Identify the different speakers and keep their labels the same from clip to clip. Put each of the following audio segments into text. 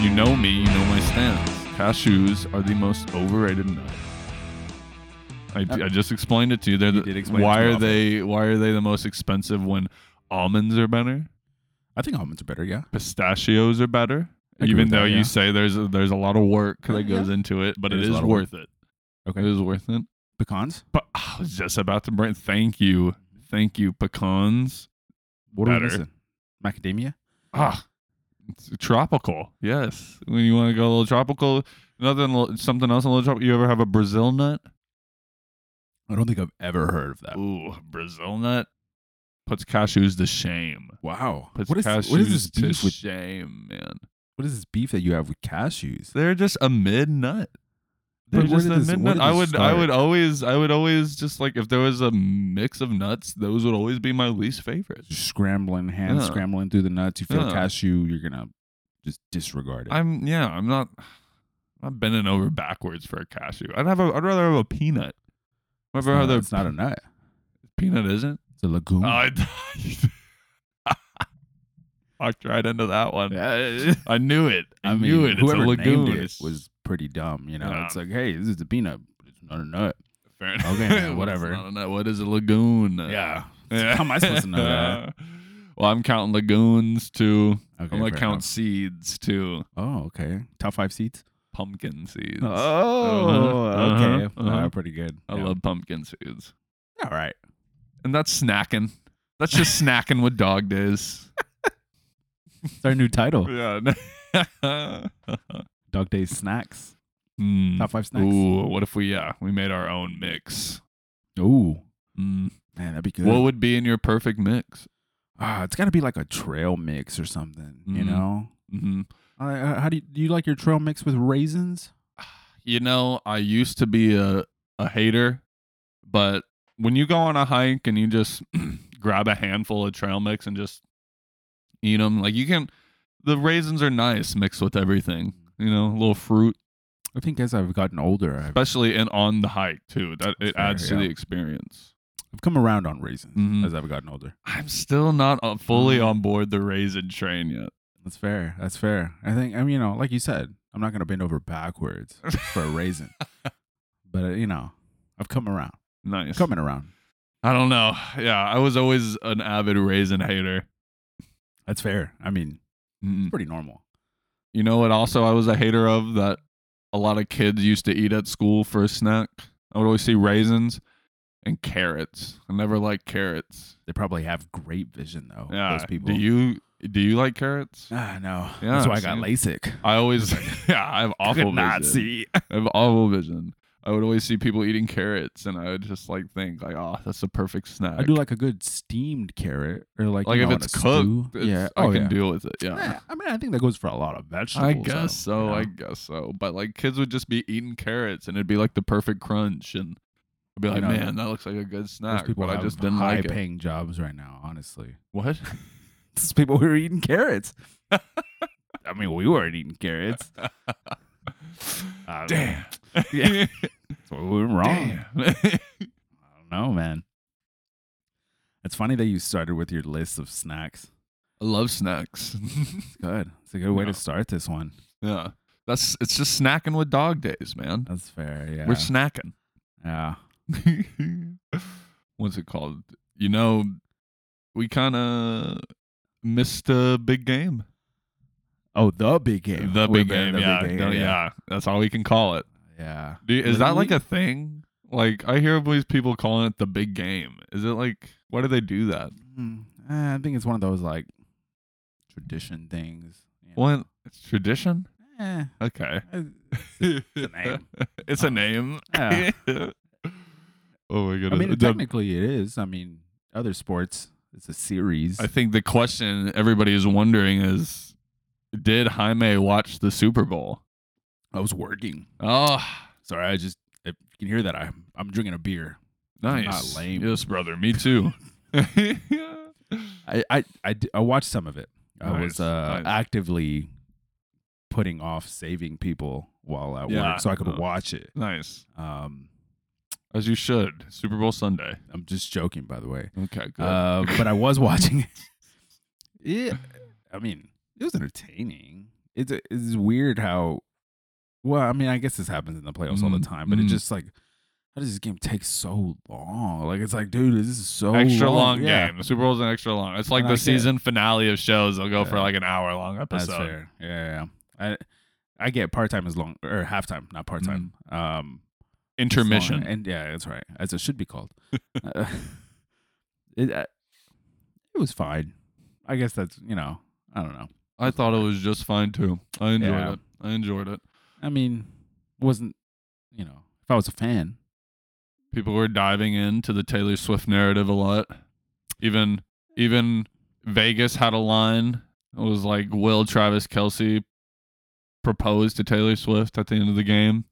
Speaker 1: you know me, you know my stance. Cashews are the most overrated nut. I, I just explained it to you. They're
Speaker 2: Uh, You
Speaker 1: the-
Speaker 2: did explain it
Speaker 1: why
Speaker 2: to me
Speaker 1: are
Speaker 2: often.
Speaker 1: they why are they the most expensive when almonds are better?
Speaker 2: I think almonds are better. Yeah.
Speaker 1: Pistachios are better.
Speaker 2: I agree
Speaker 1: Even
Speaker 2: with that,
Speaker 1: though
Speaker 2: yeah.
Speaker 1: you say there's a, there's a lot of work
Speaker 2: Yeah,
Speaker 1: that goes into it, but
Speaker 2: There
Speaker 1: it
Speaker 2: is a
Speaker 1: is
Speaker 2: lot of work.
Speaker 1: worth it.
Speaker 2: Okay.
Speaker 1: It is worth it.
Speaker 2: Pecans.
Speaker 1: But oh, I was just about to bring. Thank you, thank you, pecans.
Speaker 2: What are we
Speaker 1: Better.
Speaker 2: missing? Macadamia.
Speaker 1: Ah, it's tropical. Yes, when you want to go a little tropical, nothing, something else a little tropical. You ever have a Brazil nut?
Speaker 2: I don't think I've ever heard of that.
Speaker 1: Ooh, Brazil nut puts cashews to shame.
Speaker 2: Wow.
Speaker 1: Puts
Speaker 2: What is
Speaker 1: cashews
Speaker 2: what is this
Speaker 1: to
Speaker 2: beef with
Speaker 1: shame, man.
Speaker 2: what is this beef that you have with cashews?
Speaker 1: They're just a mid nut. They're
Speaker 2: But where
Speaker 1: just
Speaker 2: did
Speaker 1: a
Speaker 2: this-
Speaker 1: mid nut.
Speaker 2: where did
Speaker 1: I
Speaker 2: this
Speaker 1: would, I would
Speaker 2: start?
Speaker 1: always, I would always just like if there was a mix of nuts, those would always be my least favorite.
Speaker 2: Just scrambling, hands
Speaker 1: Yeah.
Speaker 2: scrambling through the nuts. You feel
Speaker 1: Yeah.
Speaker 2: cashew, you're gonna just disregard it.
Speaker 1: I'm yeah, I'm not I'm bending over backwards for a cashew. I'd have a I'd rather have a peanut.
Speaker 2: it's
Speaker 1: Whatever
Speaker 2: not,
Speaker 1: other
Speaker 2: it's not a nut.
Speaker 1: peanut isn't.
Speaker 2: It's a legume.
Speaker 1: Oh, I, Walked right into that one.
Speaker 2: Yeah.
Speaker 1: I knew it. I,
Speaker 2: I mean,
Speaker 1: knew it. It's a
Speaker 2: whoever
Speaker 1: lagoon.
Speaker 2: named it
Speaker 1: It's-
Speaker 2: was pretty dumb. You know,
Speaker 1: Yeah.
Speaker 2: it's like, hey, this is a peanut, but it's not a nut.
Speaker 1: fair enough.
Speaker 2: okay, man,
Speaker 1: It's
Speaker 2: whatever.
Speaker 1: not a nut. What is a lagoon?
Speaker 2: How am I supposed to know that?
Speaker 1: Well, I'm counting lagoons too.
Speaker 2: Okay,
Speaker 1: I'm gonna
Speaker 2: fair
Speaker 1: count
Speaker 2: enough.
Speaker 1: seeds too.
Speaker 2: Oh, okay. Top five seeds.
Speaker 1: Pumpkin seeds.
Speaker 2: Oh,
Speaker 1: Uh-huh,
Speaker 2: okay.
Speaker 1: uh-huh, uh-huh.
Speaker 2: Uh, pretty good.
Speaker 1: I
Speaker 2: Yeah.
Speaker 1: love pumpkin seeds.
Speaker 2: All right.
Speaker 1: and that's snacking. That's just snacking with dog days.
Speaker 2: It's our new title.
Speaker 1: Yeah. Hmm.
Speaker 2: Dog Day Snacks.
Speaker 1: Mm.
Speaker 2: Top five snacks.
Speaker 1: Ooh, what if we yeah we made our own mix?
Speaker 2: Ooh.
Speaker 1: Mm.
Speaker 2: Man, that'd be good.
Speaker 1: What would be in your perfect mix?
Speaker 2: ah, it's got to be like a trail mix or something, you
Speaker 1: Mhm.
Speaker 2: know?
Speaker 1: hmm
Speaker 2: I, I- how do you, do you like your trail mix with raisins?
Speaker 1: You know, I used to be a a hater, but when you go on a hike and you just grab a handful of trail mix and just eat them, like you can, the raisins are nice mixed with everything. You know, a little fruit.
Speaker 2: I think as I've gotten older, I've,
Speaker 1: especially and on the hike too. That it
Speaker 2: Fair,
Speaker 1: adds to
Speaker 2: yeah.
Speaker 1: the experience.
Speaker 2: I've come around on raisins
Speaker 1: Mhm.
Speaker 2: as I've gotten older.
Speaker 1: I'm still not uh, fully
Speaker 2: Mm.
Speaker 1: on board the raisin train yet.
Speaker 2: That's fair. That's fair. I think, I mean, you know, like you said, I'm not going to bend over backwards for a raisin. But, uh, you know, I've come around.
Speaker 1: Nice.
Speaker 2: Coming around.
Speaker 1: I don't know. Yeah, I was always an avid raisin hater.
Speaker 2: That's fair. I mean,
Speaker 1: Mm.
Speaker 2: it's pretty normal.
Speaker 1: You know what? Also, I was a hater of that. A lot of kids used to eat at school for a snack. I would always see raisins and carrots. I never liked carrots.
Speaker 2: They probably have great vision, though,
Speaker 1: Yeah.
Speaker 2: those people.
Speaker 1: Do you do you like carrots?
Speaker 2: Ah, no.
Speaker 1: Yeah,
Speaker 2: That's why I got
Speaker 1: see?
Speaker 2: LASIK.
Speaker 1: I always yeah. I have awful
Speaker 2: Could not
Speaker 1: vision.
Speaker 2: see.
Speaker 1: I have awful vision. I would always see people eating carrots, and I would just like think like, oh, that's a perfect snack.
Speaker 2: I do like a good steamed carrot, or like
Speaker 1: like
Speaker 2: you
Speaker 1: if
Speaker 2: know,
Speaker 1: it's
Speaker 2: in a
Speaker 1: cooked,
Speaker 2: stew.
Speaker 1: it's,
Speaker 2: yeah,
Speaker 1: I
Speaker 2: oh,
Speaker 1: can
Speaker 2: yeah.
Speaker 1: deal with it. Yeah,
Speaker 2: Eh, I mean, I think that goes for a lot of vegetables.
Speaker 1: I guess so.
Speaker 2: you know?
Speaker 1: I guess so. But like kids would just be eating carrots, and it'd be like the perfect crunch, and I'd be
Speaker 2: You
Speaker 1: like,
Speaker 2: know,
Speaker 1: man, that looks like a good
Speaker 2: Those
Speaker 1: snack.
Speaker 2: people
Speaker 1: But I
Speaker 2: have
Speaker 1: just didn't
Speaker 2: high
Speaker 1: like it.
Speaker 2: paying jobs right now. Honestly,
Speaker 1: What?
Speaker 2: these people who are eating carrots. I mean, we weren't eating carrots. Uh,
Speaker 1: Damn.
Speaker 2: Yeah. so we were wrong.
Speaker 1: Damn.
Speaker 2: I don't know, man. It's funny that you started with your list of snacks.
Speaker 1: I love snacks.
Speaker 2: It's good. It's a good way
Speaker 1: Yeah.
Speaker 2: to start this one.
Speaker 1: yeah, that's it's just snacking with dog days, man.
Speaker 2: That's fair. Yeah.
Speaker 1: We're snacking.
Speaker 2: yeah.
Speaker 1: what's it called? You know, we kind of missed a big game.
Speaker 2: Oh, the big game.
Speaker 1: The
Speaker 2: We're
Speaker 1: big
Speaker 2: better
Speaker 1: game,
Speaker 2: than
Speaker 1: yeah,
Speaker 2: big
Speaker 1: No,
Speaker 2: game,
Speaker 1: yeah, That's all we can call it.
Speaker 2: Yeah.
Speaker 1: Do, is
Speaker 2: What
Speaker 1: that
Speaker 2: do
Speaker 1: like
Speaker 2: we-
Speaker 1: a thing? Like I hear always people calling it the big game. Is it like why do they do that?
Speaker 2: Mm, eh, I think it's one of those like tradition things. you know.
Speaker 1: Well, it's tradition.
Speaker 2: Eh,
Speaker 1: Okay,
Speaker 2: eh,
Speaker 1: it's a
Speaker 2: name.
Speaker 1: it's a name.
Speaker 2: Yeah.
Speaker 1: oh my goodness!
Speaker 2: I mean,
Speaker 1: The-
Speaker 2: technically it is. I mean, other sports, it's a series.
Speaker 1: I think the question everybody is wondering is, did Jaime watch the Super Bowl?
Speaker 2: I was working.
Speaker 1: Oh,
Speaker 2: Sorry, I just if you can hear that I'm I'm drinking a beer. I'm
Speaker 1: nice.
Speaker 2: not lame.
Speaker 1: Yes, brother. Me too.
Speaker 2: I I I, d- I watched some of it. I was
Speaker 1: Nice,
Speaker 2: uh,
Speaker 1: nice.
Speaker 2: actively putting off saving people while at
Speaker 1: Yeah.
Speaker 2: work so I could
Speaker 1: Uh.
Speaker 2: watch it.
Speaker 1: nice.
Speaker 2: Um,
Speaker 1: As you should. Super Bowl Sunday.
Speaker 2: I'm just joking, by the way.
Speaker 1: Okay, good.
Speaker 2: Uh, but I was watching it. Yeah, I mean, it was entertaining. it's it's weird how. Well, I mean, I guess this happens in the playoffs all the
Speaker 1: Mm,
Speaker 2: time, but it's
Speaker 1: mm.
Speaker 2: just like, how does this game take so long? Like, it's like, dude, this is so
Speaker 1: extra long,
Speaker 2: oh, Yeah,
Speaker 1: game. The Super Bowl's an extra long. It's like
Speaker 2: And
Speaker 1: the
Speaker 2: I get-
Speaker 1: season finale of shows. They'll go for
Speaker 2: Yeah.
Speaker 1: like an hour long
Speaker 2: That's
Speaker 1: episode.
Speaker 2: fair. Yeah, yeah, yeah. I I get part time is long or half time, not part time. Um, It's
Speaker 1: Mm-hmm.
Speaker 2: long,
Speaker 1: Intermission.
Speaker 2: and yeah, that's right, as it should be called. Uh, it uh, it was fine. I guess that's you know I don't know.
Speaker 1: I thought it was just fine too. I enjoyed
Speaker 2: Yeah.
Speaker 1: it. I enjoyed it.
Speaker 2: I mean, wasn't you know if I was a fan,
Speaker 1: People were diving into the Taylor Swift narrative a lot. Even even Vegas had a line. It was like, "Will Travis Kelsey propose to Taylor Swift at the end of the game?"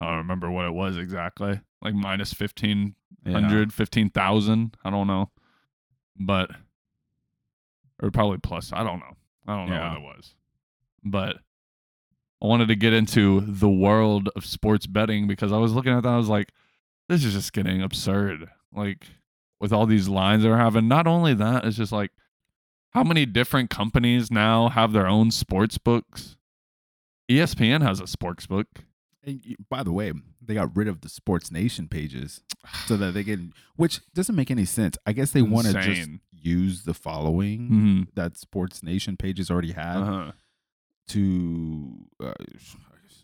Speaker 1: I don't remember what it was exactly. Like minus fifteen
Speaker 2: you know,
Speaker 1: Hundred, fifteen thousand. I don't know. But, or probably plus, I don't know. I don't know
Speaker 2: Yeah.
Speaker 1: what it was. But I wanted to get into the world of sports betting because I was looking at that. I was like, this is just getting absurd. Like, with all these lines they're having, not only that, it's just like, how many different companies now have their own sports books? E ESPN has a sports book.
Speaker 2: And you- by the way, they got rid of the Sports Nation pages so that they can, which doesn't make any sense. I guess they want to just
Speaker 1: Insane.
Speaker 2: use the following
Speaker 1: Mm-hmm.
Speaker 2: that Sports Nation pages already have
Speaker 1: Uh-huh.
Speaker 2: to, uh,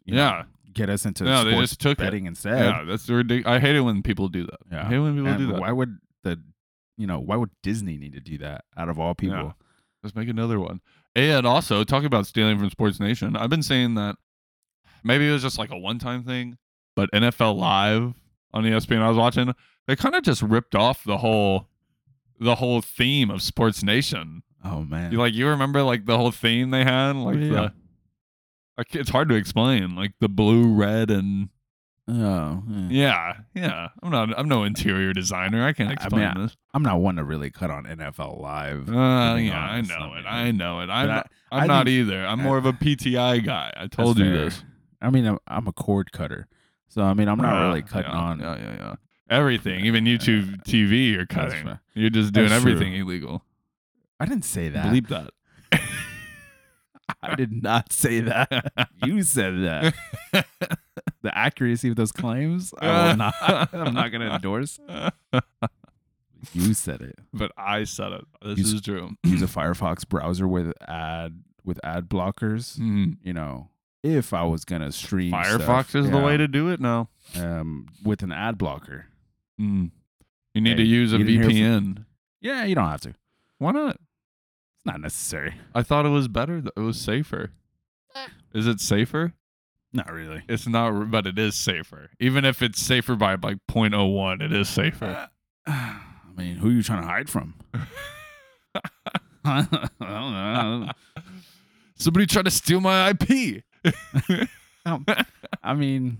Speaker 2: you know,
Speaker 1: Yeah.
Speaker 2: get us into
Speaker 1: No, they
Speaker 2: sports
Speaker 1: just took it.
Speaker 2: betting instead.
Speaker 1: Yeah, that's ridiculous. I hate it when people do that.
Speaker 2: Yeah.
Speaker 1: I hate when people
Speaker 2: And
Speaker 1: do that.
Speaker 2: Why would the, you know, why would Disney need to do that out of all people?
Speaker 1: Yeah. Let's make another one. And also, talking about stealing from Sports Nation, I've been saying that maybe it was just like a one time thing, but NFL Live on E ESPN I was watching, they kind of just ripped off the whole the whole theme of Sports Nation.
Speaker 2: Oh man,
Speaker 1: You like you remember like the whole theme they had? Like
Speaker 2: Yeah.
Speaker 1: the like, it's hard to explain. Like the blue, red, and
Speaker 2: oh, yeah.
Speaker 1: yeah, yeah. I'm not. I'm no interior designer. I can't
Speaker 2: I- I
Speaker 1: explain
Speaker 2: mean,
Speaker 1: this.
Speaker 2: I'm not one to really cut on NFL Live.
Speaker 1: Uh,
Speaker 2: to be
Speaker 1: yeah, I
Speaker 2: honest.
Speaker 1: know
Speaker 2: I
Speaker 1: it.
Speaker 2: mean,
Speaker 1: I know it. I'm,
Speaker 2: I-
Speaker 1: not, I'm
Speaker 2: I
Speaker 1: not
Speaker 2: think-
Speaker 1: either. I'm more of a PTI guy. I
Speaker 2: That's
Speaker 1: told you
Speaker 2: fair.
Speaker 1: this.
Speaker 2: I mean, I'm, I'm a cord cutter, so I mean, I'm not
Speaker 1: Yeah,
Speaker 2: really cutting
Speaker 1: yeah,
Speaker 2: on.
Speaker 1: Yeah, yeah, yeah. Everything, even YouTube TV, you're
Speaker 2: That's
Speaker 1: cutting.
Speaker 2: fair.
Speaker 1: You're just doing
Speaker 2: That's
Speaker 1: everything
Speaker 2: true.
Speaker 1: illegal.
Speaker 2: I didn't say that.
Speaker 1: Believe that.
Speaker 2: I did not say that. you said that. the accuracy of those claims, I will not. I'm not going to endorse. You said it.
Speaker 1: but I said it. This
Speaker 2: You s-
Speaker 1: is true.
Speaker 2: Use a Firefox browser with ad with ad blockers.
Speaker 1: Mhm.
Speaker 2: You know, if I was going to stream,
Speaker 1: Firefox
Speaker 2: stuff,
Speaker 1: is the
Speaker 2: yeah,
Speaker 1: way to do it now.
Speaker 2: um with an ad blocker.
Speaker 1: Mm. You need
Speaker 2: Hey,
Speaker 1: to use a
Speaker 2: you didn't hear
Speaker 1: VPN.
Speaker 2: Yeah, you don't have to. It's
Speaker 1: Why not?
Speaker 2: not necessary.
Speaker 1: I thought it was better. th- It was safer. Is it safer?
Speaker 2: Not really.
Speaker 1: It's not, but it is safer. Even if it's safer by like 0.01, it is safer.
Speaker 2: Uh, I mean, who are you trying to hide from? I don't know. I don't know.
Speaker 1: Somebody tried to steal my IP.
Speaker 2: I mean,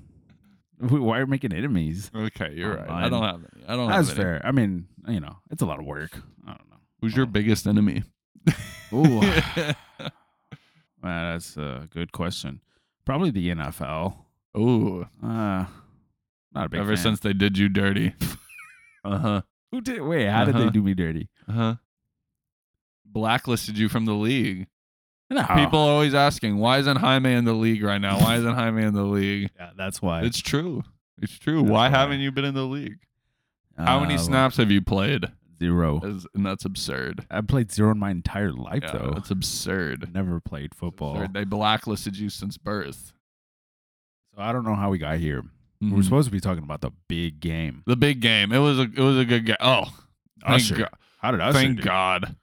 Speaker 2: wh- why are you making enemies?
Speaker 1: Okay, you're right. I
Speaker 2: Online.
Speaker 1: don't have any. I don't
Speaker 2: That's
Speaker 1: have any.
Speaker 2: fair. I mean, you know, it's a lot of work. I don't
Speaker 1: Who's your biggest enemy?
Speaker 2: know. Ooh, uh, that's a good question. Probably the NFL.
Speaker 1: Ooh,
Speaker 2: Uh, not a big
Speaker 1: ever
Speaker 2: fan.
Speaker 1: since they did you dirty. uh huh.
Speaker 2: who did wait? How did
Speaker 1: Uh-huh.
Speaker 2: they do me dirty?
Speaker 1: Uh huh. Blacklisted you from the league.
Speaker 2: No.
Speaker 1: People are always asking, why isn't Jaime in the league right now? Why isn't Jaime in the league?
Speaker 2: Yeah, that's why.
Speaker 1: It's true. It's true.
Speaker 2: That's
Speaker 1: Why
Speaker 2: why.
Speaker 1: haven't you been in the league? How many
Speaker 2: Uh,
Speaker 1: snaps have you played?
Speaker 2: Zero.
Speaker 1: That's- and that's absurd.
Speaker 2: I played zero in my entire life
Speaker 1: Yeah,
Speaker 2: though.
Speaker 1: That's absurd.
Speaker 2: I never played football,
Speaker 1: Absurd. They blacklisted you since birth.
Speaker 2: so I don't know how we got here. We're
Speaker 1: Mhm.
Speaker 2: supposed to be talking about the big game.
Speaker 1: The big game. It was a it was a good game. Oh, thank
Speaker 2: Usher.
Speaker 1: God.
Speaker 2: How did I?
Speaker 1: Thank God.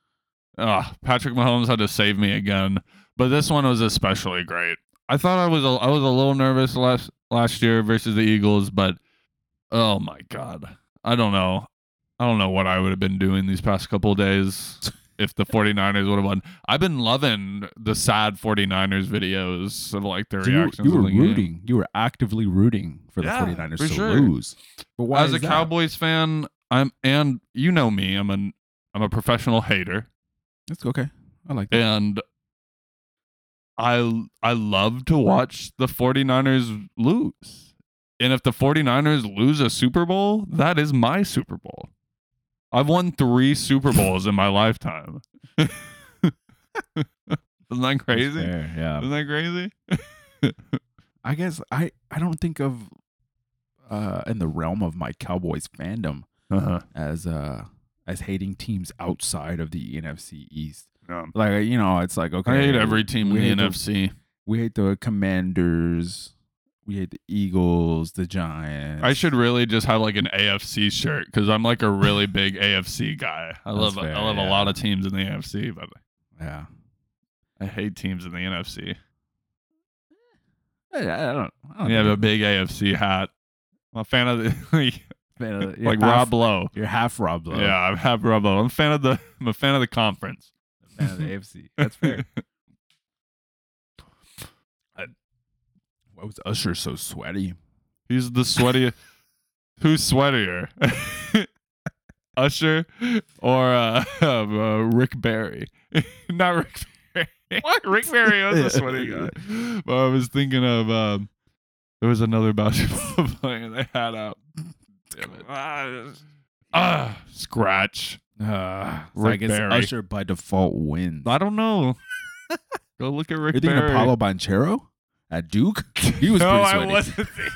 Speaker 1: Ah, Patrick Mahomes had to save me again, but this one was especially great. I thought I was a, I was a little nervous last last year versus the Eagles, but oh my God, I don't know. I don't know what I would have been doing these past couple of days if the 49ers would have won. I've been loving the sad 49ers videos of like their
Speaker 2: So you,
Speaker 1: reactions.
Speaker 2: you were
Speaker 1: of the game.
Speaker 2: rooting. You were actively rooting for the
Speaker 1: Yeah,
Speaker 2: 49ers
Speaker 1: for
Speaker 2: to
Speaker 1: sure.
Speaker 2: lose. But why
Speaker 1: as
Speaker 2: is
Speaker 1: a
Speaker 2: that?
Speaker 1: Cowboys fan, I'm and you know me, I'm an I'm a professional hater,
Speaker 2: That's okay. I like that.
Speaker 1: and I I love to watch the 49ers lose. And if the 49ers lose a Super Bowl, that is my Super Bowl. I've won 3 Super Bowls in my lifetime. Isn't that
Speaker 2: That's
Speaker 1: crazy?
Speaker 2: fair, Yeah.
Speaker 1: Isn't that crazy?
Speaker 2: I guess I I don't think of uh in the realm of my Cowboys fandom
Speaker 1: Uh-huh.
Speaker 2: as uh as hating teams outside of the NFC East.
Speaker 1: Um,
Speaker 2: Like uh, you know, it's like okay,
Speaker 1: I hate every team
Speaker 2: we
Speaker 1: in
Speaker 2: hate
Speaker 1: the NFC.
Speaker 2: We hate the Commanders. We hate the Eagles, the Giants.
Speaker 1: I should really just have like an AFC shirt because I'm like a really big AFC guy. I
Speaker 2: That's
Speaker 1: love
Speaker 2: fair,
Speaker 1: I love a
Speaker 2: yeah.
Speaker 1: lot of teams in the AFC, but
Speaker 2: Yeah.
Speaker 1: I hate teams in the NFC.
Speaker 2: I, I don't. I don't
Speaker 1: You have
Speaker 2: know.
Speaker 1: a big AFC hat. I'm a fan of the like,
Speaker 2: Fan of the-
Speaker 1: like
Speaker 2: you're half-
Speaker 1: Rob Lowe.
Speaker 2: You're half Rob Lowe.
Speaker 1: Yeah, I'm half Rob Lowe. I'm a fan of the I'm a fan of the conference.
Speaker 2: Fan of the AFC. That's fair. I- Why was Usher so sweaty?
Speaker 1: He's the sweaty. Who's sweatier, Usher or uh, um, uh, Rick Barry? Not Rick Barry. What? Rick Barry was a sweaty guy. But I was thinking of um, there was another basketball player they had out. Damn it. Ah, Ah, scratch. Ah,
Speaker 2: Uh, I
Speaker 1: Rick
Speaker 2: guess
Speaker 1: Barry.
Speaker 2: Usher by default wins.
Speaker 1: I don't know. Go look at Rick
Speaker 2: You're thinking
Speaker 1: Barry.
Speaker 2: Apollo Banchero at Duke? He was
Speaker 1: no,
Speaker 2: pretty
Speaker 1: I
Speaker 2: sweaty.
Speaker 1: wasn't. thinking-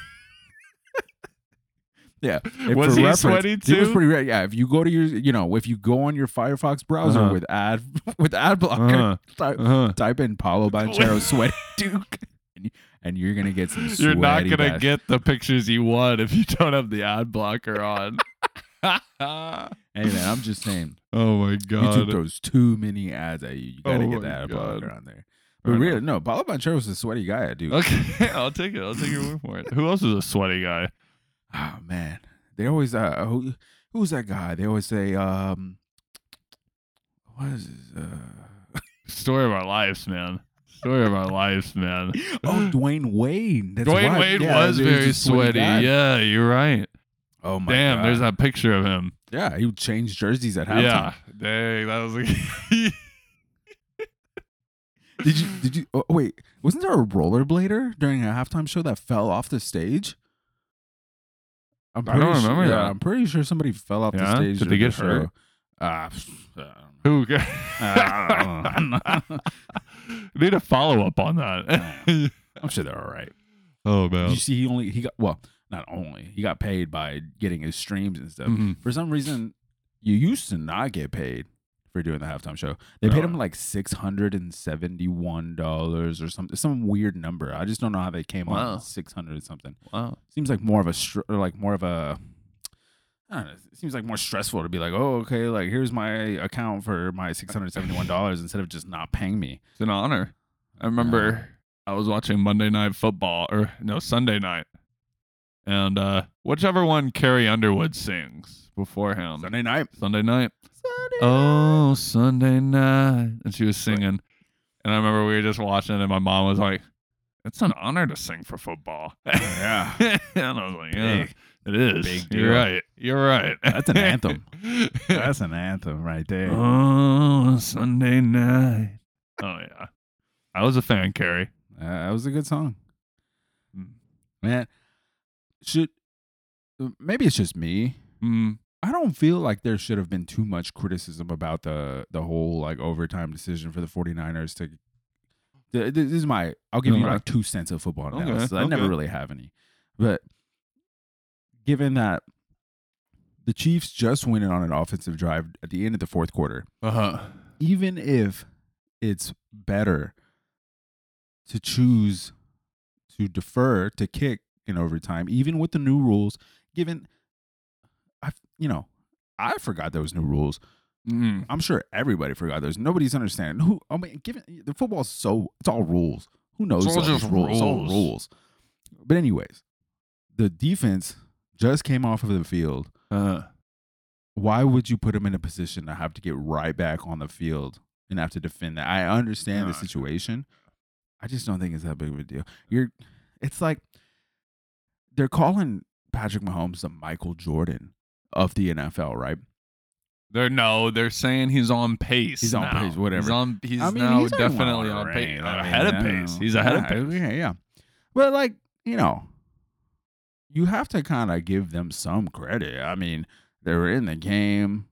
Speaker 2: Yeah. If
Speaker 1: Was
Speaker 2: for
Speaker 1: he
Speaker 2: reference,
Speaker 1: sweaty
Speaker 2: He was
Speaker 1: too?
Speaker 2: pretty red. Yeah. If you go to your, you know, if you go on your Firefox browser
Speaker 1: Uh-huh.
Speaker 2: with ad with ad blocker,
Speaker 1: Uh-huh,
Speaker 2: type,
Speaker 1: uh-huh.
Speaker 2: type in Paulo Banchero sweaty Duke, and, you, and you're gonna get some.
Speaker 1: You're not
Speaker 2: sweaty
Speaker 1: gonna
Speaker 2: bas-
Speaker 1: get the pictures you want if you don't have the ad blocker on. oh
Speaker 2: Hey man, I'm just saying.
Speaker 1: my
Speaker 2: YouTube
Speaker 1: god!
Speaker 2: throws too many ads at you. You gotta
Speaker 1: Oh
Speaker 2: get
Speaker 1: my
Speaker 2: that ad
Speaker 1: God.
Speaker 2: blocker on there. But
Speaker 1: Right
Speaker 2: really, no, Paulo Banchero was a sweaty guy at Duke.
Speaker 1: Okay, I'll take it. I'll take your word for it. Who else is a sweaty guy?
Speaker 2: Oh man, they always uh, who, who's that guy? They always say um, what is his, uh?
Speaker 1: Story of our lives, man. Story of our lives, man.
Speaker 2: Oh, Dwayne Wade. That's
Speaker 1: Dwayne
Speaker 2: right.
Speaker 1: Wade
Speaker 2: Yeah,
Speaker 1: was
Speaker 2: he a
Speaker 1: very sweaty.
Speaker 2: guy.
Speaker 1: Yeah, you're right.
Speaker 2: Oh my
Speaker 1: Damn,
Speaker 2: God.
Speaker 1: there's that picture of him.
Speaker 2: yeah, he would change jerseys at halftime.
Speaker 1: yeah. Dang, that was like.
Speaker 2: Did you? Did you? Oh, wait, wasn't there a rollerblader during a halftime show that fell off the stage? I'm
Speaker 1: I don't
Speaker 2: pretty sure-
Speaker 1: remember
Speaker 2: yeah,
Speaker 1: that.
Speaker 2: I'm pretty sure somebody fell off
Speaker 1: Yeah?
Speaker 2: the stage.
Speaker 1: Did they
Speaker 2: during the
Speaker 1: get hurt?
Speaker 2: show. Uh, pff, I don't know.
Speaker 1: Who?
Speaker 2: I don't know. I don't
Speaker 1: Uh,
Speaker 2: know.
Speaker 1: Need a follow up on that.
Speaker 2: I'm sure they're all right.
Speaker 1: oh
Speaker 2: Did
Speaker 1: man.
Speaker 2: You see, he only he got well, not only he got paid by getting his streams and stuff.
Speaker 1: Mhm.
Speaker 2: For some reason, you used to not get paid for doing the halftime show. They paid
Speaker 1: No.
Speaker 2: him like six hundred and seventy-one dollars or something, some weird number. I just don't know how they came
Speaker 1: Wow.
Speaker 2: on six hundred something.
Speaker 1: Wow.
Speaker 2: Seems like more of a str- or like more of a. I don't know. It seems like more stressful to be like, oh, okay, like here's my account for my six hundred seventy-one dollars instead of just not paying me.
Speaker 1: It's an honor. I remember I was watching Monday Night Football, or no, Sunday night. And uh, whichever one Carrie Underwood sings before him.
Speaker 2: Sunday night.
Speaker 1: Sunday night.
Speaker 2: Um, Sunday.
Speaker 1: Oh, Sunday night. And she was singing. And I remember we were just watching, and my mom was like, It's an honor to sing for football.
Speaker 2: Yeah.
Speaker 1: and I was like, Yeah,
Speaker 2: Big-
Speaker 1: it is.
Speaker 2: big
Speaker 1: You're
Speaker 2: deal.
Speaker 1: right. You're right.
Speaker 2: That's an anthem. That's an anthem right there.
Speaker 1: Oh, Sunday night. Oh yeah, I was a fan, Carrie.
Speaker 2: Uh, that was a good song, Hmm.
Speaker 1: Mm.
Speaker 2: man. Should maybe it's just me.
Speaker 1: Mm.
Speaker 2: I don't feel like there should have been too much criticism about the the whole like overtime decision for the 49ers to. Th- This is my. I'll give you
Speaker 1: Okay.
Speaker 2: like two cents of football
Speaker 1: Okay,
Speaker 2: analysis. I never
Speaker 1: okay.
Speaker 2: really have any, but given that the Chiefs just went in on an offensive drive at the end of the fourth quarter,
Speaker 1: Uh
Speaker 2: Uh-huh.
Speaker 1: huh.
Speaker 2: even if it's better to choose to defer to kick in overtime, even with the new rules, given I you know, I forgot there was new rules.
Speaker 1: Mm.
Speaker 2: I'm sure everybody forgot those. Nobody's understanding who I mean, given the football's so it's all rules. Who knows?
Speaker 1: all just
Speaker 2: It's all
Speaker 1: rules.
Speaker 2: rules. But anyways, the defense just came off of the field
Speaker 1: Uh.
Speaker 2: why would you put him in a position to have to get right back on the field and have to defend that? I understand the
Speaker 1: Yeah.
Speaker 2: situation. I just don't think it's that big of a deal. You're it's like they're calling Patrick Mahomes the Michael Jordan of the NFL, right?
Speaker 1: They're no. They're saying he's on pace.
Speaker 2: He's on
Speaker 1: now.
Speaker 2: pace, whatever.
Speaker 1: He's on. He's
Speaker 2: I mean,
Speaker 1: now
Speaker 2: he's already
Speaker 1: definitely
Speaker 2: won,
Speaker 1: on
Speaker 2: right?
Speaker 1: pace.
Speaker 2: I mean,
Speaker 1: ahead
Speaker 2: I
Speaker 1: of
Speaker 2: don't
Speaker 1: pace.
Speaker 2: know.
Speaker 1: He's ahead of
Speaker 2: Yeah,
Speaker 1: pace.
Speaker 2: Yeah, yeah. But like, you know, you have to kind of give them some credit. I mean, they were in the game.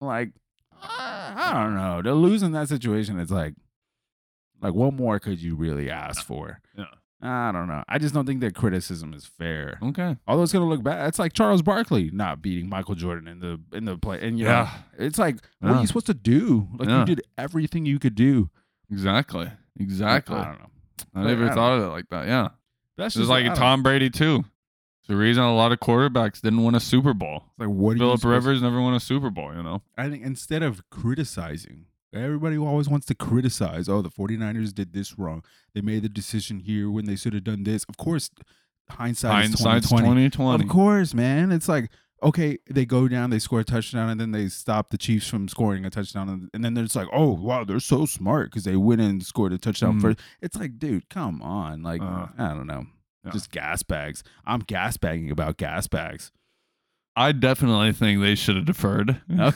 Speaker 2: Like, I I don't know. They're losing that situation. It's like, Like, what more could you really ask for?
Speaker 1: Yeah.
Speaker 2: I don't know. I just don't think that criticism is fair.
Speaker 1: Okay.
Speaker 2: Although it's gonna look bad. It's like Charles Barkley not beating Michael Jordan in the in the play. And you know,
Speaker 1: Yeah.
Speaker 2: it's like what
Speaker 1: Yeah.
Speaker 2: are you supposed to do? Like
Speaker 1: Yeah.
Speaker 2: you did everything you could do.
Speaker 1: Exactly. Exactly.
Speaker 2: I don't know.
Speaker 1: I
Speaker 2: but I
Speaker 1: never
Speaker 2: don't-
Speaker 1: thought of it like that. Yeah.
Speaker 2: That's
Speaker 1: It's like
Speaker 2: I don't-
Speaker 1: Tom Brady too. It's the reason a lot of quarterbacks didn't win a Super Bowl.
Speaker 2: It's like what are you
Speaker 1: Philip
Speaker 2: supposed-
Speaker 1: Rivers never won a Super Bowl, you know.
Speaker 2: I think instead of criticizing, everybody always wants to criticize. Oh, the 49ers did this wrong. They made the decision here when they should have done this. Of course, hindsight
Speaker 1: Hindsight's
Speaker 2: is 2020.
Speaker 1: twenty twenty.
Speaker 2: Of course, man. It's like, okay, they go down, they score a touchdown, and then they stop the Chiefs from scoring a touchdown. And, and then they're just like, oh, wow, they're so smart because they went and scored a touchdown
Speaker 1: Mm.
Speaker 2: first. It's like, dude, come on. Like,
Speaker 1: Uh,
Speaker 2: I don't know.
Speaker 1: yeah.
Speaker 2: Just gas bags. I'm gas bagging about gas bags.
Speaker 1: I definitely think they should have deferred. but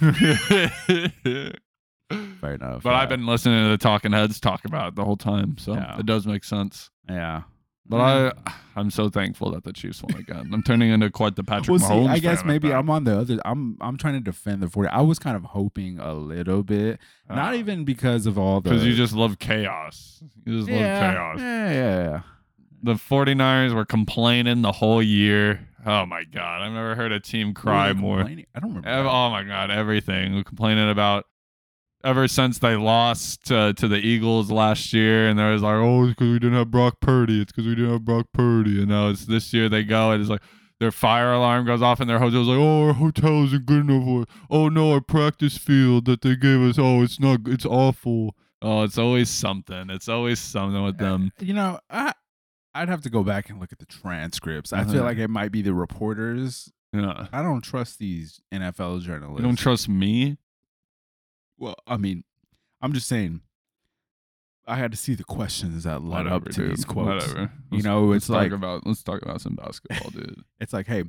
Speaker 2: Fair enough.
Speaker 1: I've
Speaker 2: Uh,
Speaker 1: been listening to the Talking Heads talk about it the whole time, so
Speaker 2: Yeah.
Speaker 1: it does make sense.
Speaker 2: Yeah.
Speaker 1: But I, I'm so thankeful that the Chiefs won again. I'm turning into quite the Patrick
Speaker 2: well,
Speaker 1: Mahomes.
Speaker 2: see, I guess
Speaker 1: fan at
Speaker 2: maybe
Speaker 1: that.
Speaker 2: I'm on the other. I'm I'm trying to defend the 40. I was kind of hoping a little bit, not
Speaker 1: Uh,
Speaker 2: even because of all the
Speaker 1: because you just love chaos. You just
Speaker 2: yeah,
Speaker 1: love chaos.
Speaker 2: Yeah, yeah, yeah.
Speaker 1: The 49ers were complaining the whole year. Oh my god, I've never heard a team cry
Speaker 2: Who were
Speaker 1: more.
Speaker 2: complaining? I don't remember.
Speaker 1: Ev-
Speaker 2: that.
Speaker 1: oh my god, everything. We're complaining about ever since they lost uh, to the Eagles last year, and there was like, oh, it's because we didn't have Brock Purdy. It's because we didn't have Brock Purdy. And now it's this year they go and it's like their fire alarm goes off, and their hotel's like, oh, our hotel isn't good enough. Or, oh no, our practice field that they gave us. Oh, it's not. It's awful. Oh, it's always something. It's always something with them.
Speaker 2: You know, I I'd have to go back and look at the transcripts. I feel
Speaker 1: Uh-huh.
Speaker 2: like it might be the reporters.
Speaker 1: Yeah.
Speaker 2: I don't trust these NFL journalists.
Speaker 1: You don't trust me?
Speaker 2: well, I mean, I'm just saying. I had to see the questions that led up to
Speaker 1: dude.
Speaker 2: these quotes.
Speaker 1: Whatever.
Speaker 2: You know,
Speaker 1: let's
Speaker 2: it's like
Speaker 1: talk about let's talk about some basketball, dude.
Speaker 2: It's like, hey,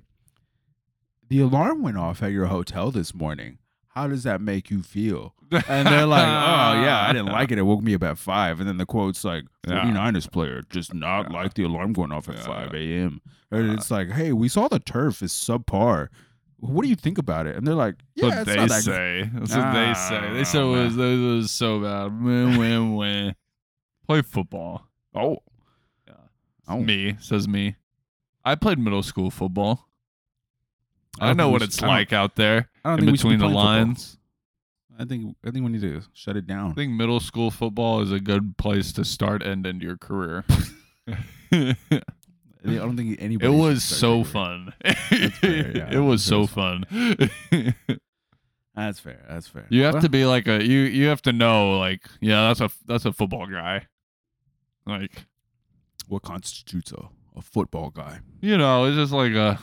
Speaker 2: the alarm went off at your hotel this morning. How does that make you feel? And they're like, oh, yeah, I didn't like it. It woke me up at 5. And then the quote's like,
Speaker 1: Yeah.
Speaker 2: 49ers player, just not
Speaker 1: Yeah.
Speaker 2: like the alarm going off at
Speaker 1: Yeah.
Speaker 2: 5 a.m. And it's like, hey, we saw the turf is subpar. What do you think about it? And they're like, yeah,
Speaker 1: That's
Speaker 2: it's
Speaker 1: what
Speaker 2: not
Speaker 1: they
Speaker 2: that-
Speaker 1: say. That's what they say. They said it
Speaker 2: Ah,
Speaker 1: was, it was so bad. Win, win, win. Play football.
Speaker 2: Oh, Oh.
Speaker 1: Me, says me. I played middle school football. I,
Speaker 2: don't
Speaker 1: know
Speaker 2: think
Speaker 1: what
Speaker 2: we
Speaker 1: it's
Speaker 2: should- I don't-
Speaker 1: like out there
Speaker 2: I don't
Speaker 1: in
Speaker 2: think we should be
Speaker 1: between the
Speaker 2: playing football.
Speaker 1: lines.
Speaker 2: I think I think we need to shut it down.
Speaker 1: I think middle school football is a good place to start and end your career.
Speaker 2: I don't think anybody.
Speaker 1: It
Speaker 2: should
Speaker 1: was
Speaker 2: start
Speaker 1: so
Speaker 2: doing it.
Speaker 1: fun.
Speaker 2: fair, yeah,
Speaker 1: it was
Speaker 2: that's
Speaker 1: so
Speaker 2: really
Speaker 1: fun.
Speaker 2: That's fair. That's fair.
Speaker 1: you have
Speaker 2: Well,
Speaker 1: to be like a you. You have to know like yeah, that's a that's a football guy. Like
Speaker 2: What constitutes a, a football guy?
Speaker 1: you know, it's just like a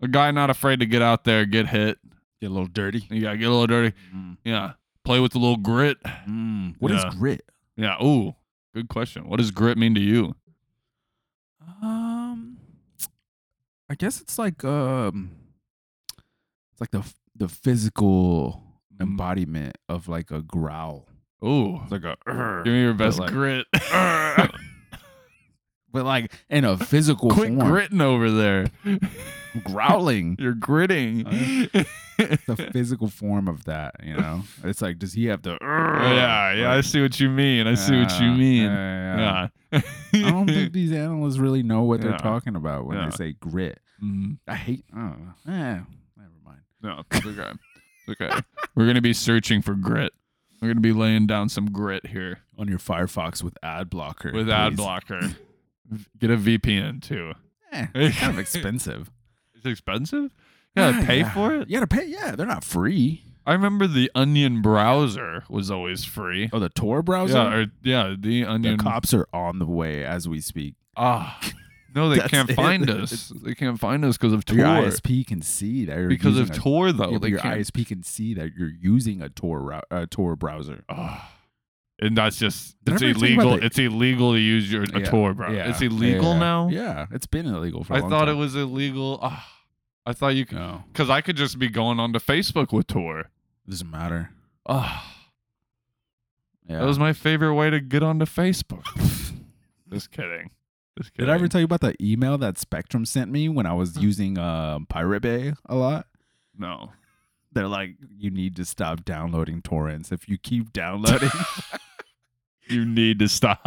Speaker 1: a guy not afraid to get out there, get hit.
Speaker 2: Get a little dirty.
Speaker 1: You gotta get a little dirty.
Speaker 2: Mm.
Speaker 1: Yeah, play with a little grit.
Speaker 2: Mm. What is
Speaker 1: Mm-hmm. Yeah.
Speaker 2: grit?
Speaker 1: Yeah. Ooh, good question. What does grit mean to you?
Speaker 2: Um, I guess it's like um, it's like the f- the physical
Speaker 1: Mm-hmm.
Speaker 2: embodiment of like a growl.
Speaker 1: Ooh,
Speaker 2: It's like a,
Speaker 1: give me your best
Speaker 2: like-
Speaker 1: grit.
Speaker 2: but like in a physical
Speaker 1: Quit
Speaker 2: form,
Speaker 1: gritting over there.
Speaker 2: growling.
Speaker 1: You're gritting.
Speaker 2: Uh, the physical form of that, you know. It's like, does he have the?
Speaker 1: yeah, yeah. I
Speaker 2: Like,
Speaker 1: see what you mean. I see what you
Speaker 2: yeah,
Speaker 1: mean.
Speaker 2: yeah, yeah.
Speaker 1: Yeah.
Speaker 2: I don't think these analysts really know what
Speaker 1: Yeah.
Speaker 2: they're talking about when
Speaker 1: Yeah.
Speaker 2: they say grit.
Speaker 1: Mm,
Speaker 2: I hate. Oh, eh, never mind.
Speaker 1: no, it's okay. It's okay. We're gonna be searching for grit. We're gonna be laying down some grit here
Speaker 2: On your Firefox with ad blocker.
Speaker 1: with
Speaker 2: please.
Speaker 1: ad blocker. Get a VPN too.
Speaker 2: Eh, it's kind of expensive.
Speaker 1: It's expensive. You gotta
Speaker 2: Ah,
Speaker 1: pay
Speaker 2: yeah.
Speaker 1: for it.
Speaker 2: You gotta pay. Yeah, they're not free.
Speaker 1: I remember the Onion browser was always free.
Speaker 2: Oh, the Tor browser.
Speaker 1: yeah, or, yeah, the
Speaker 2: the
Speaker 1: Onion.
Speaker 2: cops are on the way as we speak.
Speaker 1: Ah, no, they
Speaker 2: That's
Speaker 1: can't
Speaker 2: it.
Speaker 1: find us. They can't find us because of Tor.
Speaker 2: Your ISP can see that you're
Speaker 1: Because of
Speaker 2: using a-
Speaker 1: Tor, though,
Speaker 2: yeah, but
Speaker 1: they
Speaker 2: your
Speaker 1: can't
Speaker 2: ISP can see that you're using a Tor rou- uh, Tor browser.
Speaker 1: Oh. And that's just
Speaker 2: Did I
Speaker 1: it's
Speaker 2: ever tell you about
Speaker 1: illegal.
Speaker 2: the-
Speaker 1: It's illegal to use your a
Speaker 2: Yeah,
Speaker 1: Tor, bro.
Speaker 2: yeah,
Speaker 1: It's illegal
Speaker 2: yeah,
Speaker 1: now.
Speaker 2: Yeah, it's been illegal for. I
Speaker 1: I thought it was illegal. Ah, I thought you could
Speaker 2: No,
Speaker 1: because I could just be going onto Facebook with Tor.
Speaker 2: doesn't matter.
Speaker 1: Ah,
Speaker 2: Yeah.
Speaker 1: that was my favorite way to get onto Facebook. just kidding. Just kidding.
Speaker 2: Did I ever tell you about the email that Spectrum sent me when I was using um, Pirate Bay a lot?
Speaker 1: no.
Speaker 2: They're like, you need to stop downloading torrents. If you keep downloading,
Speaker 1: You need to stop.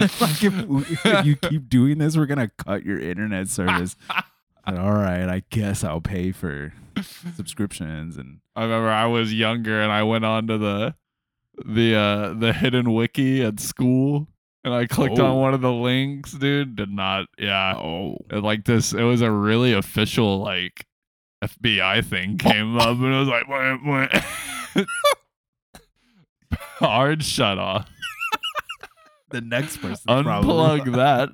Speaker 2: like if, we- if you keep doing this, we're gonna cut your internet service. I said, All right, I guess I'll pay for subscriptions and
Speaker 1: I remember I was younger and I went on to the the uh the hidden wiki at school and I clicked
Speaker 2: Oh.
Speaker 1: on one of the links, dude. Did not yeah.
Speaker 2: oh,
Speaker 1: And, Like this it was a really official like FBI thing came up and it was like "Wah, wah." hard shut off.
Speaker 2: the next person
Speaker 1: Unplug that.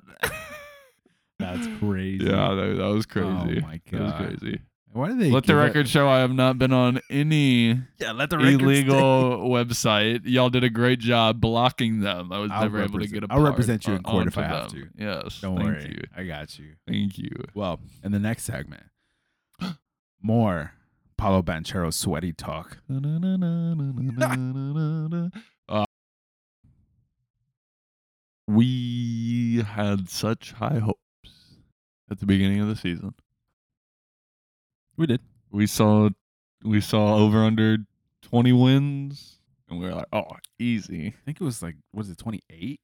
Speaker 2: That's crazy.
Speaker 1: Yeah, that, that was crazy.
Speaker 2: Oh my
Speaker 1: That was
Speaker 2: god.
Speaker 1: crazy.
Speaker 2: Why do they
Speaker 1: Let the
Speaker 2: give it-
Speaker 1: record show I have not been on any
Speaker 2: Yeah, let the record
Speaker 1: illegal website. Y'all did a great job blocking them. I was
Speaker 2: I'll
Speaker 1: never able to
Speaker 2: represent-
Speaker 1: get a
Speaker 2: I'll
Speaker 1: part
Speaker 2: represent you in
Speaker 1: on-
Speaker 2: court if
Speaker 1: onto
Speaker 2: I have
Speaker 1: them. Yes.
Speaker 2: stay. Don't
Speaker 1: thank
Speaker 2: worry,
Speaker 1: you.
Speaker 2: I got you.
Speaker 1: Thank you.
Speaker 2: Well, in the next segment, more Paulo Banchero sweaty talk.
Speaker 1: Uh, we had such high hopes at the beginning of the season.
Speaker 2: We did.
Speaker 1: We saw we saw over under 20 wins and we were like, "Oh, easy."
Speaker 2: I think it was like what is it, twenty eight?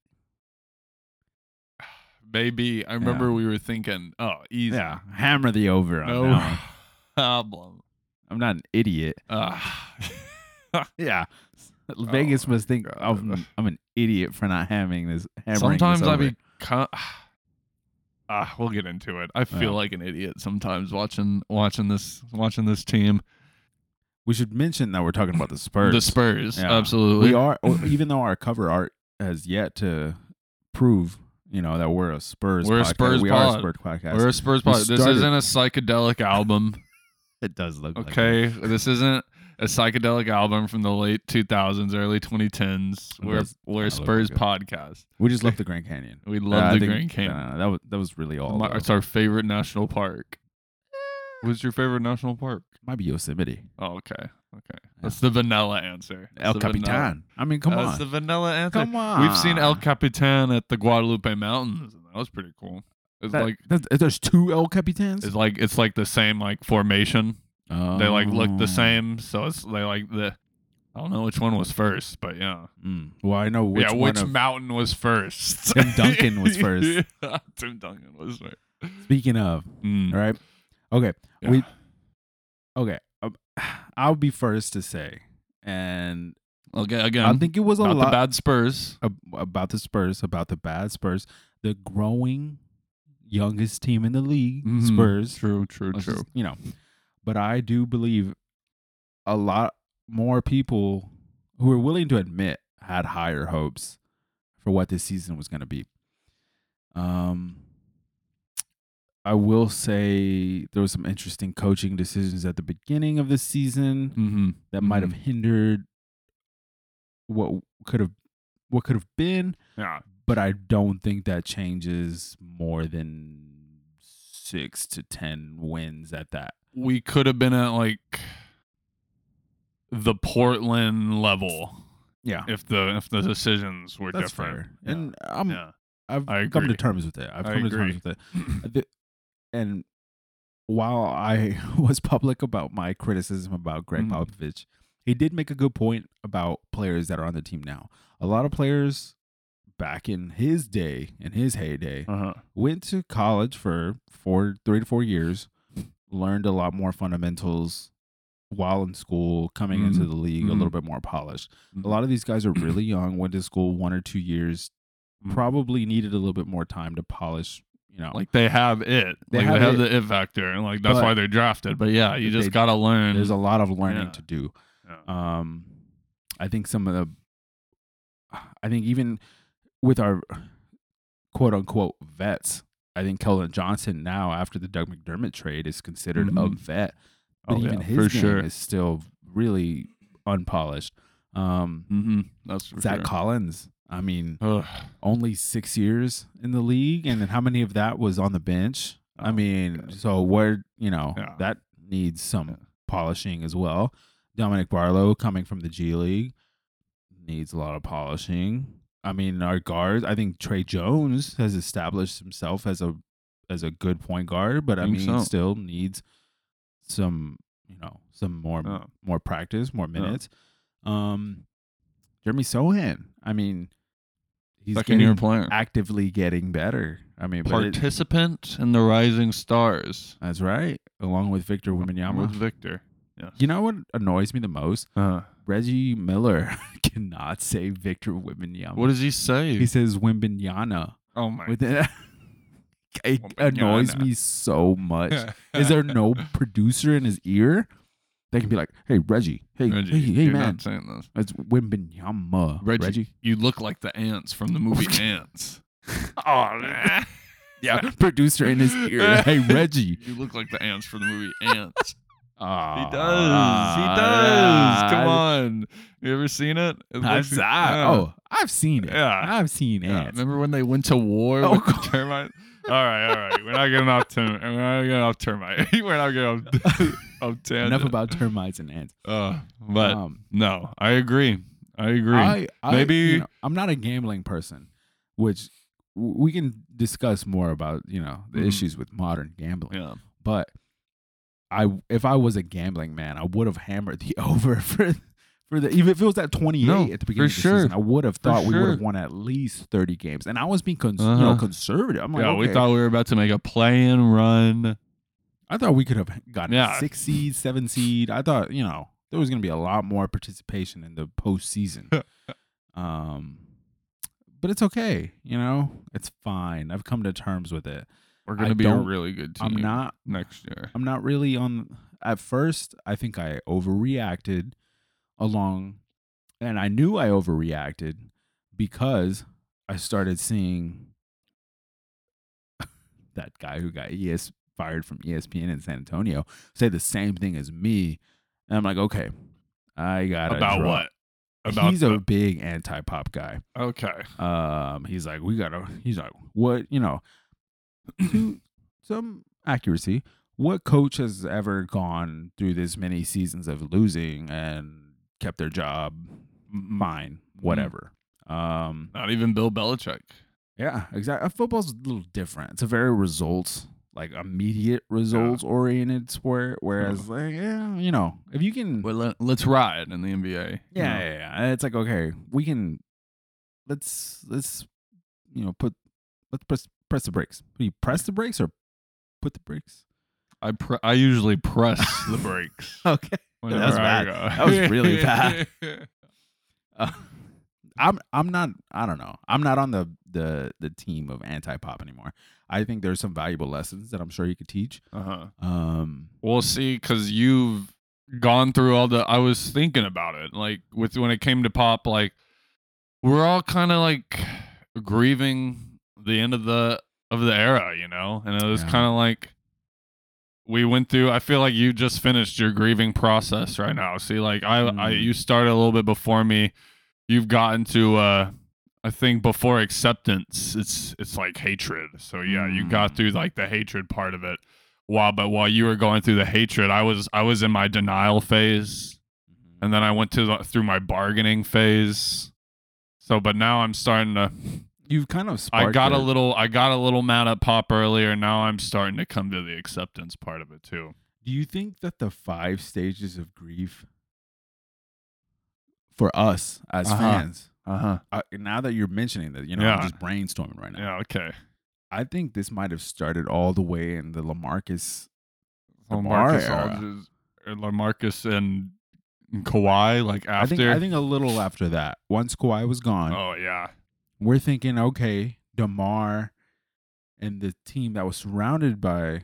Speaker 1: Baby, I remember we were thinking, "Oh, easy."
Speaker 2: Yeah, hammer the over on that
Speaker 1: No
Speaker 2: one.
Speaker 1: problem.
Speaker 2: I'm not an idiot.
Speaker 1: Ah.
Speaker 2: Yeah, Vegas must think
Speaker 1: God.
Speaker 2: I'm, I'm an idiot for not having this. Hammering
Speaker 1: sometimes
Speaker 2: this
Speaker 1: I
Speaker 2: over.
Speaker 1: be. Con- Ah, we'll get into it. I feel
Speaker 2: Yeah.
Speaker 1: like an idiot sometimes watching watching this watching this team.
Speaker 2: We should mention that we're talking about the Spurs.
Speaker 1: The Spurs,
Speaker 2: Yeah.
Speaker 1: absolutely.
Speaker 2: we are, or even though our cover art has yet to prove, you know, that we're a Spurs.
Speaker 1: We're a
Speaker 2: podcast.
Speaker 1: Spurs
Speaker 2: We are a
Speaker 1: pod.
Speaker 2: Spurs podcast.
Speaker 1: We're a Spurs
Speaker 2: We
Speaker 1: pod. This
Speaker 2: started-
Speaker 1: isn't a psychedelic album,
Speaker 2: it does look like it.
Speaker 1: okay? this isn't a psychedelic album from the late 2000s, early 2010s.
Speaker 2: It
Speaker 1: We're
Speaker 2: does
Speaker 1: we're
Speaker 2: kinda
Speaker 1: a
Speaker 2: look
Speaker 1: Spurs
Speaker 2: like it.
Speaker 1: podcast.
Speaker 2: We just love the Grand Canyon.
Speaker 1: We
Speaker 2: Uh, I
Speaker 1: love the
Speaker 2: think-
Speaker 1: Grand Canyon.
Speaker 2: uh, that was that was really all. uh, Eh.
Speaker 1: My-
Speaker 2: though.
Speaker 1: it's our favorite national park. What's your favorite national park?
Speaker 2: Might be Yosemite.
Speaker 1: Oh, okay. Okay. That's the vanilla answer. That's
Speaker 2: El
Speaker 1: the vanilla-
Speaker 2: Capitan. I mean, come
Speaker 1: That's
Speaker 2: on,
Speaker 1: the vanilla answer.
Speaker 2: come on.
Speaker 1: We've seen El Capitan at the Guadalupe Mountains. and That was pretty cool. It's
Speaker 2: That-
Speaker 1: like
Speaker 2: that- there's two El Capitans.
Speaker 1: it's like it's like the same like formation. They like look
Speaker 2: Oh.
Speaker 1: the same, so it's they like the I don't know which one was first, but yeah.
Speaker 2: Mm. Well, I know which
Speaker 1: yeah,
Speaker 2: one
Speaker 1: which
Speaker 2: of-
Speaker 1: mountain was first?
Speaker 2: Tim Duncan was first.
Speaker 1: Yeah, Tim Duncan was first.
Speaker 2: Speaking of,
Speaker 1: Mm,
Speaker 2: all right, okay,
Speaker 1: yeah.
Speaker 2: we- okay. Um, I'll be first to say, and
Speaker 1: okay again.
Speaker 2: I think it was a
Speaker 1: not the
Speaker 2: lot
Speaker 1: bad Spurs.
Speaker 2: ab- about the Spurs, about the bad Spurs, the growing youngest team in the league,
Speaker 1: Mhm.
Speaker 2: Spurs.
Speaker 1: True, true,
Speaker 2: Let's
Speaker 1: true.
Speaker 2: just- you know, but I do believe a lot more people who are willing to admit had higher hopes for what this season was going to be. Um, I will say there was some interesting coaching decisions at the beginning of the season
Speaker 1: mm-hmm.
Speaker 2: that might have hindered what could have what could have been,
Speaker 1: Yeah,
Speaker 2: but I don't think that changes more than six to ten wins at that.
Speaker 1: we could have been at like the Portland level
Speaker 2: Yeah,
Speaker 1: if the if the decisions were
Speaker 2: that's
Speaker 1: different.
Speaker 2: fair.
Speaker 1: Yeah.
Speaker 2: And I'm
Speaker 1: yeah.
Speaker 2: I've
Speaker 1: I
Speaker 2: come to
Speaker 1: agree.
Speaker 2: terms with it. I've
Speaker 1: I
Speaker 2: come to terms
Speaker 1: agree.
Speaker 2: with it. The- and while I was public about my criticism about Greg
Speaker 1: Mhm.
Speaker 2: Popovich, he did make a good point about players that are on the team now. A lot of players back in his day, in his heyday,
Speaker 1: Uh-huh.
Speaker 2: went to college for four, three to four years, learned a lot more fundamentals while in school, coming into
Speaker 1: Mhm.
Speaker 2: the league a
Speaker 1: Mhm.
Speaker 2: little bit more polished.
Speaker 1: Mhm.
Speaker 2: A lot of these guys are really young, went to school one or two years, probably needed a little bit more time to polish, you know.
Speaker 1: Mm-hmm. like they have it.
Speaker 2: They
Speaker 1: like
Speaker 2: have
Speaker 1: they have
Speaker 2: it.
Speaker 1: the it factor and like that's
Speaker 2: But-
Speaker 1: why they're drafted. But yeah, you just
Speaker 2: They-
Speaker 1: gotta learn.
Speaker 2: there's a lot of learning
Speaker 1: Yeah.
Speaker 2: to do.
Speaker 1: Yeah.
Speaker 2: Um I think some of the I think even with our quote unquote vets, I think Keldon Johnson now after the Doug McDermott trade is considered a
Speaker 1: Mhm.
Speaker 2: vet. but
Speaker 1: Oh, yeah,
Speaker 2: even his
Speaker 1: for
Speaker 2: game
Speaker 1: sure.
Speaker 2: is still really unpolished. Um,
Speaker 1: mm-hmm. That's for
Speaker 2: Zach
Speaker 1: sure.
Speaker 2: Collins, I mean,
Speaker 1: Ugh.
Speaker 2: only six years in the league, and then how many of that was on the bench? I
Speaker 1: Oh,
Speaker 2: mean,
Speaker 1: God.
Speaker 2: so where you know
Speaker 1: Yeah.
Speaker 2: that needs some
Speaker 1: Yeah.
Speaker 2: polishing as well. Dominic Barlow coming from the G League needs a lot of polishing. I mean, our guards. I think Trey Jones has established himself as a as a good point guard, but I
Speaker 1: Think
Speaker 2: mean,
Speaker 1: so.
Speaker 2: still needs some you know some more
Speaker 1: Yeah.
Speaker 2: more practice, more minutes. Um, Jeremy Sohan. I mean, he's
Speaker 1: second year
Speaker 2: getting-
Speaker 1: player,
Speaker 2: actively getting better. I mean, but it-
Speaker 1: participant in the Rising Stars
Speaker 2: that's right. Along with Victor
Speaker 1: with
Speaker 2: Wembanyama.
Speaker 1: Victor.
Speaker 2: You know what annoys me the most?
Speaker 1: Uh,
Speaker 2: Reggie Miller cannot say Victor Wembanyama.
Speaker 1: what does he say?
Speaker 2: he says Wembanyama.
Speaker 1: oh my!
Speaker 2: With it, it annoys
Speaker 1: Wembanyama.
Speaker 2: me so much. Is there no producer in his ear that can be like, "Hey Reggie, hey
Speaker 1: Reggie,
Speaker 2: hey, hey
Speaker 1: you're
Speaker 2: man,
Speaker 1: not saying this.
Speaker 2: it's Wembanyama."
Speaker 1: Reggie.
Speaker 2: Reggie.
Speaker 1: You look like the ants from the movie Ants. oh man!
Speaker 2: Yeah, producer in his ear. Hey Reggie.
Speaker 1: You look like the ants from the movie Ants. He does. He
Speaker 2: Ah,
Speaker 1: does. Come on. You ever seen it? It
Speaker 2: I've,
Speaker 1: looks-
Speaker 2: seen,
Speaker 1: Yeah.
Speaker 2: oh, I've seen it.
Speaker 1: Yeah.
Speaker 2: I've seen
Speaker 1: Yeah.
Speaker 2: it.
Speaker 1: Remember when they went to war
Speaker 2: Oh,
Speaker 1: with the
Speaker 2: God.
Speaker 1: termite? All right, all right. We're not getting off termite. We're not getting off termite. We're not getting off, off tangent.
Speaker 2: Enough about termites and ants.
Speaker 1: Uh, but
Speaker 2: um,
Speaker 1: no, I agree. I agree.
Speaker 2: I, I,
Speaker 1: Maybe-
Speaker 2: you know, I'm not a gambling person, which w- we can discuss more about. You know the
Speaker 1: Mhm.
Speaker 2: issues with modern gambling,
Speaker 1: yeah.
Speaker 2: but I if I was a gambling man, I would have hammered the over for for the even if it was at 28
Speaker 1: No,
Speaker 2: at the
Speaker 1: for
Speaker 2: beginning of the
Speaker 1: sure.
Speaker 2: season, I would have thought we would
Speaker 1: sure.
Speaker 2: have won at least 30 games, and I was being cons- you know
Speaker 1: Uh-huh.
Speaker 2: conservative. I'm like,
Speaker 1: yeah, we
Speaker 2: okay,
Speaker 1: thought we were about to make a play and run.
Speaker 2: I thought we could have gotten
Speaker 1: Yeah.
Speaker 2: six seed, seven seed. I thought, you know, there was going to be a lot more participation in the postseason. um, but it's okay. You know, it's fine. I've come to terms with it.
Speaker 1: We're
Speaker 2: I
Speaker 1: gonna be a
Speaker 2: don't-
Speaker 1: really good team
Speaker 2: I'm not,
Speaker 1: next year.
Speaker 2: I'm not really on. At first, I think I overreacted along, and I knew I overreacted because I started seeing that guy who got ES fired from E ESPN in San Antonio say the same thing as me, and I'm like, okay, I got
Speaker 1: About what? About
Speaker 2: he's a
Speaker 1: the-
Speaker 2: big anti-pop guy.
Speaker 1: okay.
Speaker 2: Um, he's like, we gotta. He's like, what? You know, to some accuracy, what coach has ever gone through this many seasons of losing and kept their job? Fine, whatever. Um,
Speaker 1: Not even Bill Belichick.
Speaker 2: yeah, exactly. Football's a little different. It's a very results, like immediate results oriented sport. Whereas, like, yeah, you know, if you can,
Speaker 1: Well, let, let's ride in the NBA. you
Speaker 2: Hmm. yeah,
Speaker 1: know?
Speaker 2: yeah, yeah. It's like okay, we can let's let's you know put let's press press the brakes. Do you press the brakes or put the brakes?
Speaker 1: I pre- I usually press the brakes.
Speaker 2: Okay. that was
Speaker 1: whenever I
Speaker 2: bad.
Speaker 1: go.
Speaker 2: That was really bad. Uh, I'm I'm not I don't know. I'm not on the the the team of anti pop anymore. I think there's some valuable lessons that I'm sure you could teach.
Speaker 1: uh-huh.
Speaker 2: Um
Speaker 1: We'll see, because you've gone through all the. I was thinking about it, like with when it came to pop, like we're all kind of like grieving the end of the of the era, you know. And it was
Speaker 2: Yeah.
Speaker 1: kind of like we went through. I feel like you just finished your grieving process right now. See, like I, I
Speaker 2: Mm.
Speaker 1: you started a little bit before me. You've gotten to. uh I think before acceptance, it's it's like hatred. So yeah, you got
Speaker 2: Mm.
Speaker 1: through like the hatred part of it. While but while you were going through the hatred, I was I was in my denial phase, and then I went to the, through my bargaining phase. So, but now I'm starting to.
Speaker 2: you've kind of sparked
Speaker 1: I got a
Speaker 2: it.
Speaker 1: little. I got a little mad at Pop earlier. Now I'm starting to come to the acceptance part of it too.
Speaker 2: Do you think that the five stages of grief for us as
Speaker 1: Uh-huh.
Speaker 2: fans
Speaker 1: Uh huh.
Speaker 2: uh, now that you're mentioning that, you know, I'm
Speaker 1: Yeah.
Speaker 2: just brainstorming right now.
Speaker 1: Yeah. Okay.
Speaker 2: I think this might have started all the way in the Lamarcus. Lamar
Speaker 1: Lamarcus,
Speaker 2: era.
Speaker 1: Aldridge- or Lamarcus and, and Kawhi. Like
Speaker 2: I
Speaker 1: after.
Speaker 2: think I think a little after that. Once Kawhi was gone,
Speaker 1: oh yeah.
Speaker 2: we're thinking, okay, Demar and the team that was surrounded by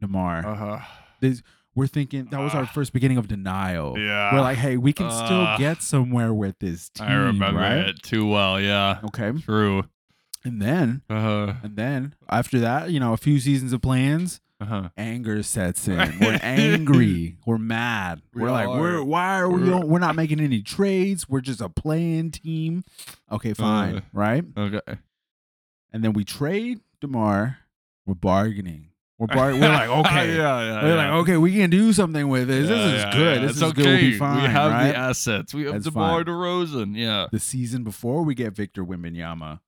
Speaker 2: Demar,
Speaker 1: Uh
Speaker 2: we're thinking that was our
Speaker 1: Ah.
Speaker 2: first beginning of denial.
Speaker 1: Yeah.
Speaker 2: Oh, We're like, hey, we can
Speaker 1: Ah.
Speaker 2: still get somewhere with this team.
Speaker 1: I remember
Speaker 2: right? Mm-hmm.
Speaker 1: it too well. Yeah.
Speaker 2: Okay,
Speaker 1: True.
Speaker 2: and then
Speaker 1: Uh
Speaker 2: and then after that, you know, a few seasons of plans.
Speaker 1: huh.
Speaker 2: anger sets in. We're angry. We're mad.
Speaker 1: We
Speaker 2: We are like,
Speaker 1: are.
Speaker 2: we're why are we?
Speaker 1: We're-
Speaker 2: Don't, we're not making any trades. We're just a playing team. Okay, fine,
Speaker 1: Uh.
Speaker 2: right?
Speaker 1: Okay.
Speaker 2: And then we trade Demar. We're bargaining. We're bar- We're like, okay.
Speaker 1: yeah, yeah.
Speaker 2: We're
Speaker 1: yeah.
Speaker 2: like, okay, we can do something with this.
Speaker 1: Yeah,
Speaker 2: this is
Speaker 1: yeah,
Speaker 2: good.
Speaker 1: yeah.
Speaker 2: This
Speaker 1: It's
Speaker 2: is good. We'll
Speaker 1: okay.
Speaker 2: be fine.
Speaker 1: We have
Speaker 2: right?
Speaker 1: the assets. We have
Speaker 2: That's
Speaker 1: DeMar
Speaker 2: fine.
Speaker 1: DeRozan. Yeah.
Speaker 2: the season before we get Victor Wembanyama,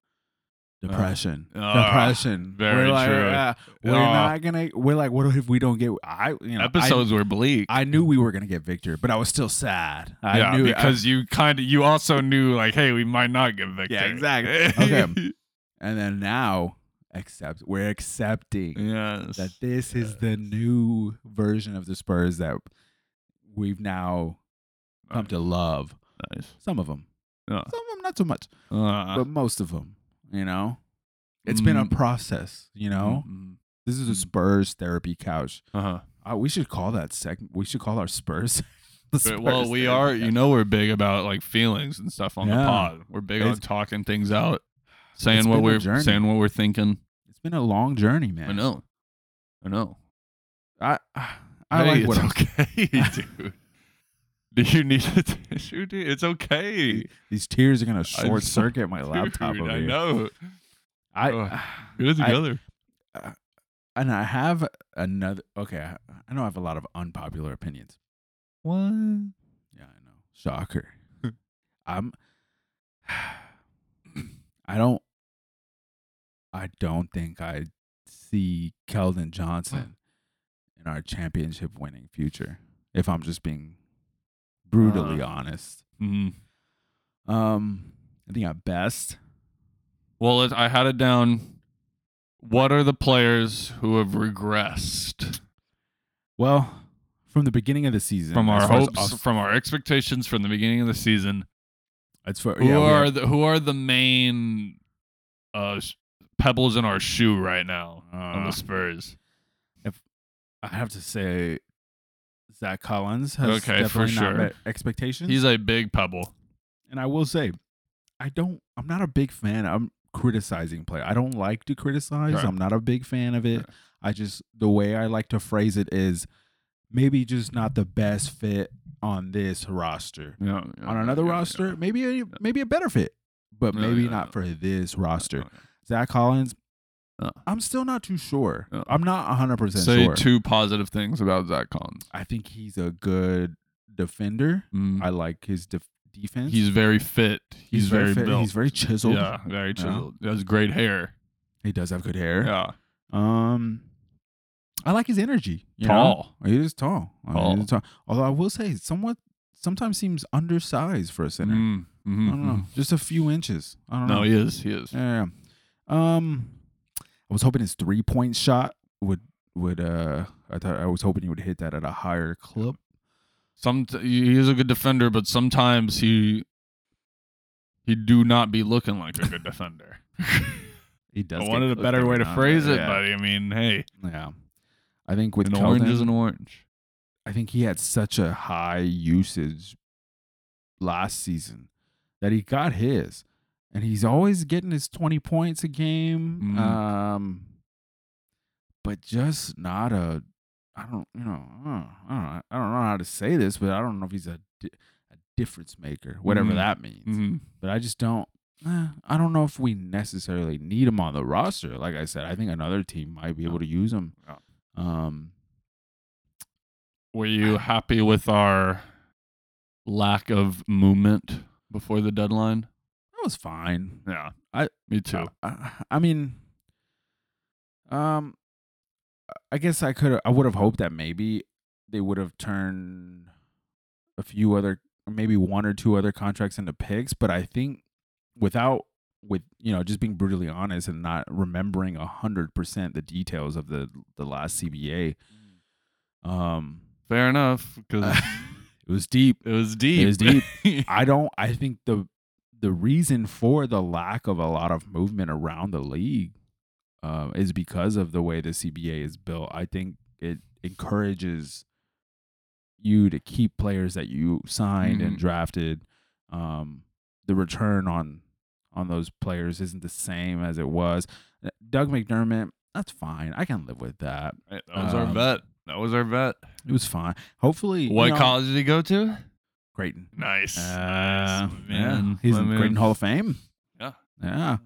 Speaker 2: depression,
Speaker 1: Ah,
Speaker 2: depression.
Speaker 1: Uh, very
Speaker 2: we're like,
Speaker 1: true.
Speaker 2: "Ah, we're
Speaker 1: Ah.
Speaker 2: not gonna. We're like, what if we don't get? I you know I-
Speaker 1: Episodes were bleak.
Speaker 2: I, knew we were gonna get Victor, but I was still sad. I
Speaker 1: yeah,
Speaker 2: knew
Speaker 1: because you kind of you also knew like, hey, we might not get victory.
Speaker 2: exactly. Okay. and then now accept we're accepting
Speaker 1: yes.
Speaker 2: that this is the new version of the Spurs that we've now
Speaker 1: Uh.
Speaker 2: come to love.
Speaker 1: nice.
Speaker 2: Some of them,
Speaker 1: Yeah.
Speaker 2: some of them not so much,
Speaker 1: Uh,
Speaker 2: but most of them. You know, it's been a
Speaker 1: Mm.
Speaker 2: process. You know,
Speaker 1: mm,
Speaker 2: this is a
Speaker 1: Mm.
Speaker 2: Spurs therapy couch.
Speaker 1: mm. Uh-huh.
Speaker 2: Uh, we should call that segment. We should call our Spurs. the
Speaker 1: But- well,
Speaker 2: Spurs
Speaker 1: we
Speaker 2: therapy
Speaker 1: are. You
Speaker 2: couch.
Speaker 1: know, we're big about like feelings and stuff on the
Speaker 2: Yeah.
Speaker 1: pod. We're big on
Speaker 2: It's-
Speaker 1: talking things out, saying
Speaker 2: It's
Speaker 1: what
Speaker 2: been a
Speaker 1: we're
Speaker 2: journey.
Speaker 1: saying, what we're thinking.
Speaker 2: it's been a long journey, man.
Speaker 1: I know. I know.
Speaker 2: I I, I
Speaker 1: Hey,
Speaker 2: like
Speaker 1: it's
Speaker 2: what I'm
Speaker 1: okay, dude. Do you need a tissue, dude? It's okay.
Speaker 2: These tears are gonna
Speaker 1: I'm
Speaker 2: short
Speaker 1: so-
Speaker 2: circuit my laptop
Speaker 1: Dude,
Speaker 2: over
Speaker 1: I
Speaker 2: here.
Speaker 1: know.
Speaker 2: I
Speaker 1: Ugh. Get it
Speaker 2: I-
Speaker 1: together.
Speaker 2: and I have another. Okay, I, I know I have a lot of unpopular opinions.
Speaker 1: what?
Speaker 2: Yeah, I know. Shocker. I'm. I don't. I don't think I see Keldon Johnson in our championship winning future. If I'm just being brutally
Speaker 1: Uh.
Speaker 2: honest,
Speaker 1: Mhm.
Speaker 2: um, I think at best
Speaker 1: Well, it, I had it down. What are the players who have regressed
Speaker 2: Well, from the beginning of the season,
Speaker 1: from
Speaker 2: as
Speaker 1: our
Speaker 2: far as
Speaker 1: hopes,
Speaker 2: us-
Speaker 1: from our expectations from the beginning of the season?
Speaker 2: as far,
Speaker 1: Who
Speaker 2: yeah, we
Speaker 1: are
Speaker 2: have-
Speaker 1: the who are the main uh, sh- pebbles in our shoe right now on
Speaker 2: Uh,
Speaker 1: the Spurs?
Speaker 2: I have to say, Zach Collins has
Speaker 1: Okay, for
Speaker 2: definitely
Speaker 1: sure.
Speaker 2: not met expectations.
Speaker 1: He's a big pebble.
Speaker 2: and I will say, I don't. I'm not a big fan. I'm criticizing play. I don't like to criticize.
Speaker 1: Sure.
Speaker 2: I'm not a big fan of it.
Speaker 1: Sure.
Speaker 2: I just the way I like to phrase it is maybe just not the best fit on this roster.
Speaker 1: Yeah,
Speaker 2: on another roster, maybe a, maybe a better fit, but
Speaker 1: Yeah,
Speaker 2: maybe
Speaker 1: yeah,
Speaker 2: not
Speaker 1: yeah. Uh-huh.
Speaker 2: for this roster. Zach Collins,
Speaker 1: Uh.
Speaker 2: I'm still not too sure.
Speaker 1: Uh.
Speaker 2: I'm not 100%
Speaker 1: Say
Speaker 2: sure.
Speaker 1: two positive things about Zach Collins.
Speaker 2: I think he's a good defender.
Speaker 1: Mm.
Speaker 2: I like his def- defense.
Speaker 1: He's very fit. He's, very,
Speaker 2: fit.
Speaker 1: built.
Speaker 2: He's very chiseled.
Speaker 1: yeah, very
Speaker 2: Yeah.
Speaker 1: chiseled. He has great hair.
Speaker 2: He does have good hair.
Speaker 1: Yeah,
Speaker 2: Um, I like his energy. you
Speaker 1: tall.
Speaker 2: know? He is tall. I mean,
Speaker 1: Tall.
Speaker 2: he's tall. Although I will say, somewhat sometimes seems undersized for a center.
Speaker 1: Mm, mhm,
Speaker 2: I don't know.
Speaker 1: mhm.
Speaker 2: Just a few inches. I don't know.
Speaker 1: No, he is. He is.
Speaker 2: Yeah. Um, I was hoping his three point shot would would uh. I thought I was hoping he would hit that at a higher clip.
Speaker 1: Some he is a good defender, but sometimes he he do not be looking like a good defender.
Speaker 2: He does.
Speaker 1: I
Speaker 2: get
Speaker 1: wanted a
Speaker 2: cooked
Speaker 1: better
Speaker 2: every
Speaker 1: way to
Speaker 2: now and
Speaker 1: phrase
Speaker 2: then.
Speaker 1: it,
Speaker 2: yeah.
Speaker 1: buddy. I mean, hey,
Speaker 2: Yeah. I think with
Speaker 1: an
Speaker 2: Keldon,
Speaker 1: orange is an orange.
Speaker 2: I think he had such a high usage last season that he got his, and he's always getting his twenty points a game.
Speaker 1: Mhm.
Speaker 2: Um, but just not a. I don't, you know, I don't, I don't, know, I don't know how to say this, but I don't know if he's a, di- a difference maker, whatever
Speaker 1: Mhm.
Speaker 2: that means.
Speaker 1: Mhm.
Speaker 2: But I just don't. eh, I don't know if we necessarily need him on the roster. Like I said, I think another team might be able to use him.
Speaker 1: Yeah.
Speaker 2: Um,
Speaker 1: Were you happy with our lack of movement before the deadline?
Speaker 2: that was fine.
Speaker 1: Yeah,
Speaker 2: I-
Speaker 1: me too.
Speaker 2: I, I- I mean, um, I guess I could. I would have hoped that maybe they would have turned a few other, maybe one or two other contracts into picks. But I think without with you know just being brutally honest and not remembering a hundred percent the details of the the last CBA, um,
Speaker 1: Fair enough, because
Speaker 2: it was deep.
Speaker 1: it was deep.
Speaker 2: was deep. I don't. I think the the reason for the lack of a lot of movement around the league uh, is because of the way the CBA is built. I think it encourages you to keep players that you signed
Speaker 1: Mhm.
Speaker 2: and drafted. Um, the return on on those players isn't the same as it was. Uh, Doug McDermott, that's fine. I can live with that.
Speaker 1: Hey, that was our
Speaker 2: Um,
Speaker 1: vet. That was our vet.
Speaker 2: It was fine. Hopefully, you
Speaker 1: What
Speaker 2: know,
Speaker 1: college did he go to?
Speaker 2: Creighton.
Speaker 1: Nice.
Speaker 2: Uh,
Speaker 1: Nice,
Speaker 2: yeah,
Speaker 1: man.
Speaker 2: he's
Speaker 1: My
Speaker 2: in
Speaker 1: man.
Speaker 2: Creighton Hall of Fame.
Speaker 1: Yeah.
Speaker 2: Yeah.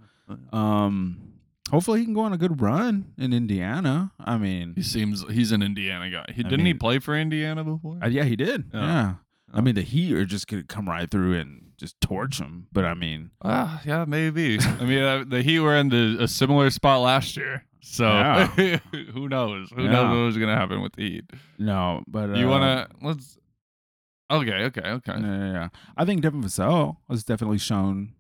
Speaker 2: Um, hopefully he can go on a good run in Indiana. I mean,
Speaker 1: He seems he's an Indiana guy. He
Speaker 2: I
Speaker 1: didn't he
Speaker 2: mean-
Speaker 1: play for Indiana before?
Speaker 2: uh, yeah, he did.
Speaker 1: Yeah.
Speaker 2: Yeah. I
Speaker 1: Yeah.
Speaker 2: mean, the Heat are just gonna come right through and just torch them. But I mean,
Speaker 1: Ah, yeah, maybe. I mean, uh, the Heat were in the, a similar spot last year, so
Speaker 2: Yeah.
Speaker 1: who knows? Who
Speaker 2: Yeah.
Speaker 1: knows what's gonna happen with the Heat?
Speaker 2: no. But
Speaker 1: You
Speaker 2: uh,
Speaker 1: wanna let's. Okay, okay, okay.
Speaker 2: Yeah, yeah, yeah. I think Devin Vassell has definitely shown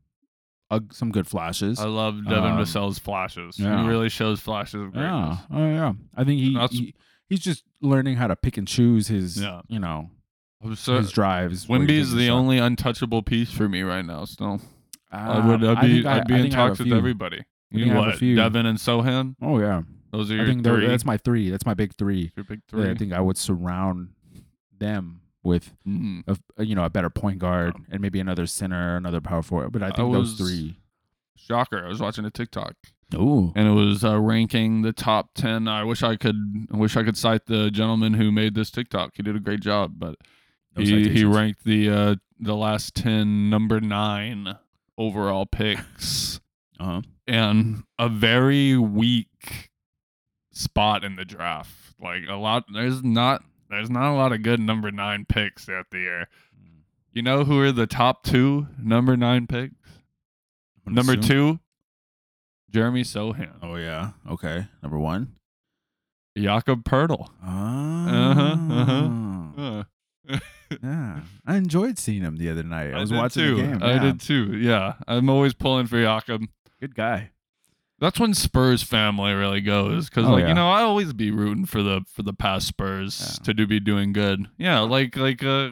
Speaker 2: uh, some good flashes.
Speaker 1: I love Devin
Speaker 2: Um,
Speaker 1: Vassell's flashes.
Speaker 2: yeah.
Speaker 1: He really shows flashes of
Speaker 2: yeah,
Speaker 1: greatness.
Speaker 2: oh yeah. I think he,
Speaker 1: That's-
Speaker 2: he he's just learning how to pick and choose his,
Speaker 1: Yeah.
Speaker 2: you know,
Speaker 1: I'm so,
Speaker 2: his drives. where he
Speaker 1: Wimby's
Speaker 2: takes
Speaker 1: the
Speaker 2: shot.
Speaker 1: only untouchable piece for me right now. Still, I
Speaker 2: Um,
Speaker 1: would I'd
Speaker 2: I
Speaker 1: be
Speaker 2: think I-
Speaker 1: I'd be
Speaker 2: I
Speaker 1: in
Speaker 2: think I have
Speaker 1: talks
Speaker 2: a
Speaker 1: with
Speaker 2: few.
Speaker 1: everybody.
Speaker 2: I
Speaker 1: You
Speaker 2: think
Speaker 1: know
Speaker 2: I have a
Speaker 1: what?
Speaker 2: few.
Speaker 1: Devin and Sohan.
Speaker 2: Oh yeah,
Speaker 1: Those are
Speaker 2: I
Speaker 1: your
Speaker 2: think tho-
Speaker 1: three.
Speaker 2: that's my three. That's my big three.
Speaker 1: your big
Speaker 2: that
Speaker 1: three.
Speaker 2: I think I would surround them with
Speaker 1: Mm.
Speaker 2: a, a, you know a better point guard and maybe another center, another power forward. But I think those
Speaker 1: Oh. was-
Speaker 2: three.
Speaker 1: Shocker! I was watching a TikTok.
Speaker 2: Oh,
Speaker 1: and it was uh, ranking the top 10 i wish i could i wish i could cite the gentleman who made this tiktok he did a great job but he, he ranked the uh the last 10 number 9 overall picks
Speaker 2: Uh-huh.
Speaker 1: and a very weak spot in the draft like a lot there's not there's not a lot of good number 9 picks throughout the year you know who are the top 2 number 9 picks number 2 jeremy sohan
Speaker 2: Oh yeah. Okay. Number one.
Speaker 1: jakob pertl Uh-huh,
Speaker 2: Ah.
Speaker 1: Uh,
Speaker 2: Yeah. I enjoyed seeing him the other night. I was
Speaker 1: did
Speaker 2: watching
Speaker 1: too.
Speaker 2: the game.
Speaker 1: I
Speaker 2: yeah.
Speaker 1: did too. Yeah, I'm always pulling for Jakob.
Speaker 2: Good guy.
Speaker 1: That's when Spurs family really goes because,
Speaker 2: Oh,
Speaker 1: like
Speaker 2: yeah.
Speaker 1: you know, I always be rooting for the for the past Spurs
Speaker 2: Yeah.
Speaker 1: to do be doing good. Yeah, like like uh,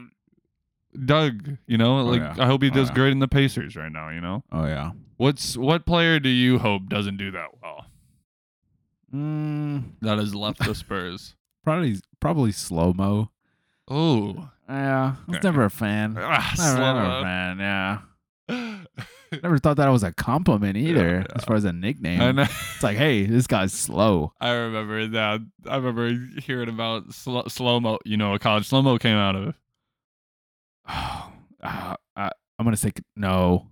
Speaker 1: Doug. You know, like
Speaker 2: yeah.
Speaker 1: I hope he
Speaker 2: Oh,
Speaker 1: does
Speaker 2: yeah.
Speaker 1: great in the Pacers right now. You know,
Speaker 2: Oh yeah.
Speaker 1: what's what player do you hope doesn't do that well?
Speaker 2: Mm,
Speaker 1: That has left the Spurs.
Speaker 2: probably probably slow mo.
Speaker 1: Oh,
Speaker 2: Yeah. I was
Speaker 1: Okay.
Speaker 2: never a fan.
Speaker 1: ah,
Speaker 2: Never,
Speaker 1: slow
Speaker 2: never a
Speaker 1: up.
Speaker 2: fan. Yeah. Never thought that was a compliment either, as far as a nickname.
Speaker 1: I know.
Speaker 2: It's like, hey, this guy's slow.
Speaker 1: I remember that. I remember hearing about sl- slow mo. You know, college slow mo came out of it.
Speaker 2: Oh, uh, I, I'm gonna say c- no.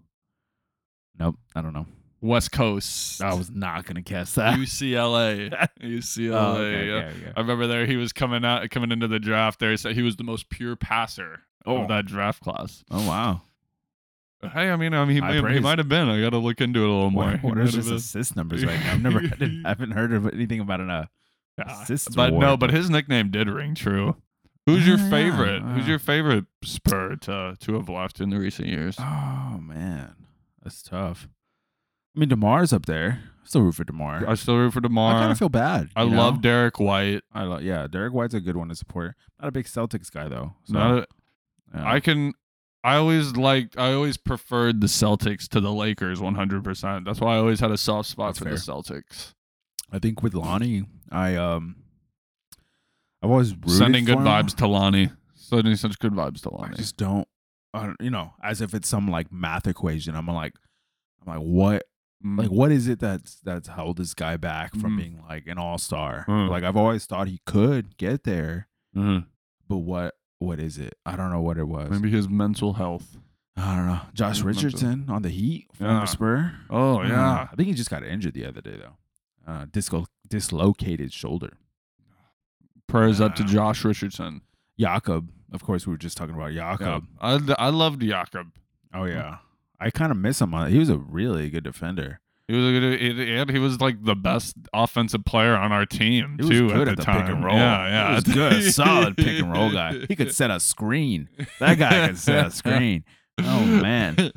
Speaker 2: Nope, I don't know.
Speaker 1: West Coast.
Speaker 2: I was not gonna guess that.
Speaker 1: UCLA. UCLA.
Speaker 2: Oh, okay,
Speaker 1: yeah.
Speaker 2: okay, okay.
Speaker 1: I remember there he was coming out coming into the draft. There he said he was the most pure passer
Speaker 2: Oh.
Speaker 1: of that draft class.
Speaker 2: Oh wow!
Speaker 1: Hey, I mean, I mean, he,
Speaker 2: High
Speaker 1: may- he
Speaker 2: praise.
Speaker 1: might have been. I got to look into it a little more.
Speaker 2: What,
Speaker 1: He
Speaker 2: what
Speaker 1: might
Speaker 2: are
Speaker 1: have
Speaker 2: his
Speaker 1: been.
Speaker 2: assist numbers right now? I've never, I didn't, I haven't heard of anything about an uh,
Speaker 1: Yeah.
Speaker 2: assists
Speaker 1: But no,
Speaker 2: award.
Speaker 1: but his nickname did ring true. Who's your
Speaker 2: Ah, yeah,
Speaker 1: favorite?
Speaker 2: ah.
Speaker 1: Who's your favorite spur to to have left in the recent years?
Speaker 2: Oh man, that's tough. I mean, Demar's up there. I still root for Demar.
Speaker 1: I still root for Demar.
Speaker 2: I kind of feel bad.
Speaker 1: I
Speaker 2: you know?
Speaker 1: love Derek White.
Speaker 2: I love. Yeah, Derek White's a good one to support. Not a big Celtics guy though. So,
Speaker 1: Not a-
Speaker 2: yeah.
Speaker 1: I can. I always liked. I always preferred the Celtics to the Lakers 100. percent That's why I always had a soft spot
Speaker 2: That's
Speaker 1: for
Speaker 2: fair.
Speaker 1: the Celtics.
Speaker 2: I think with Lonnie, I um, I've always rooted
Speaker 1: Sending good
Speaker 2: for him.
Speaker 1: vibes to Lonnie. Sending such good vibes to
Speaker 2: I
Speaker 1: Lonnie.
Speaker 2: just don't, I don't, you know, as if it's some like math equation. I'm like, I'm like, what,
Speaker 1: Mm.
Speaker 2: like, what is it that's that's held this guy back from
Speaker 1: Mhm.
Speaker 2: being like an all star?
Speaker 1: Mm.
Speaker 2: Like I've always thought he could get there,
Speaker 1: Mhm.
Speaker 2: but what, what is it? I don't know what it was.
Speaker 1: Maybe his mental health.
Speaker 2: I don't know. Josh
Speaker 1: Mental-
Speaker 2: Richardson on the Heat, former
Speaker 1: Yeah.
Speaker 2: Spur.
Speaker 1: Oh
Speaker 2: Uh,
Speaker 1: yeah.
Speaker 2: I think he just got injured the other day though. Uh, disco- dislocated shoulder.
Speaker 1: Prayers up to
Speaker 2: Yeah.
Speaker 1: Josh Richardson.
Speaker 2: Jakob, of course, we were just talking about Jakob.
Speaker 1: I I loved Jakob.
Speaker 2: Oh yeah, I kind of miss him. On, he was a really good defender.
Speaker 1: He was a good, he- and he was like the best offensive player on our team
Speaker 2: He was
Speaker 1: too
Speaker 2: good
Speaker 1: at,
Speaker 2: at the
Speaker 1: time.
Speaker 2: pick and roll.
Speaker 1: Yeah, yeah.
Speaker 2: he was good, solid pick and roll guy. He could set a screen. That guy could set a screen. Oh man,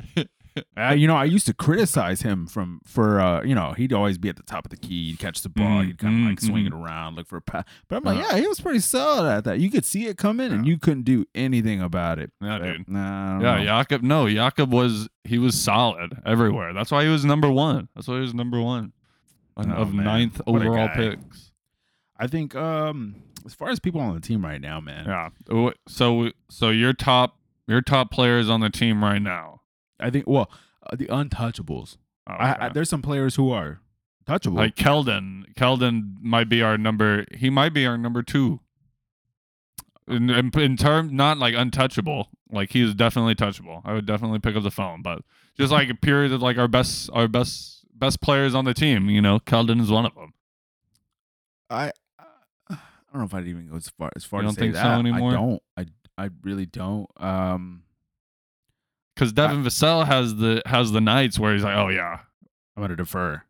Speaker 2: uh, you know I used to criticize him from for uh, you know he'd always be at the top of the key, he'd catch the ball,
Speaker 1: Mm,
Speaker 2: he'd kind of
Speaker 1: mm,
Speaker 2: like swing
Speaker 1: mm.
Speaker 2: it around, look for a pass. But I'm like,
Speaker 1: Uh-huh.
Speaker 2: yeah, he was pretty solid at that. You could see it coming, and you couldn't do anything about it.
Speaker 1: Yeah,
Speaker 2: But,
Speaker 1: dude.
Speaker 2: nah, I don't
Speaker 1: Yeah,
Speaker 2: know.
Speaker 1: Jakob. No, Jakob was he was solid everywhere. That's why he was number one. That's why he was number one on-
Speaker 2: Oh,
Speaker 1: of
Speaker 2: man.
Speaker 1: ninth
Speaker 2: What a
Speaker 1: overall
Speaker 2: guy.
Speaker 1: picks.
Speaker 2: I think um as far as people on the team right now, man,
Speaker 1: Yeah. Oh, So so your top your top players on the team right now. Oh,
Speaker 2: I think well uh, the untouchables. I, I,
Speaker 1: Okay.
Speaker 2: there's some players who are touchable.
Speaker 1: like Keldon. Keldon might be our number. He might be our number two. In in, in term, not like untouchable. Like he is definitely touchable. I would definitely pick up the phone, but just like a period of like our best, our best, best players on the team. You know, Keldon is one of them.
Speaker 2: I I don't know if I'd even go as far as
Speaker 1: You
Speaker 2: far to
Speaker 1: don't
Speaker 2: say
Speaker 1: think so
Speaker 2: that.
Speaker 1: anymore?
Speaker 2: I don't. I I really don't. Um,
Speaker 1: because Devin Vassell has the has the nights where he's like, oh yeah,
Speaker 2: I'm gonna defer.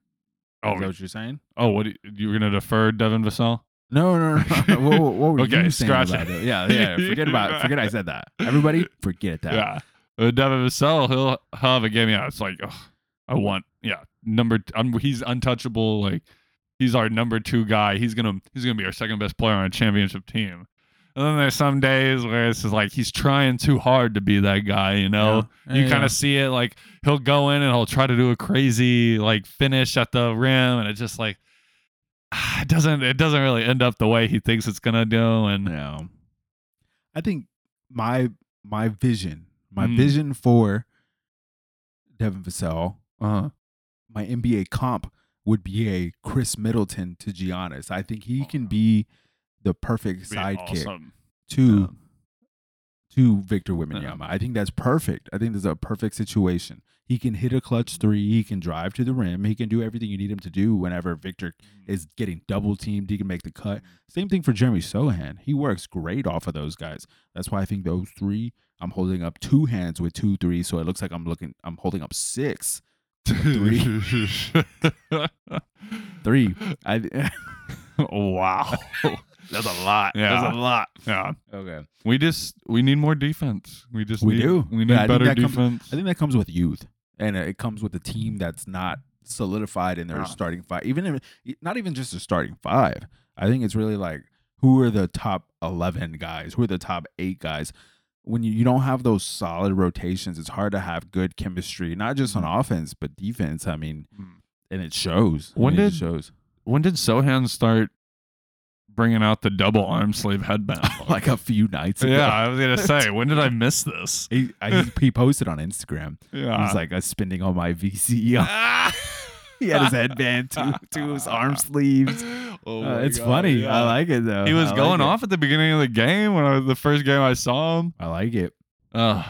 Speaker 1: oh
Speaker 2: Is that what you're saying?
Speaker 1: oh, what you- you're gonna defer Devin Vassell?
Speaker 2: No, no, no. no. what, what, what were
Speaker 1: Okay,
Speaker 2: you saying
Speaker 1: scratch
Speaker 2: about
Speaker 1: it.
Speaker 2: it? Yeah, yeah. Forget about. it. Forget I said that. Everybody, forget that.
Speaker 1: Yeah, Uh, Devin Vassell, he'll have a game. Yeah, it's like, ugh, I want yeah number. t- Um, he's untouchable. Like he's our number two guy. He's gonna he's gonna be our second best player on a championship team. And then there's some days where it's just like he's trying too hard to be that guy. You know,
Speaker 2: Yeah,
Speaker 1: you
Speaker 2: yeah,
Speaker 1: kind
Speaker 2: yeah.
Speaker 1: of see it like he'll go in and he'll try to do a crazy like finish at the rim and it just like it doesn't it doesn't really end up the way he thinks it's gonna do and
Speaker 2: No. I think my my vision, my
Speaker 1: Mm.
Speaker 2: vision for Devin Vassell,
Speaker 1: uh
Speaker 2: my NBA comp would be a Chris Middleton to Giannis. I think he
Speaker 1: Oh,
Speaker 2: can
Speaker 1: yeah.
Speaker 2: be the perfect sidekick to
Speaker 1: Yeah.
Speaker 2: to Victor
Speaker 1: Yeah.
Speaker 2: Wembanyama. I think that's perfect. I think there's a perfect situation. He can hit a clutch three. He can drive to the rim. He can do everything you need him to do whenever Victor is getting double teamed. He can make the cut. Same thing for Jeremy Sohan. He works great off of those guys. That's why I think those three. I'm holding up two hands with two threes, so it looks like I'm looking. I'm holding up six three. I
Speaker 1: wow
Speaker 2: that's a lot.
Speaker 1: Yeah.
Speaker 2: That's a lot.
Speaker 1: yeah
Speaker 2: Okay.
Speaker 1: we just we need more defense we just
Speaker 2: We
Speaker 1: need,
Speaker 2: do.
Speaker 1: we need
Speaker 2: Yeah, I think
Speaker 1: better
Speaker 2: that comes-
Speaker 1: defense
Speaker 2: I think that comes with youth, and it comes with a
Speaker 1: Mm-hmm.
Speaker 2: team that's not solidified in their
Speaker 1: Yeah.
Speaker 2: starting five. Even if e, not even just a starting five. I think it's really like who are the top eleven guys? Who are the top eight guys? When you, you don't have those solid rotations, it's hard to have good chemistry, not just on
Speaker 1: Mm-hmm.
Speaker 2: offense but defense. I mean,
Speaker 1: Mm.
Speaker 2: and it shows. I
Speaker 1: When
Speaker 2: mean, it
Speaker 1: did-
Speaker 2: shows
Speaker 1: when did sohan start bringing out the double arm sleeve headband look?
Speaker 2: like a few nights ago?
Speaker 1: yeah i was gonna say when did i miss this
Speaker 2: He, I, he- he posted on Instagram.
Speaker 1: yeah
Speaker 2: He was like, "Oh." "I'm spending all my VCE." on-" he had his headband to to his arm sleeves.
Speaker 1: Oh
Speaker 2: Uh,
Speaker 1: my
Speaker 2: it's
Speaker 1: God,
Speaker 2: funny.
Speaker 1: yeah.
Speaker 2: I like it though.
Speaker 1: He was
Speaker 2: I like
Speaker 1: going
Speaker 2: it.
Speaker 1: off at the beginning of the game when I, the first game I saw him.
Speaker 2: I like it.
Speaker 1: Uh,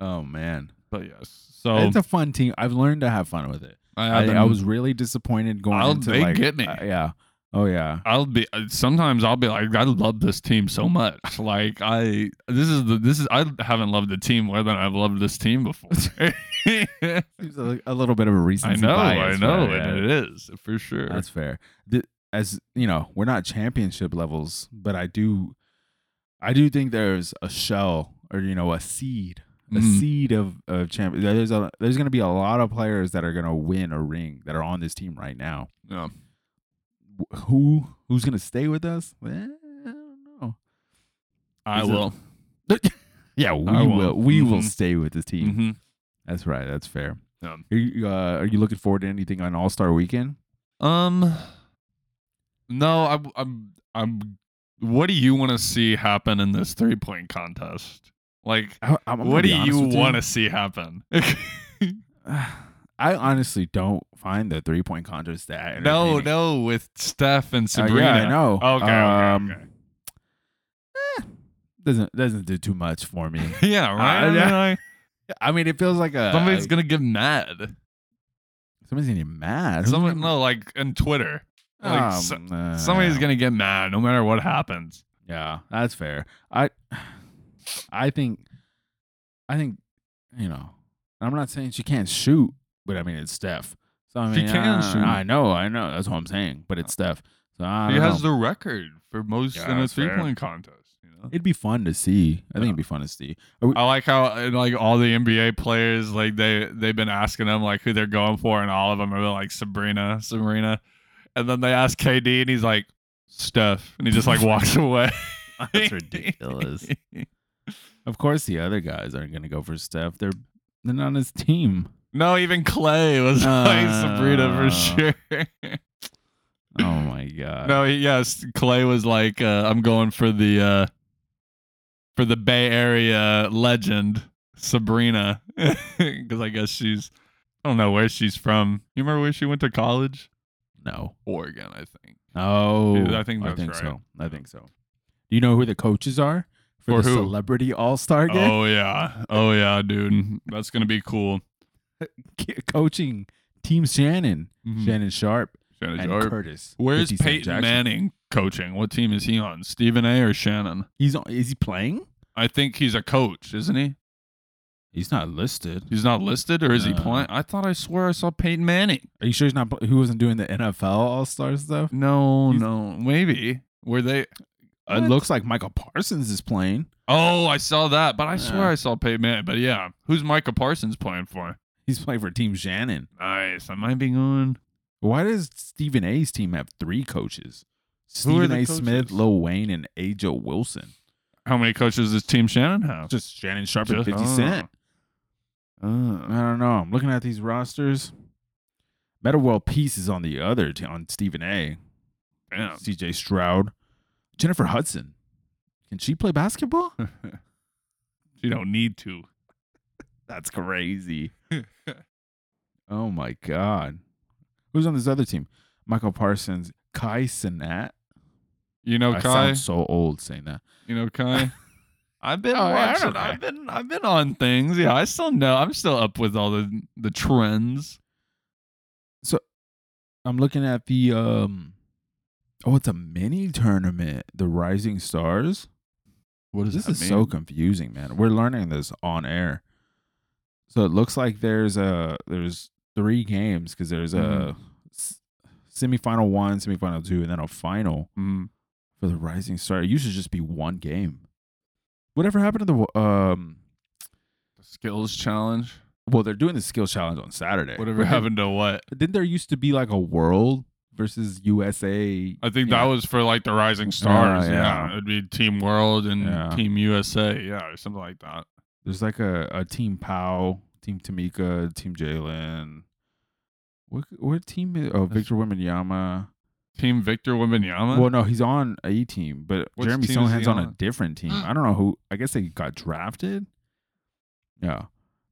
Speaker 2: Oh man,
Speaker 1: but yes, so
Speaker 2: it's a fun team. I've learned to have fun with it. I, I was really disappointed going
Speaker 1: I'll-
Speaker 2: into
Speaker 1: they
Speaker 2: like,
Speaker 1: get me.
Speaker 2: uh, yeah. Oh yeah.
Speaker 1: I'll be uh, sometimes I'll be like I love this team so much. Like I this is the this is I haven't loved the team more than I've loved this team before. I
Speaker 2: Seems a, a little bit of a recency
Speaker 1: know,
Speaker 2: bias,
Speaker 1: I know,
Speaker 2: right?
Speaker 1: and it is for sure.
Speaker 2: That's fair. Th- as you know, we're not championship levels, but I do, I do think there's a shell or you know a seed, a
Speaker 1: Mm.
Speaker 2: seed of of champion. There's a there's going to be a lot of players that are going to win a ring that are on this team right now.
Speaker 1: Yeah.
Speaker 2: Wh- Who who's going to stay with us? Eh, I don't know.
Speaker 1: I
Speaker 2: Is it-
Speaker 1: will.
Speaker 2: Yeah, we
Speaker 1: I
Speaker 2: will.
Speaker 1: will.
Speaker 2: We Mm-hmm. will
Speaker 1: Mhm.
Speaker 2: stay with this team.
Speaker 1: Mhm.
Speaker 2: That's right. That's fair.
Speaker 1: Yeah.
Speaker 2: Are you, uh, are you looking forward to anything on All Star Weekend?
Speaker 1: Um, no, I'm, I'm, I'm. What do you want to see happen in this three point contest? Like,
Speaker 2: I, I'm- I'm gonna
Speaker 1: what
Speaker 2: be
Speaker 1: do
Speaker 2: honest
Speaker 1: you
Speaker 2: with
Speaker 1: want to see happen?
Speaker 2: I honestly don't find the three point contest that
Speaker 1: no,
Speaker 2: entertaining.
Speaker 1: no, with Steph and
Speaker 2: Uh,
Speaker 1: Sabrina.
Speaker 2: yeah, I know.
Speaker 1: Okay, okay,
Speaker 2: Um, eh,
Speaker 1: okay.
Speaker 2: doesn't doesn't do too much for me.
Speaker 1: Yeah, right.
Speaker 2: I-
Speaker 1: I mean, like,
Speaker 2: I mean, it feels like a
Speaker 1: somebody's gonna get mad.
Speaker 2: somebody's gonna get mad.
Speaker 1: Someone, no, like on Twitter, like,
Speaker 2: Oh,
Speaker 1: so- somebody's gonna get mad no matter what happens.
Speaker 2: Yeah, that's fair. I I think I think you know I'm not saying she can't shoot, but I mean it's Steph. So I
Speaker 1: She
Speaker 2: mean,
Speaker 1: can
Speaker 2: I-
Speaker 1: shoot.
Speaker 2: I know, I know. That's what I'm saying. But it's Steph. So I
Speaker 1: He
Speaker 2: don't
Speaker 1: has
Speaker 2: know.
Speaker 1: the record for most
Speaker 2: Yeah,
Speaker 1: in a
Speaker 2: that's fair.
Speaker 1: three point contest. You know.
Speaker 2: It'd be fun to see. I think it'd be fun to see. Are we-
Speaker 1: I like how uh, like all the NBA players like they they've been asking them like who they're going for, and all of them are like Sabrina, Sabrina, and then they ask KD, and he's like Steph, and he just like walks away.
Speaker 2: That's ridiculous. Of course, the other guys aren't going to go for Steph. They're they're not on his team.
Speaker 1: no, even Clay was like Sabrina for
Speaker 2: Uh.
Speaker 1: sure.
Speaker 2: Oh my god.
Speaker 1: Uh, no, he- yes, Clay was like uh, I'm going for the uh for the Bay Area legend Sabrina, because I guess she's I don't know where she's from. You remember where she went to college?
Speaker 2: No.
Speaker 1: Oregon, I think.
Speaker 2: Oh,
Speaker 1: Dude, I think that's right.
Speaker 2: so. I think so. Do you know who the coaches are
Speaker 1: For
Speaker 2: the
Speaker 1: who?
Speaker 2: celebrity All Star game?
Speaker 1: Oh yeah, oh yeah, dude, that's gonna be cool.
Speaker 2: Coaching Team Shannon,
Speaker 1: Mhm.
Speaker 2: Shannon Sharp,
Speaker 1: Shannon
Speaker 2: Mm-hmm. and
Speaker 1: Sharp.
Speaker 2: Curtis.
Speaker 1: Where's
Speaker 2: 50 Cent
Speaker 1: Peyton
Speaker 2: Jackson.
Speaker 1: Manning coaching? What team is he on? Stephen A. or Shannon?
Speaker 2: He's on, is he playing?
Speaker 1: I think he's a coach, isn't he?
Speaker 2: He's not listed.
Speaker 1: He's not listed, or is he
Speaker 2: No.
Speaker 1: playing? I thought I swear I saw Peyton Manning.
Speaker 2: Are you sure he's not? pl- He wasn't doing the NFL All Star stuff.
Speaker 1: No,
Speaker 2: He's-
Speaker 1: Oh, no, maybe were they?
Speaker 2: It
Speaker 1: What?
Speaker 2: looks like Michael Parsons is playing.
Speaker 1: Oh, I saw that, but I swear
Speaker 2: Yeah.
Speaker 1: I saw Peyton Manning. But yeah, who's Micah Parsons playing for?
Speaker 2: He's playing for Team Shannon.
Speaker 1: Nice. I might be going.
Speaker 2: Why does Stephen A's team have three coaches?
Speaker 1: Who are
Speaker 2: Stephen
Speaker 1: the
Speaker 2: A. Smith,
Speaker 1: coaches?
Speaker 2: Lil Wayne, and Ajo Wilson.
Speaker 1: How many coaches does Team Shannon have?
Speaker 2: Just Shannon Sharp and
Speaker 1: Just- uh.
Speaker 2: 50
Speaker 1: oh.
Speaker 2: Cent. I don't know. I'm looking at these rosters. Meta World Peace is on the other t- on Stephen A.
Speaker 1: Damn.
Speaker 2: CJ Stroud. Jennifer Hudson. Can she play basketball?
Speaker 1: you don't need to.
Speaker 2: That's crazy. oh my God. Who's on this other team? Michael Parsons, Kai Sinat.
Speaker 1: You know,
Speaker 2: I
Speaker 1: Kai.
Speaker 2: sound so old saying that.
Speaker 1: You know, Kai. I've been
Speaker 2: Oh, yeah, I
Speaker 1: watching.
Speaker 2: don't know.
Speaker 1: I've been. I've been on things. Yeah, I still know. I'm still up with all the the trends.
Speaker 2: I'm looking at the um oh it's a mini tournament, the Rising Stars.
Speaker 1: What
Speaker 2: This
Speaker 1: is
Speaker 2: is so confusing, man. We're learning this on air. So it looks like there's a there's three games because there's
Speaker 1: Mm-hmm.
Speaker 2: a s- semifinal one, semifinal two, and then a final
Speaker 1: Mm.
Speaker 2: for the Rising Star. It used to just be one game. Whatever happened to the w- um?
Speaker 1: The skills challenge.
Speaker 2: Well, they're doing the skill challenge on Saturday.
Speaker 1: Whatever
Speaker 2: But
Speaker 1: happened to what?
Speaker 2: Didn't, didn't there used to be like a world versus USA?
Speaker 1: I think
Speaker 2: Yeah.
Speaker 1: that was for like the Rising Stars. Uh, yeah.
Speaker 2: yeah.
Speaker 1: it'd be Team World and
Speaker 2: Yeah.
Speaker 1: Team USA. Yeah, or something like that.
Speaker 2: There's like a, a team Pow, team Tamika, team Jalen. What what team is oh Victor Wembanyama?
Speaker 1: Team Victor Wembanyama.
Speaker 2: Well, no, he's on a team, but
Speaker 1: Which
Speaker 2: Jeremy
Speaker 1: team is he
Speaker 2: Sohan's on a
Speaker 1: on?
Speaker 2: different team. I don't know who. I guess they got drafted. Yeah,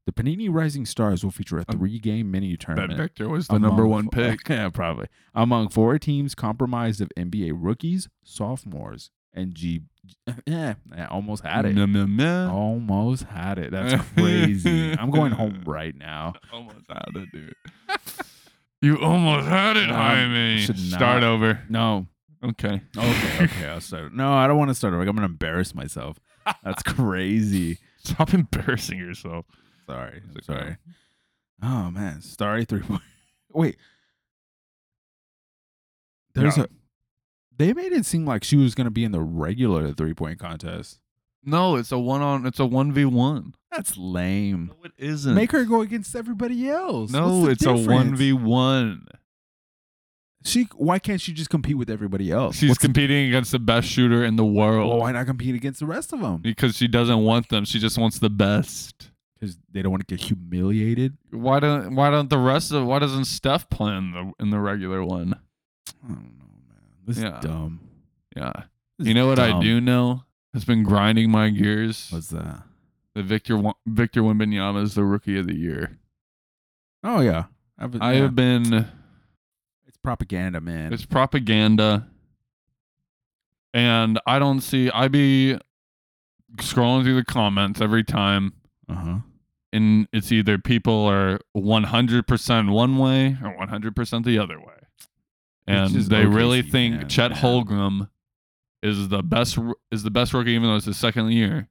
Speaker 2: the Panini Rising Stars will feature a
Speaker 1: Um,
Speaker 2: three-game mini
Speaker 1: Bet
Speaker 2: tournament.
Speaker 1: Victor was the number
Speaker 2: among
Speaker 1: one
Speaker 2: fo-
Speaker 1: pick.
Speaker 2: yeah, probably among four teams comprised of NBA rookies, sophomores, and G. Yeah, I almost had it.
Speaker 1: Nah, nah, nah.
Speaker 2: Almost had it. That's crazy. I'm going home right now.
Speaker 1: Almost had it, dude. you almost had it,
Speaker 2: No,
Speaker 1: Jaime.
Speaker 2: should not.
Speaker 1: Start over.
Speaker 2: No.
Speaker 1: Okay.
Speaker 2: Okay. Okay. I'll start. No, I don't want to start over. I'm gonna embarrass myself. That's crazy.
Speaker 1: Stop embarrassing yourself.
Speaker 2: Sorry. I'm
Speaker 1: It's okay.
Speaker 2: sorry. Oh man, Starry three point. Wait. There's
Speaker 1: No.
Speaker 2: a. They made it seem like she was gonna be in the regular three point contest.
Speaker 1: No, it's a one on. It's a one v one.
Speaker 2: That's lame.
Speaker 1: No, it isn't.
Speaker 2: Make her go against everybody else.
Speaker 1: No,
Speaker 2: What's
Speaker 1: it's
Speaker 2: the
Speaker 1: a one
Speaker 2: difference?
Speaker 1: v one.
Speaker 2: She. Why can't she just compete with everybody else?
Speaker 1: She's
Speaker 2: What's the-
Speaker 1: competing against the Oh, best shooter in the world.
Speaker 2: well, why not compete against the rest of them?
Speaker 1: because she doesn't want them. She just wants the best.
Speaker 2: Because they don't want to get humiliated.
Speaker 1: Why don't Why don't the rest of Why doesn't Steph play in the in the regular one?
Speaker 2: I don't know, man. This
Speaker 1: Yeah.
Speaker 2: is dumb.
Speaker 1: Yeah,
Speaker 2: This
Speaker 1: you
Speaker 2: is
Speaker 1: know what I
Speaker 2: dumb.
Speaker 1: do know has been grinding my gears.
Speaker 2: What's that?
Speaker 1: that Victor Wa- Victor Wembanyama is the rookie of the year.
Speaker 2: Oh yeah, I've,
Speaker 1: I have been.
Speaker 2: It's propaganda, man.
Speaker 1: It's propaganda, and I don't see. I be scrolling through the comments every time.
Speaker 2: Uh huh.
Speaker 1: and it's either people are 100% one way or 100% the other way. And
Speaker 2: is
Speaker 1: they really
Speaker 2: OKC
Speaker 1: think
Speaker 2: fans,
Speaker 1: Chet
Speaker 2: man.
Speaker 1: Holmgren is the best r- is the best rookie even though it's his second year.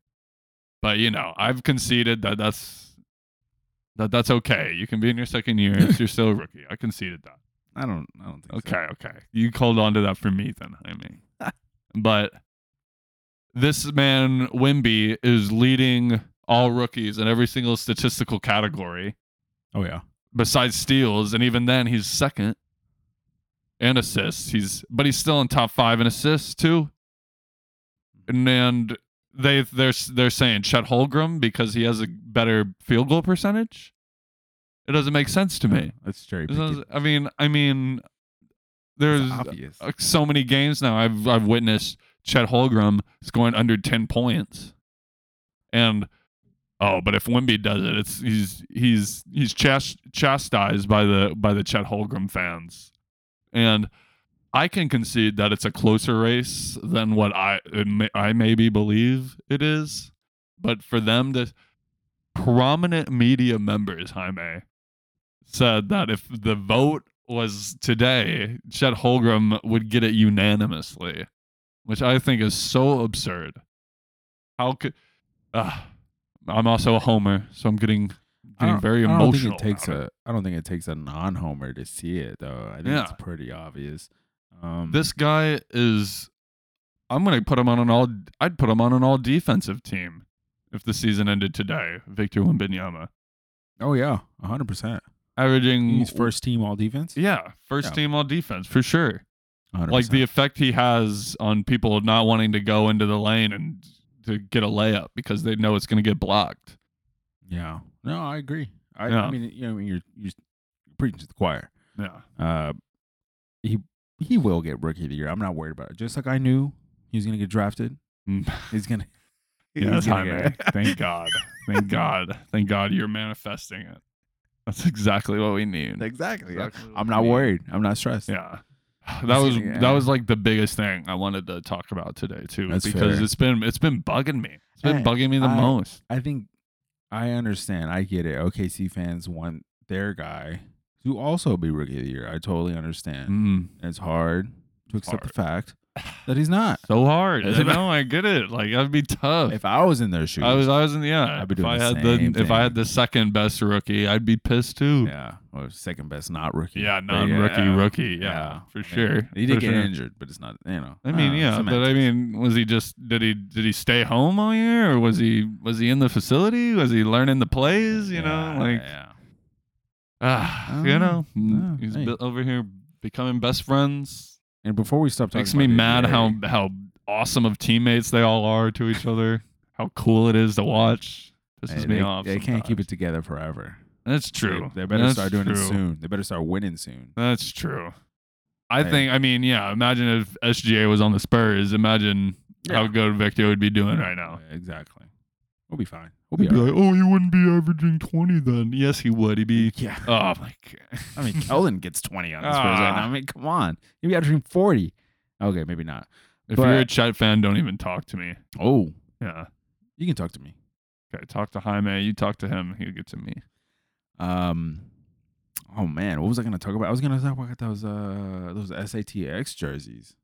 Speaker 1: But you know, I've conceded that that's that that's okay. You can be in your second year if you're still a rookie. I conceded that.
Speaker 2: I don't. I don't think.
Speaker 1: Okay, okay. You called on to that for me then, I mean. but this man Wimby is leading all rookies in every single statistical category
Speaker 2: So. Oh yeah.
Speaker 1: besides steals, and even then he's second. And assists. He's but he's still in top five in assists too. And, and they they're they're saying Chet Holgram because he has a better field goal percentage. It doesn't make sense to me.
Speaker 2: That's cherry
Speaker 1: This
Speaker 2: picking.
Speaker 1: is- I mean, I mean,
Speaker 2: It's
Speaker 1: there's
Speaker 2: obvious.
Speaker 1: uh, so many games now. I've I've witnessed Chet Holgram scoring under ten points, and oh, but if Wimby does it, it's he's he's he's chas- chastised by the by the Chet Holgram fans, and I can concede that it's a closer race than what I it may, I maybe believe it is, but for them to prominent media members, Jaime, said that if the vote was today, Chet Holgram would get it unanimously, which I think is so absurd. How could. Uh, I'm also a homer, so I'm getting
Speaker 2: I
Speaker 1: getting
Speaker 2: don't-
Speaker 1: very
Speaker 2: I don't think
Speaker 1: emotional.
Speaker 2: it takes
Speaker 1: about
Speaker 2: a. I don't think it takes a non-homer to see it though. I think it's
Speaker 1: Yeah.
Speaker 2: pretty obvious. Um,
Speaker 1: This guy is. I'm gonna put him on an all. I'd put him on an all defensive team if the season ended today. Victor Wembanyama
Speaker 2: Oh yeah, hundred percent.
Speaker 1: averaging
Speaker 2: He's first team all defense.
Speaker 1: Mm, Yeah, first
Speaker 2: Yeah.
Speaker 1: team all defense for sure.
Speaker 2: 100%.
Speaker 1: Like the effect he has on people not wanting to go into the lane and to get a layup because they know it's gonna get blocked.
Speaker 2: yeah. No, I agree. I, I
Speaker 1: Yeah.
Speaker 2: mean, you know, you're you're preaching to the choir.
Speaker 1: Yeah.
Speaker 2: Uh, he he will get rookie of the year. I'm not worried about it. Just like I knew he was gonna get drafted.
Speaker 1: Mm.
Speaker 2: He's gonna. he's
Speaker 1: Yes,
Speaker 2: gonna
Speaker 1: Jaime.
Speaker 2: get it.
Speaker 1: Thank God. Thank God. Thank God you're manifesting it. That's exactly what we need.
Speaker 2: exactly.
Speaker 1: Exactly
Speaker 2: I'm
Speaker 1: what
Speaker 2: not
Speaker 1: we need.
Speaker 2: worried. I'm not stressed.
Speaker 1: Yeah. That was
Speaker 2: Yeah.
Speaker 1: that was like the biggest thing I wanted to talk about today too
Speaker 2: That's
Speaker 1: because
Speaker 2: fair.
Speaker 1: it's been it's been bugging me. It's been
Speaker 2: Hey,
Speaker 1: bugging me the
Speaker 2: I-
Speaker 1: most.
Speaker 2: I think I understand. I get it. OKC fans want their guy to also be rookie of the year. I totally understand.
Speaker 1: Mm.
Speaker 2: And it's hard to accept
Speaker 1: hard.
Speaker 2: the fact that he's not.
Speaker 1: So hard.
Speaker 2: It's
Speaker 1: I know I get it. Like that'd be tough.
Speaker 2: If I was in their shoes,
Speaker 1: I was, I was in the yeah.
Speaker 2: I'd be
Speaker 1: If
Speaker 2: doing
Speaker 1: I
Speaker 2: the
Speaker 1: had
Speaker 2: same
Speaker 1: the, if I had
Speaker 2: thing.
Speaker 1: the second best rookie, I'd be pissed too. Yeah,
Speaker 2: yeah, or second best, not rookie. But
Speaker 1: non-rookie,
Speaker 2: yeah,
Speaker 1: rookie, yeah,
Speaker 2: yeah.
Speaker 1: for sure.
Speaker 2: He did
Speaker 1: for
Speaker 2: get
Speaker 1: sure.
Speaker 2: injured, but it's not. You know,
Speaker 1: I mean,
Speaker 2: uh,
Speaker 1: yeah, but I
Speaker 2: semantics.
Speaker 1: mean, was he just did he did he stay home all year, or was he was he in the facility? Was he learning the plays? You
Speaker 2: Yeah,
Speaker 1: know, like
Speaker 2: yeah.
Speaker 1: ah,
Speaker 2: I
Speaker 1: you
Speaker 2: don't
Speaker 1: know,
Speaker 2: know.
Speaker 1: he's
Speaker 2: Hey.
Speaker 1: bu- over here becoming best friends.
Speaker 2: And before we stop talking,
Speaker 1: Makes
Speaker 2: about
Speaker 1: me
Speaker 2: the
Speaker 1: mad
Speaker 2: NBA,
Speaker 1: how how awesome of teammates they all are to each other. how cool it is to watch. Pisses
Speaker 2: hey,
Speaker 1: me
Speaker 2: they,
Speaker 1: off.
Speaker 2: They can't keep
Speaker 1: sometimes.
Speaker 2: it together forever.
Speaker 1: That's
Speaker 2: They-
Speaker 1: true.
Speaker 2: They, better
Speaker 1: That's
Speaker 2: start doing it
Speaker 1: true.
Speaker 2: soon. They better start winning soon.
Speaker 1: That's true. I
Speaker 2: Hey.
Speaker 1: think. I mean, yeah. Imagine if SGA was on the Spurs. Imagine how
Speaker 2: Yeah.
Speaker 1: good Victor would be doing right now.
Speaker 2: Exactly. We'll be fine. We'll
Speaker 1: He'd
Speaker 2: be,
Speaker 1: be
Speaker 2: all
Speaker 1: like, "Oh, he wouldn't be averaging twenty then." Yes, he would. He'd be.
Speaker 2: right. Yeah.
Speaker 1: Oh my god.
Speaker 2: I mean, Kellen gets 20 on this Spurs right now.
Speaker 1: Ah.
Speaker 2: I mean, come on. He'd be averaging 40. Okay, maybe not.
Speaker 1: if
Speaker 2: but-
Speaker 1: you're a Chet fan, don't even talk to me.
Speaker 2: Oh,
Speaker 1: Yeah.
Speaker 2: you can talk to me.
Speaker 1: Okay. Talk to Jaime. You talk to him. He'll get to me.
Speaker 2: Um, oh man, what was I gonna talk about? I was gonna talk about those uh those SATX jerseys.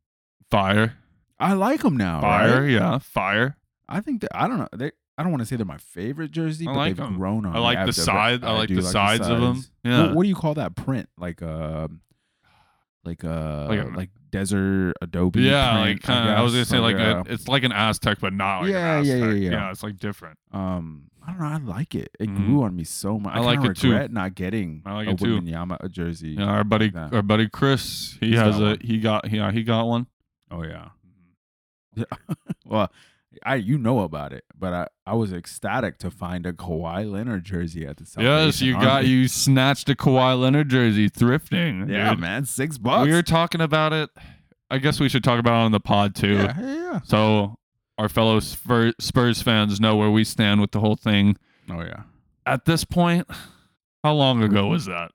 Speaker 1: Fire.
Speaker 2: I like them now.
Speaker 1: Fire.
Speaker 2: right?
Speaker 1: Yeah. Fire.
Speaker 2: I think that I don't know. They I don't want to say they're my favorite jersey,
Speaker 1: I
Speaker 2: but
Speaker 1: like
Speaker 2: they've
Speaker 1: 'em.
Speaker 2: grown on.
Speaker 1: I
Speaker 2: me.
Speaker 1: like the
Speaker 2: I've-
Speaker 1: side- I like
Speaker 2: do
Speaker 1: the sides of 'em.
Speaker 2: sides.
Speaker 1: Yeah.
Speaker 2: What, what do you call that print? Like uh, like uh,
Speaker 1: Like
Speaker 2: like,
Speaker 1: a-
Speaker 2: desert Adobe.
Speaker 1: yeah.
Speaker 2: print,
Speaker 1: Like kind of. I was gonna
Speaker 2: guess,
Speaker 1: say like
Speaker 2: uh,
Speaker 1: a, it's like an Aztec, but not like
Speaker 2: Yeah,
Speaker 1: an
Speaker 2: yeah,
Speaker 1: Aztec.
Speaker 2: yeah,
Speaker 1: yeah.
Speaker 2: yeah.
Speaker 1: It's like different.
Speaker 2: Um, I don't know. I like it. It
Speaker 1: Mhm.
Speaker 2: grew on me so much.
Speaker 1: I
Speaker 2: I,
Speaker 1: like
Speaker 2: kinda
Speaker 1: it too.
Speaker 2: regret not getting
Speaker 1: I like
Speaker 2: a
Speaker 1: it too.
Speaker 2: Wembanyama jersey.
Speaker 1: Yeah. Our buddy.
Speaker 2: Yeah.
Speaker 1: Our buddy Chris. He
Speaker 2: He's
Speaker 1: has
Speaker 2: got
Speaker 1: a.
Speaker 2: one.
Speaker 1: He got. Yeah. He got one.
Speaker 2: Oh yeah. Yeah.
Speaker 1: Mm-hmm.
Speaker 2: well, I you know about it, but I I was ecstatic to find a Kawhi Leonard jersey at the
Speaker 1: Yes,
Speaker 2: Salvation
Speaker 1: you got
Speaker 2: Army.
Speaker 1: you snatched a Kawhi Leonard jersey thrifting.
Speaker 2: Yeah,
Speaker 1: dude.
Speaker 2: man, six bucks.
Speaker 1: We were talking about it. I guess we should talk about it on the pod too.
Speaker 2: yeah, yeah, yeah.
Speaker 1: So our fellow Spur- Spurs fans know where we stand with the whole thing.
Speaker 2: Oh yeah.
Speaker 1: At this point, how long ago was that?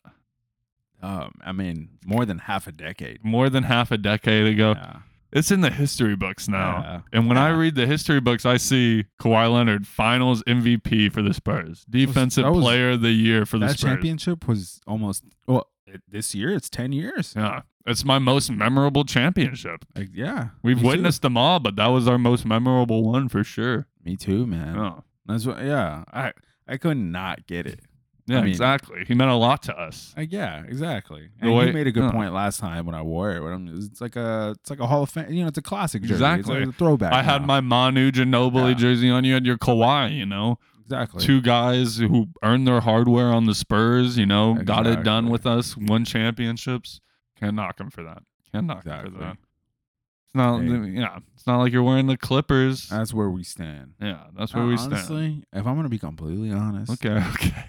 Speaker 2: Um, I mean, more than half a decade.
Speaker 1: More than half a decade ago.
Speaker 2: Yeah.
Speaker 1: It's in the history books now.
Speaker 2: Yeah.
Speaker 1: And when I
Speaker 2: Yeah.
Speaker 1: read the history books, I see Kawhi Leonard Finals MVP for the Spurs, Defensive
Speaker 2: that was-
Speaker 1: Player of the Year for the
Speaker 2: That
Speaker 1: Spurs.
Speaker 2: championship was almost well. It, this year, it's ten years.
Speaker 1: Yeah, it's my most memorable championship.
Speaker 2: Like, yeah.
Speaker 1: We've
Speaker 2: me too.
Speaker 1: witnessed them all, but that was our most memorable one for sure.
Speaker 2: Me too, man.
Speaker 1: Yeah,
Speaker 2: That's what. Yeah. I I could not get it.
Speaker 1: yeah
Speaker 2: I mean-
Speaker 1: exactly. He meant a lot to us.
Speaker 2: Like, yeah, exactly.
Speaker 1: The
Speaker 2: And
Speaker 1: way-
Speaker 2: you made a good
Speaker 1: yeah.
Speaker 2: point last time when I wore it. When I'm, it's like a, it's like a Hall of Fame. You know, it's a classic jersey.
Speaker 1: Exactly.
Speaker 2: It's like a throwback.
Speaker 1: I had
Speaker 2: now.
Speaker 1: my Manu Ginobili
Speaker 2: Yeah.
Speaker 1: jersey on. You had your Kawhi. You know,
Speaker 2: exactly.
Speaker 1: two guys who earned their hardware on the Spurs. You know, got it done
Speaker 2: Exactly.
Speaker 1: with us. Won championships. Can't knock him for that. Can't knock him
Speaker 2: Exactly.
Speaker 1: for that. It's not.
Speaker 2: Hey.
Speaker 1: Yeah, it's not like you're wearing the Clippers.
Speaker 2: That's where we stand.
Speaker 1: yeah, that's where
Speaker 2: Uh,
Speaker 1: we stand.
Speaker 2: honestly, if I'm gonna be completely honest,
Speaker 1: Okay, okay.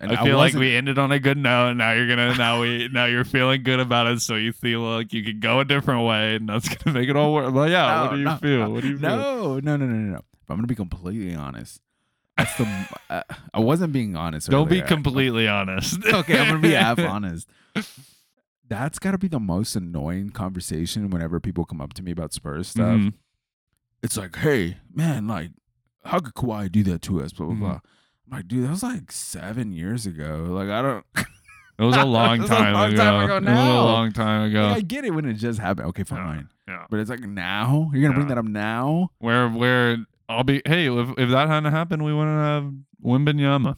Speaker 2: and
Speaker 1: I feel like
Speaker 2: wasn't-
Speaker 1: we ended on a good note. Now you're gonna now we now you're feeling good about it, so you feel like you could go a different way, and that's gonna make it all work. But yeah, what
Speaker 2: No,
Speaker 1: do you
Speaker 2: no,
Speaker 1: feel?
Speaker 2: no.
Speaker 1: what do you feel?
Speaker 2: No, no, no, no, no. no. If I'm gonna be completely honest, that's the. uh, I wasn't being honest.
Speaker 1: Don't be
Speaker 2: earlier.
Speaker 1: completely honest.
Speaker 2: okay, I'm gonna be half honest. That's got to be the most annoying conversation whenever people come up to me about Spurs stuff.
Speaker 1: Mhm.
Speaker 2: it's like, hey, man, like, how could Kawhi do that to us? Blah blah
Speaker 1: Mhm.
Speaker 2: blah. I'm like, dude, that was like seven years ago. Like, I don't.
Speaker 1: It was a long
Speaker 2: It was a
Speaker 1: time
Speaker 2: long
Speaker 1: ago.
Speaker 2: time ago
Speaker 1: It was a
Speaker 2: now.
Speaker 1: long time ago.
Speaker 2: Like, I get it when it just happened. Okay, fine.
Speaker 1: Yeah.
Speaker 2: But it's like now you're gonna bring
Speaker 1: Yeah.
Speaker 2: that up now.
Speaker 1: Where where I'll be hey, if, if that hadn't happened, we wouldn't have Wimbenyama.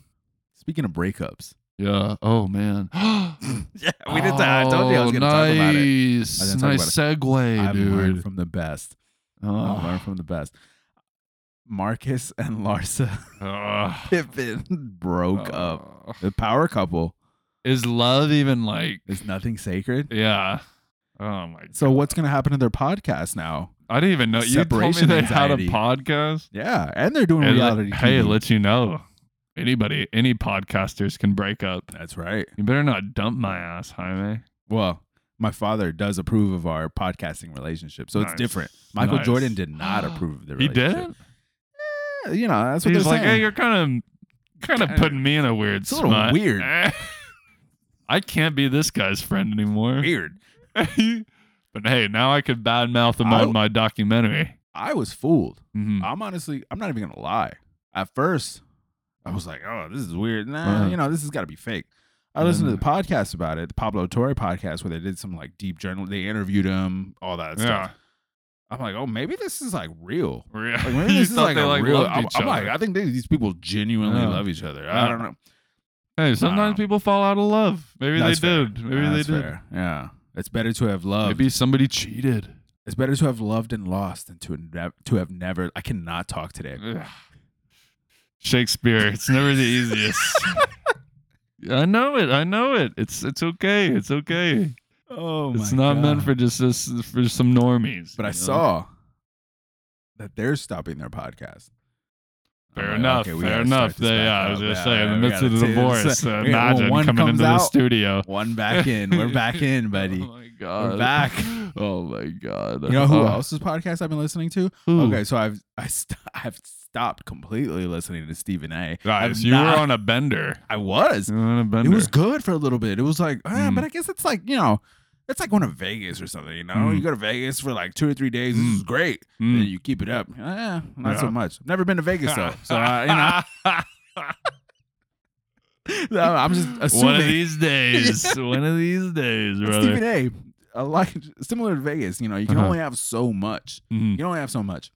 Speaker 2: Speaking of breakups,
Speaker 1: Yeah. Oh man. Oh,
Speaker 2: yeah, Oh, I
Speaker 1: Nice,
Speaker 2: didn't talk
Speaker 1: nice segue,
Speaker 2: I've learned
Speaker 1: dude.
Speaker 2: from the best. I've
Speaker 1: oh,
Speaker 2: learned from the best. Marcus and Larsa
Speaker 1: Ugh.
Speaker 2: Pippen broke up.
Speaker 1: Ugh.
Speaker 2: The power couple
Speaker 1: Is love even like?
Speaker 2: is nothing sacred.
Speaker 1: Yeah. Oh my.
Speaker 2: So what's gonna happen to their podcast now?
Speaker 1: I didn't even know you told me
Speaker 2: Separation
Speaker 1: they had a
Speaker 2: anxiety.
Speaker 1: podcast.
Speaker 2: Yeah, and they're doing
Speaker 1: And let-
Speaker 2: reality.
Speaker 1: hey,
Speaker 2: TV.
Speaker 1: let you know. Anybody, any podcasters can break up.
Speaker 2: That's right.
Speaker 1: You better not dump my ass, Jaime.
Speaker 2: Well, my father does approve of our podcasting relationship, so it's
Speaker 1: Nice.
Speaker 2: different. Michael
Speaker 1: Nice.
Speaker 2: Jordan did not approve of the
Speaker 1: He
Speaker 2: relationship.
Speaker 1: didn't.
Speaker 2: Eh, You know, that's what
Speaker 1: He's
Speaker 2: they're
Speaker 1: like,
Speaker 2: saying.
Speaker 1: hey, you're kind of, kind of
Speaker 2: Kinda-
Speaker 1: putting me in a weird
Speaker 2: it's a little
Speaker 1: spot."
Speaker 2: weird.
Speaker 1: I can't be this guy's friend anymore.
Speaker 2: weird.
Speaker 1: but hey, now I could badmouth him
Speaker 2: I- Ah,
Speaker 1: on my documentary.
Speaker 2: I was fooled.
Speaker 1: Mhm.
Speaker 2: I'm honestly, I'm not even gonna lie. At first, I was like, "Oh, this is weird." Nah,
Speaker 1: Uh-huh. Mm-hmm.
Speaker 2: you know, this has got to be fake. I
Speaker 1: Yeah.
Speaker 2: listened to the podcast about it, the Pablo Torre podcast, where they did some like deep journal. They interviewed him, all that
Speaker 1: yeah.
Speaker 2: stuff. I'm like, "Oh, maybe this is like real."
Speaker 1: Yeah.
Speaker 2: Like maybe
Speaker 1: You
Speaker 2: this is
Speaker 1: thought
Speaker 2: like
Speaker 1: they,
Speaker 2: a real.
Speaker 1: loved
Speaker 2: I'm,
Speaker 1: each
Speaker 2: I'm like,
Speaker 1: other.
Speaker 2: I think they, these people genuinely
Speaker 1: Yeah.
Speaker 2: love each other.
Speaker 1: Yeah.
Speaker 2: I don't know.
Speaker 1: hey, sometimes
Speaker 2: Wow.
Speaker 1: people fall out of love. Maybe
Speaker 2: That's
Speaker 1: they
Speaker 2: fair.
Speaker 1: did. Maybe
Speaker 2: Yeah,
Speaker 1: they
Speaker 2: that's
Speaker 1: did.
Speaker 2: fair. Yeah, it's better to have loved.
Speaker 1: Maybe somebody cheated.
Speaker 2: It's better to have loved and lost than to nev- to have never. I cannot talk today.
Speaker 1: Ugh. Shakespeare. It's never the easiest. I know it. I know it. It's it's okay. It's okay.
Speaker 2: Oh,
Speaker 1: it's not meant for just this for some normies.
Speaker 2: But
Speaker 1: you
Speaker 2: I
Speaker 1: know?
Speaker 2: saw that they're stopping their podcast. I'm
Speaker 1: Fair
Speaker 2: like,
Speaker 1: enough.
Speaker 2: okay, we
Speaker 1: fair
Speaker 2: gotta start
Speaker 1: enough.
Speaker 2: this
Speaker 1: They,
Speaker 2: back
Speaker 1: yeah, I was
Speaker 2: up.
Speaker 1: just
Speaker 2: Yeah,
Speaker 1: saying,
Speaker 2: yeah,
Speaker 1: in
Speaker 2: we
Speaker 1: the midst
Speaker 2: gotta
Speaker 1: of the
Speaker 2: do this.
Speaker 1: divorce, uh,
Speaker 2: We gotta-
Speaker 1: imagine
Speaker 2: one
Speaker 1: coming
Speaker 2: comes
Speaker 1: into the
Speaker 2: out,
Speaker 1: studio.
Speaker 2: One back in. We're back in, buddy.
Speaker 1: Oh my god.
Speaker 2: back.
Speaker 1: Oh my god.
Speaker 2: You know who
Speaker 1: Oh,
Speaker 2: else's podcast I've been lilistening to?
Speaker 1: who?
Speaker 2: Okay, so I've I st- I've stopped completely listening to Stephen A.
Speaker 1: Guys,
Speaker 2: I've
Speaker 1: you
Speaker 2: not-
Speaker 1: were on a bender.
Speaker 2: I was.
Speaker 1: You were on a
Speaker 2: It
Speaker 1: bender.
Speaker 2: was good for a little bit. It was like, ah,
Speaker 1: Mm.
Speaker 2: but I guess it's like you know, it's like going to Vegas or something. You know,
Speaker 1: Mm.
Speaker 2: you go to Vegas for like two or three days. This
Speaker 1: Mm.
Speaker 2: is great. And
Speaker 1: Mm.
Speaker 2: you keep it up. Eh, not
Speaker 1: Yeah.
Speaker 2: so much. Never been to Vegas though, so uh, you know. So I'm just
Speaker 1: One of
Speaker 2: assuming
Speaker 1: these days. One of these days, brother.
Speaker 2: Stephen A. A like similar to Vegas, you know, you can
Speaker 1: Uh-huh.
Speaker 2: only have so much. You
Speaker 1: Mhm.
Speaker 2: can only have so much.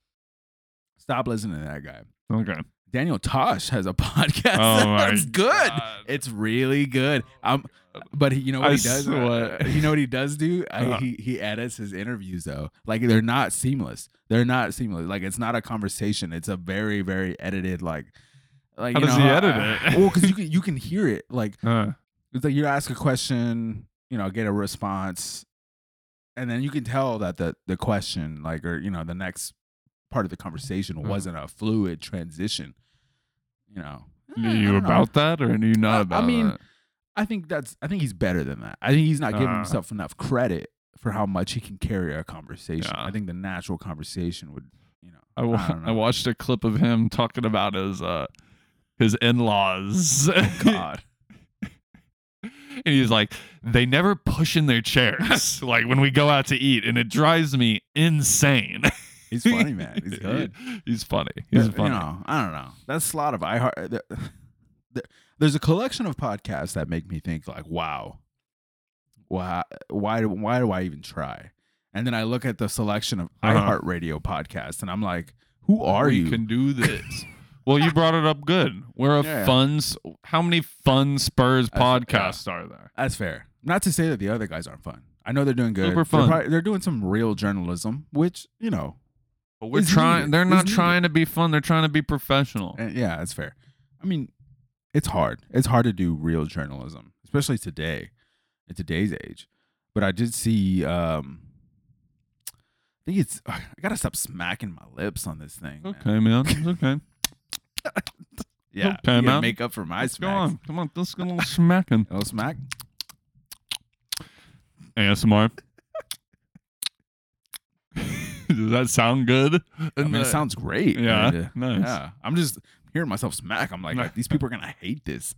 Speaker 2: Stop listening to that guy.
Speaker 1: Okay.
Speaker 2: Daniel Tosh has a podcast.
Speaker 1: Oh my
Speaker 2: it's good.
Speaker 1: God.
Speaker 2: It's really good. Um, but he, you know what
Speaker 1: I
Speaker 2: he does? Uh,
Speaker 1: swear.
Speaker 2: You know what he does do? I,
Speaker 1: Uh-huh.
Speaker 2: he he edits his interviews though. Like they're not seamless. They're not seamless. Like it's not a conversation. It's a very very edited like. Like
Speaker 1: How
Speaker 2: you
Speaker 1: does
Speaker 2: know, uh,
Speaker 1: he edit
Speaker 2: I-
Speaker 1: it?
Speaker 2: well, because you can you can hear it. Like
Speaker 1: Uh,
Speaker 2: it's like you ask a question, you know, get a response, and then you can tell that the the question, like, or you know, the next part of the conversation
Speaker 1: Uh-huh.
Speaker 2: wasn't a fluid transition. You know, Eh,
Speaker 1: Are
Speaker 2: I
Speaker 1: you
Speaker 2: don't know.
Speaker 1: about that or are you
Speaker 2: I- I
Speaker 1: not about
Speaker 2: mean,
Speaker 1: that?
Speaker 2: I think that's. I think he's better than that. I think he's not giving
Speaker 1: Uh.
Speaker 2: himself enough credit for how much he can carry a conversation.
Speaker 1: Yeah.
Speaker 2: I think the natural conversation would, you know,
Speaker 1: I, wa-
Speaker 2: I don't
Speaker 1: I,
Speaker 2: know.
Speaker 1: watched a clip of him talking about his uh his in-laws
Speaker 2: Oh, God.
Speaker 1: and he's like they never push in their chairs like when we go out to eat and it drives me insane
Speaker 2: He's funny, man. He's good.
Speaker 1: he's funny he's
Speaker 2: Yeah,
Speaker 1: funny
Speaker 2: You know, I don't know. That's a lot of I heart. There, there- there's a collection of podcasts that make me think like, wow, why, why, do- why do I even try? And then I look at the selection of
Speaker 1: Uh-huh.
Speaker 2: iHeartRadio podcasts, and I'm like, who are
Speaker 1: we
Speaker 2: you?
Speaker 1: can do this well you brought it up good we're a
Speaker 2: Yeah, yeah.
Speaker 1: fun s- how many fun spurs
Speaker 2: That's- yeah.
Speaker 1: podcasts are there
Speaker 2: That's fair. Not to say that the other guys aren't fun. I know they're doing good.
Speaker 1: Super
Speaker 2: They're
Speaker 1: fun.
Speaker 2: probably- they're doing some real journalism, which you know,
Speaker 1: but we're
Speaker 2: It's
Speaker 1: trying
Speaker 2: needed.
Speaker 1: they're
Speaker 2: It's
Speaker 1: not
Speaker 2: needed.
Speaker 1: trying to be fun they're trying to be professional
Speaker 2: And Eh, yeah, that's fair. I mean, it's hard. It's hard to do real journalism, especially today, in today's age. But I did see. um I think it's. I gotta stop smacking my lips on this thing. man.
Speaker 1: okay man it's okay
Speaker 2: Yeah.
Speaker 1: okay,
Speaker 2: you gotta
Speaker 1: man.
Speaker 2: make up for my
Speaker 1: Let's go
Speaker 2: smacks.
Speaker 1: on. Come on, let's get a little smacking.
Speaker 2: Little smack.
Speaker 1: ASMR. Does that sound good?
Speaker 2: I mean, it sounds great.
Speaker 1: Yeah,
Speaker 2: dude.
Speaker 1: nice.
Speaker 2: Yeah. I'm just hearing myself smack. I'm like, these people are gonna hate this.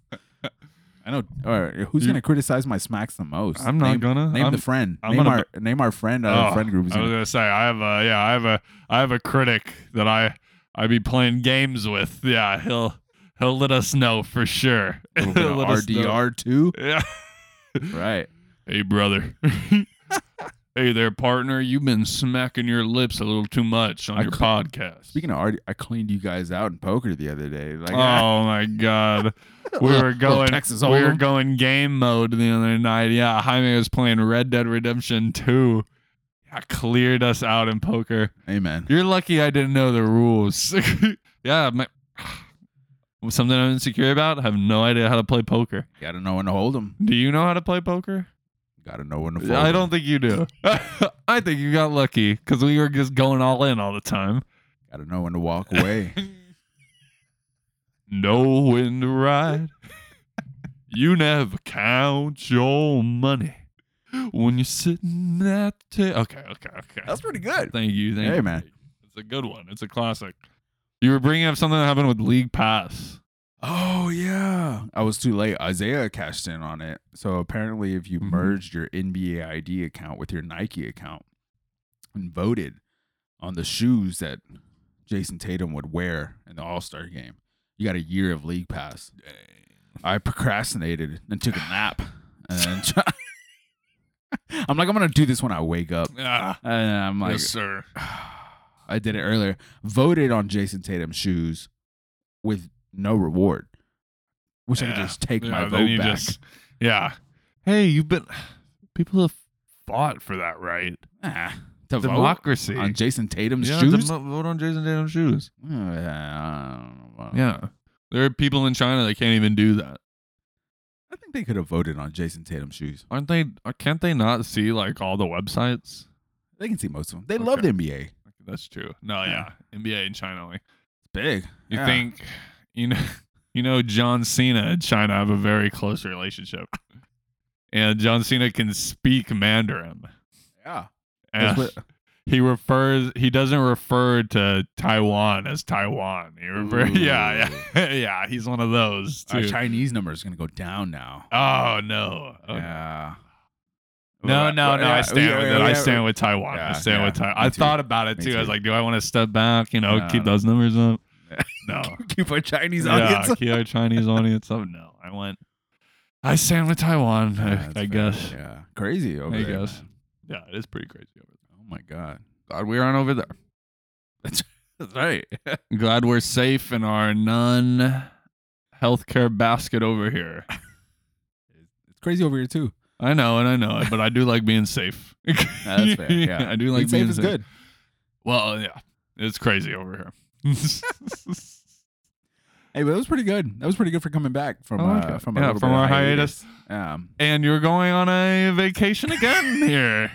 Speaker 2: I know. All right, who's
Speaker 1: You-
Speaker 2: gonna criticize my smacks the most?
Speaker 1: I'm not
Speaker 2: Name-
Speaker 1: gonna.
Speaker 2: Name
Speaker 1: I'm,
Speaker 2: the friend.
Speaker 1: I'm
Speaker 2: name
Speaker 1: gonna
Speaker 2: our name our friend. Our
Speaker 1: Oh,
Speaker 2: friend group.
Speaker 1: I was gonna say I have a yeah I have a I have a critic that I I be playing games with. Yeah, he'll he'll let us know for sure.
Speaker 2: a little bit
Speaker 1: He'll let us
Speaker 2: of
Speaker 1: know.
Speaker 2: RDR too.
Speaker 1: Yeah.
Speaker 2: Right.
Speaker 1: Hey brother. Hey there, partner. You've been smacking your lips a little too much on
Speaker 2: I
Speaker 1: your
Speaker 2: cou-
Speaker 1: podcast.
Speaker 2: Speaking of art, I cleaned you guys out in poker the other day. Like,
Speaker 1: oh my god, we were going
Speaker 2: Texas
Speaker 1: we were
Speaker 2: Hold'em.
Speaker 1: going game mode the other night. Yeah, Jaime was playing Red Dead Redemption Two. Yeah, cleared us out in poker.
Speaker 2: amen.
Speaker 1: You're lucky I didn't know the rules. yeah, my, something I'm insecure about. I have no idea how to play poker.
Speaker 2: Got to know when to hold 'em.
Speaker 1: Do you know how to play poker?
Speaker 2: Got to know when to fold.
Speaker 1: I
Speaker 2: 'em.
Speaker 1: don't think you do. I think you got lucky because we were just going all in all the time.
Speaker 2: Got to know when to walk away.
Speaker 1: No when to ride. you never count your money when you're sitting at the table. Okay, okay, okay.
Speaker 2: pretty good.
Speaker 1: thank you, thank
Speaker 2: Hey,
Speaker 1: you.
Speaker 2: man.
Speaker 1: It's a good one. It's a classic. You were bringing up something that happened with League Pass.
Speaker 2: Oh yeah, I was too late. Isaiah cashed in on it. So apparently, if you
Speaker 1: Mhm.
Speaker 2: merged your NBA ID account with your Nike account and voted on the shoes that Jason Tatum would wear in the All Star game, you got a year of league pass. I procrastinated and took a nap, and then I'm like, I'm gonna do this when I wake up.
Speaker 1: Ah,
Speaker 2: And I'm like,
Speaker 1: sir.
Speaker 2: I did it earlier. Voted on Jason Tatum's shoes with no reward. Wish I could
Speaker 1: Yeah.
Speaker 2: just take
Speaker 1: Yeah,
Speaker 2: my
Speaker 1: then
Speaker 2: vote
Speaker 1: you
Speaker 2: back.
Speaker 1: just- yeah. Hey, you've been. People have fought for that right.
Speaker 2: Ah, to
Speaker 1: Democracy.
Speaker 2: vote on Jason Tatum's
Speaker 1: yeah,
Speaker 2: shoes.
Speaker 1: demo- vote on Jason Tatum's shoes.
Speaker 2: Uh, I don't know.
Speaker 1: Yeah. There are people in China that can't even do that.
Speaker 2: I think they could have voted on Jason Tatum's shoes.
Speaker 1: Aren't they? uh, Can't they not see like all the websites?
Speaker 2: They can see most of them. They
Speaker 1: Okay.
Speaker 2: love the NBA. It's
Speaker 1: That's true. No, yeah.
Speaker 2: Yeah.
Speaker 1: NBA in China, like
Speaker 2: big.
Speaker 1: you
Speaker 2: Yeah.
Speaker 1: think, you know, you know, John Cena and China have a very close relationship, and John Cena can speak Mandarin.
Speaker 2: Yeah.
Speaker 1: And
Speaker 2: That's what-
Speaker 1: he refers. He doesn't refer to Taiwan as Taiwan. He refer, yeah, yeah, yeah. He's one of those
Speaker 2: our
Speaker 1: too.
Speaker 2: Chinese number is gonna go down now.
Speaker 1: oh no. Oh,
Speaker 2: Yeah.
Speaker 1: No,
Speaker 2: Well,
Speaker 1: no,
Speaker 2: well,
Speaker 1: no.
Speaker 2: yeah,
Speaker 1: I stand
Speaker 2: yeah,
Speaker 1: with
Speaker 2: yeah,
Speaker 1: it. I
Speaker 2: yeah.
Speaker 1: stand with Taiwan. I
Speaker 2: Yeah,
Speaker 1: stand with
Speaker 2: yeah,
Speaker 1: Taiwan.
Speaker 2: me
Speaker 1: I
Speaker 2: too.
Speaker 1: thought about it
Speaker 2: Me
Speaker 1: too. I was
Speaker 2: too.
Speaker 1: like, do I want to step back? You know,
Speaker 2: No,
Speaker 1: keep
Speaker 2: no.
Speaker 1: those numbers up. No.
Speaker 2: Keep our Chinese
Speaker 1: yeah,
Speaker 2: audience.
Speaker 1: keep our Chinese audience up. No, I went. I stand with Taiwan.
Speaker 2: Yeah, that's
Speaker 1: I, I
Speaker 2: fair.
Speaker 1: guess. Yeah.
Speaker 2: Yeah. Crazy over
Speaker 1: I
Speaker 2: there.
Speaker 1: guess.
Speaker 2: man.
Speaker 1: it is pretty crazy over
Speaker 2: Oh my god.
Speaker 1: there. Glad we aren't over there.
Speaker 2: That's right.
Speaker 1: Glad we're safe in our non healthcare basket over here.
Speaker 2: It's crazy over here too.
Speaker 1: I know, and I know it, but I do like being safe.
Speaker 2: that's fair, yeah.
Speaker 1: I do like being
Speaker 2: Being safe is good.
Speaker 1: Well, yeah, it's crazy over here.
Speaker 2: Hey, but that was pretty good. That was pretty good for coming back from
Speaker 1: I like
Speaker 2: uh,
Speaker 1: it.
Speaker 2: from
Speaker 1: Yeah,
Speaker 2: a little
Speaker 1: from
Speaker 2: bit of
Speaker 1: our
Speaker 2: Um,
Speaker 1: and you're going on a vacation again here.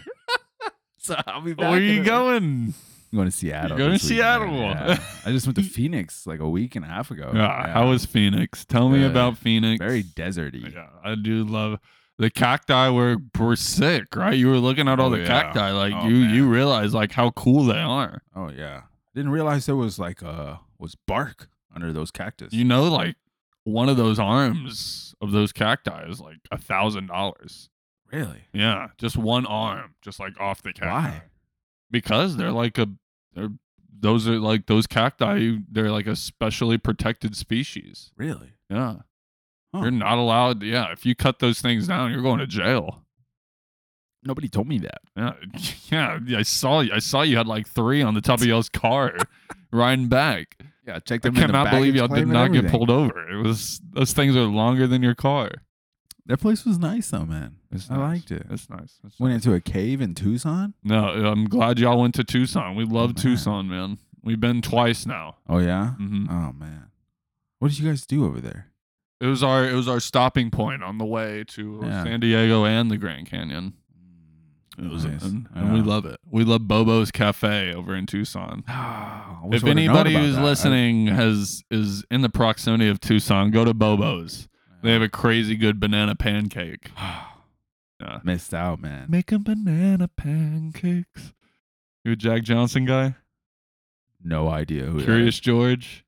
Speaker 2: so I'll be back.
Speaker 1: Where are
Speaker 2: in
Speaker 1: you
Speaker 2: a-
Speaker 1: going?
Speaker 2: I'm going to Seattle.
Speaker 1: going to
Speaker 2: this weekend.
Speaker 1: Seattle.
Speaker 2: Yeah. I just went to Phoenix like a week and a half ago.
Speaker 1: Ah, How was Phoenix? Tell me
Speaker 2: Oh, Good.
Speaker 1: about Phoenix.
Speaker 2: very deserty.
Speaker 1: Yeah, I do love the cacti were were sick, right? You were looking at all
Speaker 2: Oh,
Speaker 1: the
Speaker 2: yeah.
Speaker 1: cacti, like
Speaker 2: Oh,
Speaker 1: you you
Speaker 2: man.
Speaker 1: realize like how cool they are.
Speaker 2: Oh yeah. Didn't realize there was like uh was bark under those cactus.
Speaker 1: You know, like one of those arms of those cacti is like a thousand dollars.
Speaker 2: really?
Speaker 1: Yeah, just one arm, just like off the cacti.
Speaker 2: Why?
Speaker 1: Because
Speaker 2: Mm-hmm.
Speaker 1: they're like a they're those are like those cacti. They're like a specially protected species.
Speaker 2: Really?
Speaker 1: Yeah,
Speaker 2: Huh.
Speaker 1: you're not allowed. Yeah, if you cut those things down, you're going to jail.
Speaker 2: Nobody told me that.
Speaker 1: Yeah, yeah. I saw you. I saw you had like three on the top of y'all's car, riding back.
Speaker 2: Yeah, check
Speaker 1: I
Speaker 2: them. in the
Speaker 1: cannot believe
Speaker 2: baggage
Speaker 1: y'all did
Speaker 2: claim and
Speaker 1: not get
Speaker 2: everything.
Speaker 1: pulled over. It was those things are longer than your car.
Speaker 2: That place was nice though, man.
Speaker 1: It's
Speaker 2: I
Speaker 1: nice.
Speaker 2: liked it.
Speaker 1: That's nice. That's
Speaker 2: Went
Speaker 1: nice.
Speaker 2: into a cave in Tucson.
Speaker 1: No, I'm glad y'all went to Tucson. We love
Speaker 2: man.
Speaker 1: Tucson, man. We've been twice now.
Speaker 2: Oh yeah.
Speaker 1: hmm
Speaker 2: Oh man, what did you guys do over there?
Speaker 1: It was our it was our stopping point on the way to
Speaker 2: Yeah.
Speaker 1: San Diego and the Grand Canyon. It was
Speaker 2: Nice.
Speaker 1: and, and we
Speaker 2: Yeah.
Speaker 1: love it. We love Bobo's Cafe over in Tucson.
Speaker 2: I wish
Speaker 1: if
Speaker 2: I would've known
Speaker 1: anybody
Speaker 2: about
Speaker 1: who's
Speaker 2: that. I-
Speaker 1: listening has is in the proximity of Tucson, go to Bobo's. They have a crazy good banana pancake. Yeah.
Speaker 2: missed out, man.
Speaker 1: Making banana pancakes. You a Jack Johnson guy?
Speaker 2: No idea who. that
Speaker 1: Curious
Speaker 2: is.
Speaker 1: George.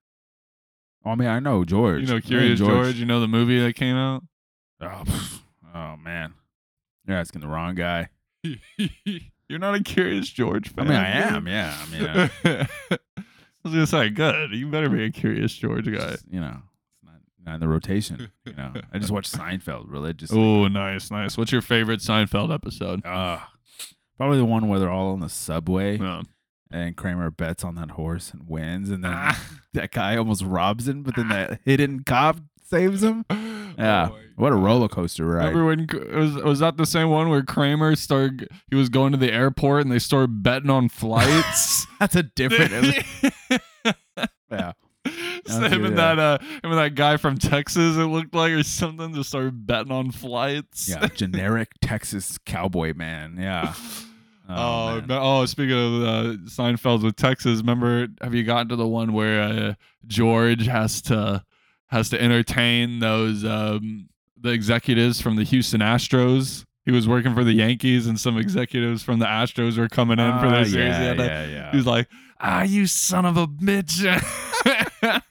Speaker 2: I mean, I know George.
Speaker 1: You know
Speaker 2: I
Speaker 1: Curious George. You know the movie that came out.
Speaker 2: Oh, pff. Oh, man, you're asking the wrong guy.
Speaker 1: You're not a Curious George
Speaker 2: I
Speaker 1: fan.
Speaker 2: mean, I am. Yeah, I mean, uh,
Speaker 1: I was gonna say, good. You better be a Curious George guy.
Speaker 2: just, you know, it's not, not in the rotation. You know, I just watch Seinfeld religiously.
Speaker 1: Oh, nice, nice. What's your favorite Seinfeld episode?
Speaker 2: Ugh. Ah, Probably the one where they're all on the subway
Speaker 1: Yeah.
Speaker 2: and Kramer bets on that horse and wins, and then
Speaker 1: Ah.
Speaker 2: that guy almost robs him, but then that hidden cop saves him. Yeah,
Speaker 1: Oh my
Speaker 2: what a
Speaker 1: God.
Speaker 2: roller coaster ride!
Speaker 1: Remember when was, was that the same one where Kramer started? He was going to the airport and they started betting on flights.
Speaker 2: That's a different. yeah,
Speaker 1: So
Speaker 2: That's
Speaker 1: him
Speaker 2: good,
Speaker 1: and
Speaker 2: yeah.
Speaker 1: that uh, him and that guy from Texas, it looked like, or something, just started betting on flights.
Speaker 2: yeah, generic Texas cowboy man. Yeah.
Speaker 1: Oh,
Speaker 2: man.
Speaker 1: but- oh, speaking of uh, Seinfeld's with Texas, remember? Have you gotten to the one where uh, George has to has to entertain those um, the executives from the Houston Astros? He was working for the Yankees, and some executives from the Astros were coming in for
Speaker 2: Ah,
Speaker 1: their series. He
Speaker 2: yeah,
Speaker 1: had to-
Speaker 2: yeah, yeah.
Speaker 1: He was like, "Ah, you son of a bitch!"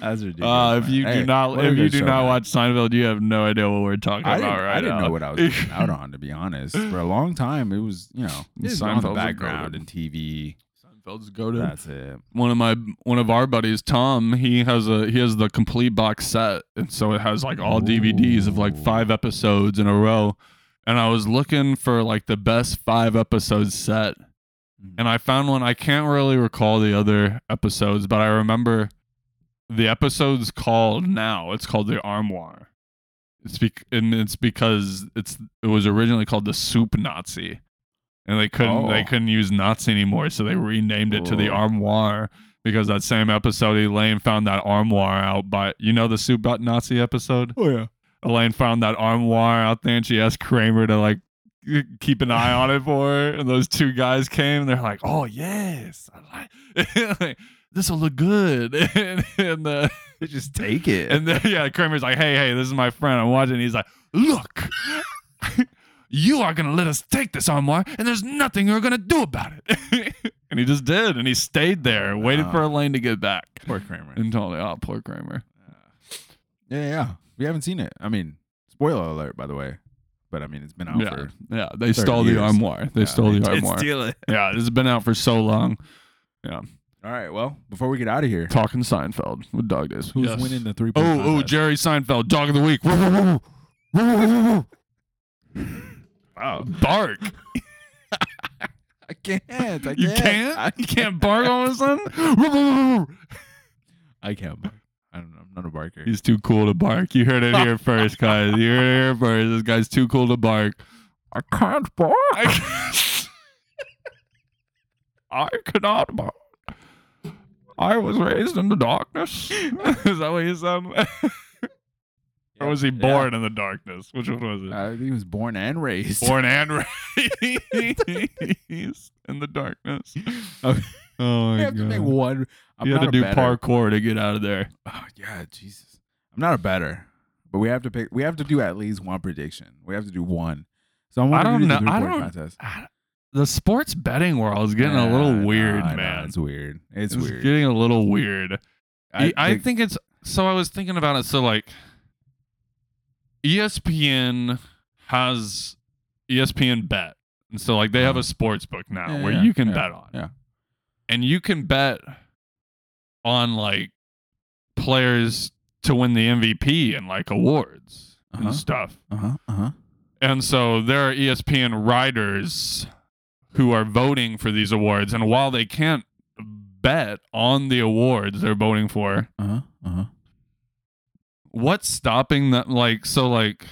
Speaker 2: That's ridiculous.
Speaker 1: Uh, if
Speaker 2: man.
Speaker 1: you
Speaker 2: Hey,
Speaker 1: do not
Speaker 2: what a
Speaker 1: if you
Speaker 2: good
Speaker 1: do
Speaker 2: show,
Speaker 1: not
Speaker 2: man.
Speaker 1: watch Seinfeld, you have no idea what we're talking
Speaker 2: I
Speaker 1: about
Speaker 2: didn't,
Speaker 1: right
Speaker 2: I didn't
Speaker 1: now.
Speaker 2: know what I was getting out on, to be honest. For a long time, it was, you know, it's on
Speaker 1: Seinfeld's
Speaker 2: the
Speaker 1: a
Speaker 2: background
Speaker 1: golden.
Speaker 2: and TV.
Speaker 1: Seinfeld's goaded.
Speaker 2: That's it.
Speaker 1: one of my one of our buddies, Tom, he has a he has the complete box set, and so it has like all DVDs of like
Speaker 2: Ooh.
Speaker 1: five episodes in a row. And I was looking for like the best five episodes set, and I found one. I can't really recall the other episodes, but I remember the episode's called now. It's called the Armoire. It's bec- and it's because it's it was originally called the Soup Nazi, and they couldn't they
Speaker 2: Oh.
Speaker 1: couldn't use Nazi anymore, so they renamed it to the
Speaker 2: Ooh.
Speaker 1: Armoire because that same episode Elaine found that armoire out by you know the Soup Nazi episode.
Speaker 2: oh, yeah.
Speaker 1: Elaine found that armoire out there and she asked Kramer to like keep an eye on it for her. And those two guys came and they're like, oh, yes. I like- like, this will look good. and, and, uh,
Speaker 2: Just take it.
Speaker 1: and then, yeah, Kramer's like, hey, hey, this is my friend. I'm watching. He's like, look, you are going to let us take this armoire and there's nothing you're going to do about it. and he just did. And he stayed there, waited for
Speaker 2: Wow.
Speaker 1: Elaine to get back.
Speaker 2: Poor Kramer.
Speaker 1: And totally, oh, poor Kramer.
Speaker 2: yeah, yeah, yeah. We haven't seen it. I mean, spoiler alert, by the way. But I mean, it's been out
Speaker 1: Yeah,
Speaker 2: for.
Speaker 1: yeah. They
Speaker 2: 30
Speaker 1: stole
Speaker 2: years.
Speaker 1: the armoire. They
Speaker 2: Yeah,
Speaker 1: stole
Speaker 2: they
Speaker 1: the
Speaker 2: did
Speaker 1: armoire.
Speaker 2: steal it.
Speaker 1: Yeah, this has been out for so long.
Speaker 2: All right. Well, before we get out of here,
Speaker 1: Talking Seinfeld with Dog Days.
Speaker 2: who's
Speaker 1: Yes.
Speaker 2: winning the three
Speaker 1: Oh,
Speaker 2: point
Speaker 1: oh,
Speaker 2: contest?
Speaker 1: Jerry Seinfeld, Dog of the Week. Woo, woo, woo, woo. Woo, woo, woo, woo.
Speaker 2: Wow.
Speaker 1: Bark.
Speaker 2: I can't. I can't.
Speaker 1: You can't. You can't bark all of a sudden. Woo, woo, woo, woo.
Speaker 2: I can't. bark. I don't know. I'm not a barker.
Speaker 1: He's too cool to bark. You heard it here first, guys. You heard it here first. This guy's too cool to bark. I can't bark. I cannot bark. I was raised in the darkness. Is that what he said? Or was he
Speaker 2: Yeah. Uh,
Speaker 1: born in the darkness? Which one was it?
Speaker 2: I think he was born and raised.
Speaker 1: Born and raised in the darkness.
Speaker 2: Oh.
Speaker 1: Oh
Speaker 2: I
Speaker 1: my
Speaker 2: have to make
Speaker 1: god!
Speaker 2: one. I'm
Speaker 1: You had
Speaker 2: not
Speaker 1: to
Speaker 2: a
Speaker 1: do
Speaker 2: better.
Speaker 1: parkour to get out of there.
Speaker 2: Oh, yeah, Jesus. I'm not a better, but we have to pick. We have to do at least one prediction. We have to do one. So I'm
Speaker 1: I don't
Speaker 2: do the
Speaker 1: know- I
Speaker 2: three-point
Speaker 1: don't-
Speaker 2: Contest.
Speaker 1: The sports betting world is getting a
Speaker 2: Nah,
Speaker 1: little weird,
Speaker 2: nah, nah,
Speaker 1: man.
Speaker 2: it's weird. It's, weird.
Speaker 1: getting a little weird. E, I, I
Speaker 2: think-
Speaker 1: think it's so. I was thinking about it. So like, E ESPN has E ESPN Bet, and so like they have a sports book now
Speaker 2: Uh-huh. Yeah,
Speaker 1: where
Speaker 2: yeah,
Speaker 1: you can
Speaker 2: yeah,
Speaker 1: bet on.
Speaker 2: yeah.
Speaker 1: and you can bet on like players to win the MVP and like awards
Speaker 2: Uh-huh.
Speaker 1: and stuff.
Speaker 2: Uh-huh, uh-huh.
Speaker 1: And so there are E ESPN writers who are voting for these awards. And while they can't bet on the awards they're voting for,
Speaker 2: Uh-huh. Uh-huh.
Speaker 1: what's stopping that? Like, so, like,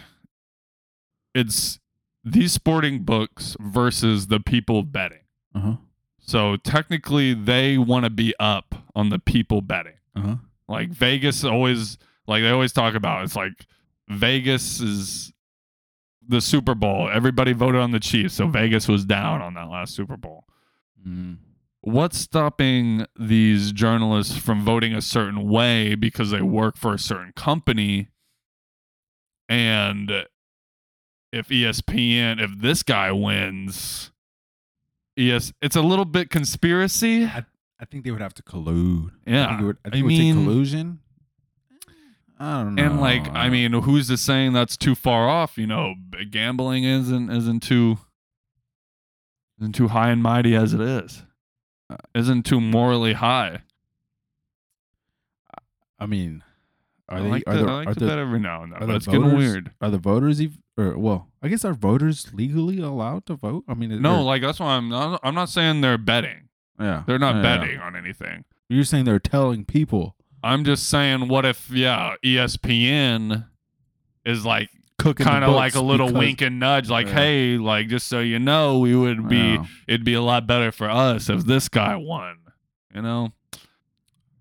Speaker 1: it's these sporting books versus the people betting.
Speaker 2: Uh-huh.
Speaker 1: So technically, they want to be up on the people betting.
Speaker 2: Uh-huh.
Speaker 1: Like Vegas always like they always talk about it's like Vegas is the Super Bowl. Everybody voted on the Chiefs, so Vegas was down on that last Super Bowl.
Speaker 2: Mm.
Speaker 1: What's stopping these journalists from voting a certain way because they work for a certain company? And if E ESPN, if this guy wins, yes, it's a little bit conspiracy.
Speaker 2: I think they would have to collude. I think
Speaker 1: Yeah.
Speaker 2: it would, I think
Speaker 1: I
Speaker 2: it would take
Speaker 1: mean-
Speaker 2: collusion. I don't know.
Speaker 1: and like
Speaker 2: don't
Speaker 1: i mean who's to saying that's too far off you know b- gambling isn't isn't too isn't too high and mighty as it is Uh, isn't too morally high
Speaker 2: I mean, Are
Speaker 1: I
Speaker 2: they?
Speaker 1: like
Speaker 2: are
Speaker 1: to,
Speaker 2: the,
Speaker 1: I like
Speaker 2: are
Speaker 1: to
Speaker 2: the,
Speaker 1: bet every now and then. But
Speaker 2: are the
Speaker 1: it's getting
Speaker 2: voters-
Speaker 1: weird.
Speaker 2: are the voters? Ev- or well, I guess are voters legally allowed to vote? I mean,
Speaker 1: No,
Speaker 2: or-
Speaker 1: like that's why I'm not. I'm not saying they're betting.
Speaker 2: yeah,
Speaker 1: They're not
Speaker 2: yeah, yeah.
Speaker 1: betting on anything.
Speaker 2: You're saying they're telling people
Speaker 1: I'm just saying, what if yeah, E ESPN is like
Speaker 2: cooking the
Speaker 1: kind of like
Speaker 2: books
Speaker 1: a little
Speaker 2: because-
Speaker 1: wink and nudge, like
Speaker 2: Yeah.
Speaker 1: hey, like just so you know, we would be
Speaker 2: Yeah.
Speaker 1: it'd be a lot better for us if this guy won. You know,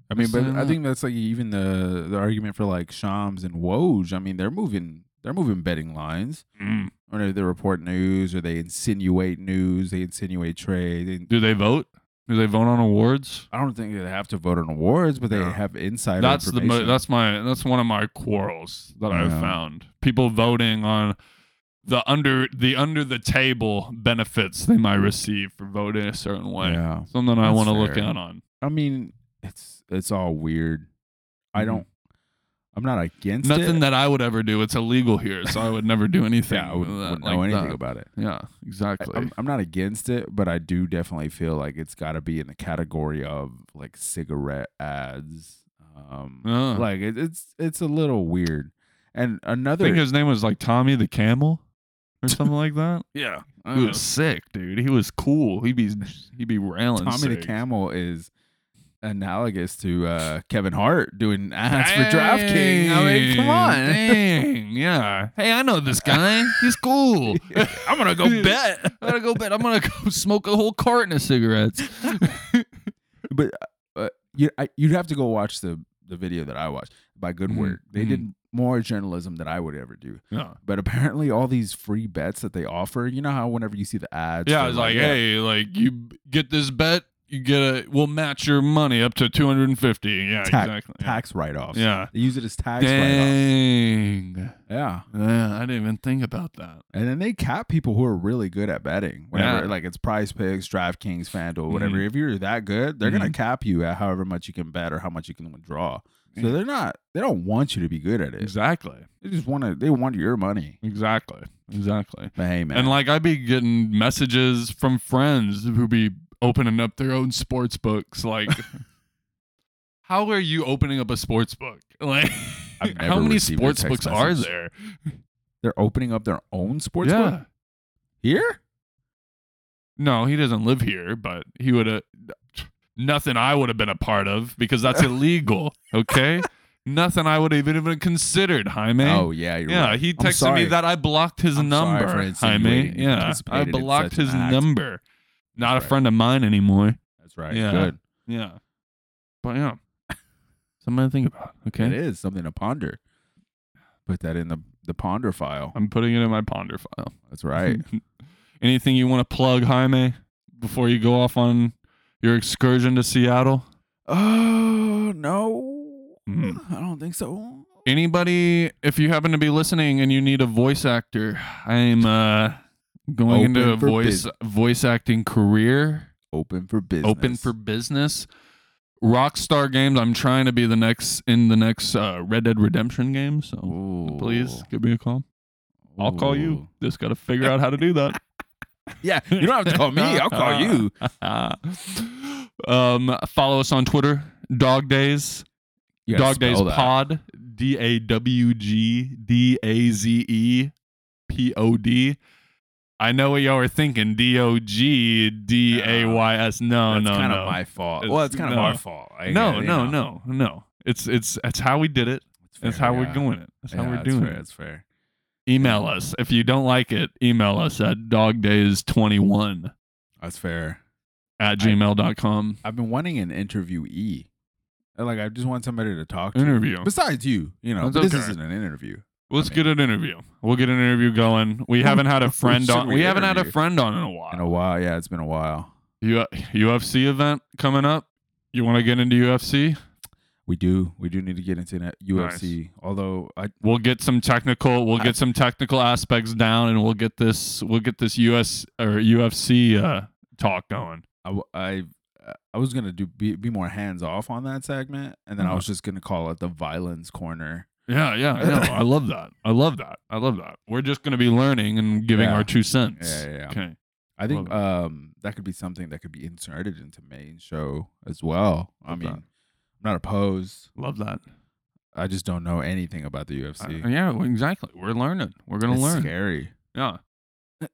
Speaker 2: I mean, but
Speaker 1: Saying
Speaker 2: I
Speaker 1: that.
Speaker 2: think that's like even the the argument for like Shams and Woj. I mean, they're moving they're moving betting lines.
Speaker 1: Mm.
Speaker 2: Or they report news, or they insinuate news, they insinuate trade. They,
Speaker 1: do they vote? Do they vote on awards?
Speaker 2: I don't think they have to vote on awards, but they
Speaker 1: No.
Speaker 2: have insider
Speaker 1: that's the mo-
Speaker 2: information.
Speaker 1: that's my that's one of my quarrels that I've
Speaker 2: Yeah.
Speaker 1: found. People voting on the under the under the table benefits they might receive for voting a certain way.
Speaker 2: yeah.
Speaker 1: Something I
Speaker 2: That's
Speaker 1: want to look
Speaker 2: fair.
Speaker 1: out on.
Speaker 2: I mean, it's it's all weird. I
Speaker 1: Mhm.
Speaker 2: don't. I'm not against
Speaker 1: Nothing
Speaker 2: it.
Speaker 1: that I would ever do. It's illegal here, so I would never do anything.
Speaker 2: yeah, I wouldn't,
Speaker 1: that-
Speaker 2: wouldn't
Speaker 1: like
Speaker 2: know anything
Speaker 1: that.
Speaker 2: about it.
Speaker 1: Yeah, exactly.
Speaker 2: I'm, I'm not against it, but I do definitely feel like it's got to be in the category of like cigarette ads. Um,
Speaker 1: Uh,
Speaker 2: Like it, it's it's a little weird. And
Speaker 1: I think
Speaker 2: another,
Speaker 1: his name was like Tommy the Camel or something like that.
Speaker 2: yeah, uh,
Speaker 1: He was sick, dude. He was cool. He'd be he'd be railing.
Speaker 2: Tommy the
Speaker 1: sick.
Speaker 2: Camel is analogous to uh, Kevin Hart doing ads for
Speaker 1: Dang,
Speaker 2: DraftKings. I mean, come on,
Speaker 1: Dang. Yeah. Hey, I know this guy. He's cool.
Speaker 2: I'm gonna go bet.
Speaker 1: I'm gonna go bet. I'm gonna go smoke a whole carton of cigarettes.
Speaker 2: But uh, you I, you'd have to go watch the the video that I watched by Good
Speaker 1: Mhm,
Speaker 2: Word. They
Speaker 1: mhm.
Speaker 2: did more journalism than I would ever do.
Speaker 1: Yeah.
Speaker 2: But apparently, all these free bets that they offer, you know how whenever you see the ads,
Speaker 1: Yeah.
Speaker 2: they're
Speaker 1: It's like, hey, like you b- get this bet, you get a. We'll match your money up to 250. Yeah.
Speaker 2: Tax-
Speaker 1: exactly. Yeah.
Speaker 2: tax write offs.
Speaker 1: Yeah.
Speaker 2: They use it as tax write offs.
Speaker 1: Dang.
Speaker 2: Yeah.
Speaker 1: Yeah, I didn't even think about that.
Speaker 2: And then they cap people who are really good at betting. Whenever,
Speaker 1: Yeah.
Speaker 2: like it's prize picks, DraftKings, FanDuel, whatever.
Speaker 1: Mhm.
Speaker 2: If you're that good, they're
Speaker 1: Mm-hmm.
Speaker 2: going to cap you at however much you can bet or how much you can withdraw. So
Speaker 1: Yeah.
Speaker 2: they're not, they don't want you to be good at it.
Speaker 1: Exactly.
Speaker 2: They just want to, they want your money.
Speaker 1: Exactly. Exactly.
Speaker 2: But hey, man.
Speaker 1: And like I'd be getting messages from friends who be opening up their own sports books. Like, how are you opening up a sports book? Like,
Speaker 2: I've never
Speaker 1: how many
Speaker 2: received a
Speaker 1: sports
Speaker 2: text
Speaker 1: books are
Speaker 2: message.
Speaker 1: there?
Speaker 2: they're opening up their own sports
Speaker 1: yeah.
Speaker 2: book here?
Speaker 1: No, he doesn't live here, but he would have nothing I would have been a part of because that's illegal. Okay. nothing I would have even considered, Jaime.
Speaker 2: Oh, yeah. You're
Speaker 1: yeah,
Speaker 2: right.
Speaker 1: he
Speaker 2: I'm
Speaker 1: texted
Speaker 2: sorry.
Speaker 1: me that I blocked his
Speaker 2: I'm sorry
Speaker 1: number,
Speaker 2: for
Speaker 1: Jaime.
Speaker 2: insinuating you
Speaker 1: Yeah, I
Speaker 2: participated in
Speaker 1: blocked
Speaker 2: such an
Speaker 1: his
Speaker 2: act.
Speaker 1: number. Not a
Speaker 2: Right.
Speaker 1: friend of mine anymore.
Speaker 2: That's right.
Speaker 1: Yeah.
Speaker 2: Good.
Speaker 1: Yeah. But yeah. Something to think about.
Speaker 2: It
Speaker 1: Okay.
Speaker 2: is something to ponder. Put that in the the ponder file.
Speaker 1: I'm putting it in my ponder file.
Speaker 2: That's
Speaker 1: mm-hmm.
Speaker 2: right.
Speaker 1: Anything you want to plug, Jaime, before you go off on your excursion to Seattle?
Speaker 2: oh no,
Speaker 1: Mm.
Speaker 2: I don't think so.
Speaker 1: Anybody, if you happen to be listening and you need a voice actor, I'm uh, going
Speaker 2: Open
Speaker 1: into a
Speaker 2: for
Speaker 1: voice voice acting career.
Speaker 2: Open for business.
Speaker 1: Open for business. Rockstar Games. I'm trying to be the next in the next uh, Red Dead Redemption game. So
Speaker 2: Ooh.
Speaker 1: please give me a call. I'll call you. Just got to figure out how to do that.
Speaker 2: Ooh. Yeah, you don't have to call me. I'll call you.
Speaker 1: Ah. um, follow us on Twitter, Dog Days,
Speaker 2: You gotta
Speaker 1: Dog Days
Speaker 2: spell that.
Speaker 1: Pod, D A W G D A Z E P O D. I know what y'all are thinking, D O G D A Y S. No,
Speaker 2: That's
Speaker 1: no,
Speaker 2: kind
Speaker 1: no.
Speaker 2: of my fault.
Speaker 1: It's-
Speaker 2: well, it's kind of
Speaker 1: no.
Speaker 2: our fault. I-
Speaker 1: no,
Speaker 2: you
Speaker 1: no,
Speaker 2: know.
Speaker 1: no, no. It's it's it's how we did it. It's
Speaker 2: fair,
Speaker 1: how we're
Speaker 2: yeah.
Speaker 1: doing it. That's how
Speaker 2: Yeah,
Speaker 1: we're
Speaker 2: it's
Speaker 1: doing
Speaker 2: fair,
Speaker 1: it.
Speaker 2: It's fair.
Speaker 1: Email us if you don't like it. Email us at dogdays21
Speaker 2: That's fair.
Speaker 1: at gmail.com.
Speaker 2: I've been wanting an interviewee. Like I just want somebody to talk to.
Speaker 1: Interview.
Speaker 2: Besides you, you know,
Speaker 1: That's
Speaker 2: but this
Speaker 1: okay.
Speaker 2: isn't an interview.
Speaker 1: Let's
Speaker 2: I Hmm.
Speaker 1: get an interview. We'll get an interview going. We haven't had a friend
Speaker 2: Should
Speaker 1: on.
Speaker 2: we
Speaker 1: We haven't had a
Speaker 2: interview?
Speaker 1: friend on in a
Speaker 2: In a
Speaker 1: while.
Speaker 2: while, yeah, it's been a while.
Speaker 1: U- UFC event coming up. You want to get into UFC?
Speaker 2: We do. We do need to get into that UFC. Although I
Speaker 1: We'll get some technical. We'll get some technical aspects down, and we'll get this. We'll get this US or UFC uh, talk going.
Speaker 2: I w- I, I was gonna do be, be more hands off on that segment, and then I
Speaker 1: Uh-huh.
Speaker 2: was just gonna call it the violence corner.
Speaker 1: Yeah, yeah, I know. I love that. I love that. I love that. We're just going to be learning and giving
Speaker 2: Yeah.
Speaker 1: our two cents.
Speaker 2: Yeah, yeah, yeah.
Speaker 1: Okay.
Speaker 2: I think
Speaker 1: Love
Speaker 2: um that could be something that could be inserted into main show as well. I
Speaker 1: Love
Speaker 2: mean,
Speaker 1: that.
Speaker 2: I'm not opposed.
Speaker 1: Love that.
Speaker 2: I just don't know anything about the UFC.
Speaker 1: Uh, yeah, well, exactly. We're learning. We're gonna
Speaker 2: it's
Speaker 1: learn.
Speaker 2: scary.
Speaker 1: Yeah,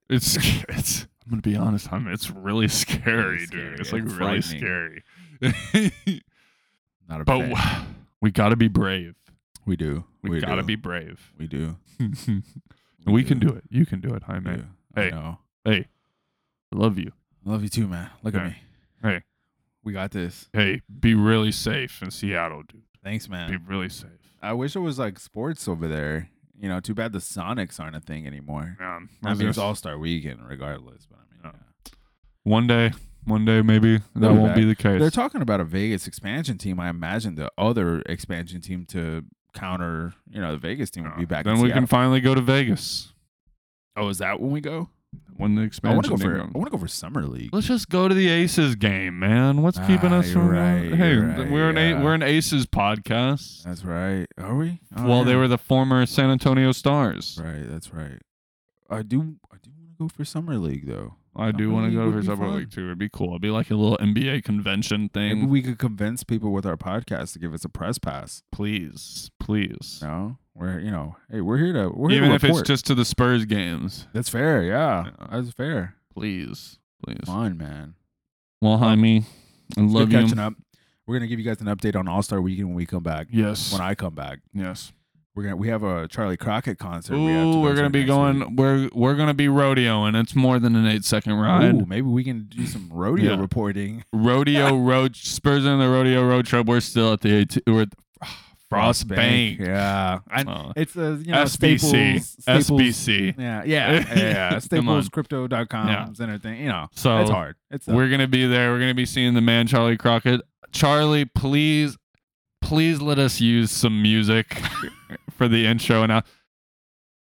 Speaker 1: it's sc- it's. I'm gonna be honest. I'm. It's really scary,
Speaker 2: scary,
Speaker 1: dude. It's
Speaker 2: yeah,
Speaker 1: like really
Speaker 2: frightening.
Speaker 1: scary.
Speaker 2: Not a
Speaker 1: but
Speaker 2: fan.
Speaker 1: w- we gotta be brave.
Speaker 2: we do.
Speaker 1: We, gotta
Speaker 2: do.
Speaker 1: be brave.
Speaker 2: We do.
Speaker 1: we can do it. You can do it,
Speaker 2: We
Speaker 1: Jaime.
Speaker 2: do. I
Speaker 1: Hey.
Speaker 2: know.
Speaker 1: Hey, I love you.
Speaker 2: Love you too, man. Look at
Speaker 1: Yeah.
Speaker 2: me.
Speaker 1: Hey.
Speaker 2: We got this.
Speaker 1: Hey, be really safe in Seattle, dude.
Speaker 2: Thanks,
Speaker 1: Be
Speaker 2: man.
Speaker 1: really safe.
Speaker 2: I wish there was like sports over there. You know, too bad the Sonics aren't a thing anymore.
Speaker 1: Um,
Speaker 2: I mean, it's
Speaker 1: just-
Speaker 2: All Star Weekend, regardless. But I mean,
Speaker 1: Yeah.
Speaker 2: yeah.
Speaker 1: one day, one day maybe that
Speaker 2: They'll be
Speaker 1: won't be the
Speaker 2: They're
Speaker 1: case.
Speaker 2: talking about a Vegas expansion team. I imagine the other expansion team to counter, you know, the Vegas team would
Speaker 1: Uh,
Speaker 2: be back.
Speaker 1: then
Speaker 2: in
Speaker 1: we
Speaker 2: Seattle.
Speaker 1: can finally go to Vegas
Speaker 2: Oh, is that when we go?
Speaker 1: when the
Speaker 2: I
Speaker 1: expansion.
Speaker 2: want to go for.
Speaker 1: team
Speaker 2: I
Speaker 1: comes.
Speaker 2: want to go for summer league.
Speaker 1: Let's just go to the Aces game, man. What's keeping
Speaker 2: Ah,
Speaker 1: us from? uh,
Speaker 2: you're right,
Speaker 1: hey,
Speaker 2: you're
Speaker 1: th-
Speaker 2: right,
Speaker 1: we're an
Speaker 2: yeah.
Speaker 1: a- we're an Aces podcast.
Speaker 2: That's right. Are we? Oh,
Speaker 1: well, they
Speaker 2: yeah.
Speaker 1: were the former San Antonio Stars.
Speaker 2: Right. That's right. I do. I do want to go for summer league though.
Speaker 1: I do
Speaker 2: Summer
Speaker 1: want to
Speaker 2: league
Speaker 1: go
Speaker 2: would
Speaker 1: for
Speaker 2: be
Speaker 1: Super
Speaker 2: fun.
Speaker 1: League too. It'd be cool. It'd be like a little NBA convention thing.
Speaker 2: Maybe we could convince people with our podcast to give us a press pass.
Speaker 1: please, please.
Speaker 2: No, we're you know, hey, we're here to we're here
Speaker 1: Even
Speaker 2: to
Speaker 1: if it's
Speaker 2: report.
Speaker 1: just to the Spurs games,
Speaker 2: that's fair. Yeah,
Speaker 1: Yeah.
Speaker 2: that's fair.
Speaker 1: please, please.
Speaker 2: Fun man.
Speaker 1: Well, Jaime, I
Speaker 2: Good
Speaker 1: love you.
Speaker 2: catching up. We're gonna give you guys an update on All Star Weekend when we come back.
Speaker 1: Yes.
Speaker 2: When I come back,
Speaker 1: yes.
Speaker 2: we're gonna we have a Charlie Crockett concert. we have to
Speaker 1: Ooh,
Speaker 2: go
Speaker 1: we're
Speaker 2: to
Speaker 1: gonna be
Speaker 2: next
Speaker 1: going.
Speaker 2: week.
Speaker 1: We're we're gonna be rodeoing. It's more than an eight second ride.
Speaker 2: Ooh, maybe we can do some rodeo
Speaker 1: Yeah.
Speaker 2: reporting.
Speaker 1: rodeo road Spurs in the rodeo road trip. We're still at the AT, we're at Frost Bank.
Speaker 2: Yeah. I,
Speaker 1: Oh.
Speaker 2: it's a you know
Speaker 1: SBC,
Speaker 2: Staples, Staples-
Speaker 1: SBC.
Speaker 2: Yeah, yeah, yeah. yeah.
Speaker 1: Come
Speaker 2: Staples
Speaker 1: on.
Speaker 2: crypto.com
Speaker 1: Yeah.
Speaker 2: and everything. You know,
Speaker 1: So
Speaker 2: it's hard. It's tough.
Speaker 1: we're gonna be there. We're gonna be seeing the man Charlie Crockett. Charlie, please, please let us use some music for the intro and out.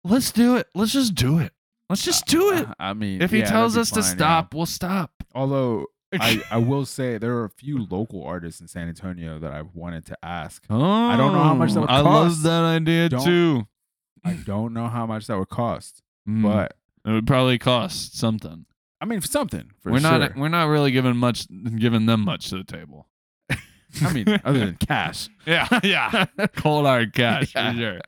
Speaker 1: Let's do it. Let's just do it. Let's just do it.
Speaker 2: I mean,
Speaker 1: If he
Speaker 2: Uh, yeah,
Speaker 1: tells
Speaker 2: that'd
Speaker 1: us
Speaker 2: be
Speaker 1: to
Speaker 2: fine, yeah.
Speaker 1: stop, we'll stop.
Speaker 2: although I, I will say there are a few local artists in San Antonio that I wanted to ask.
Speaker 1: Oh,
Speaker 2: don't know how much that would
Speaker 1: I
Speaker 2: cost.
Speaker 1: love that idea
Speaker 2: Don't-
Speaker 1: too.
Speaker 2: I don't know how much that would cost,
Speaker 1: Mm,
Speaker 2: but
Speaker 1: it would probably cost something.
Speaker 2: I mean, something for
Speaker 1: we're
Speaker 2: sure.
Speaker 1: not we're not really giving much giving them much to the table.
Speaker 2: I mean, other than cash,
Speaker 1: Yeah, yeah, cold hard cash
Speaker 2: Yeah.
Speaker 1: for sure.
Speaker 2: Yeah.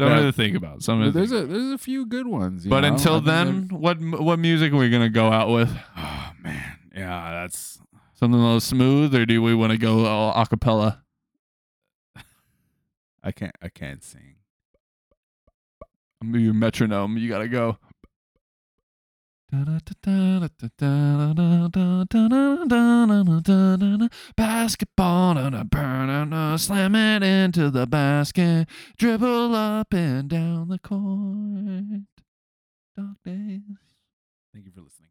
Speaker 1: Something to think about. Something.
Speaker 2: But
Speaker 1: to
Speaker 2: there's
Speaker 1: think
Speaker 2: a there's a few good ones. you
Speaker 1: about. But
Speaker 2: know? I
Speaker 1: until
Speaker 2: think there-
Speaker 1: then, what m- what music are we gonna go out with?
Speaker 2: oh man, yeah, that's
Speaker 1: Something a little smooth, or do we want to go all acapella?
Speaker 2: I can't I can't sing.
Speaker 1: I'm your metronome. You gotta go. Basketball and a burn and a slam it into the basket, dribble up and down the court. Dog days.
Speaker 2: Thank you for listening.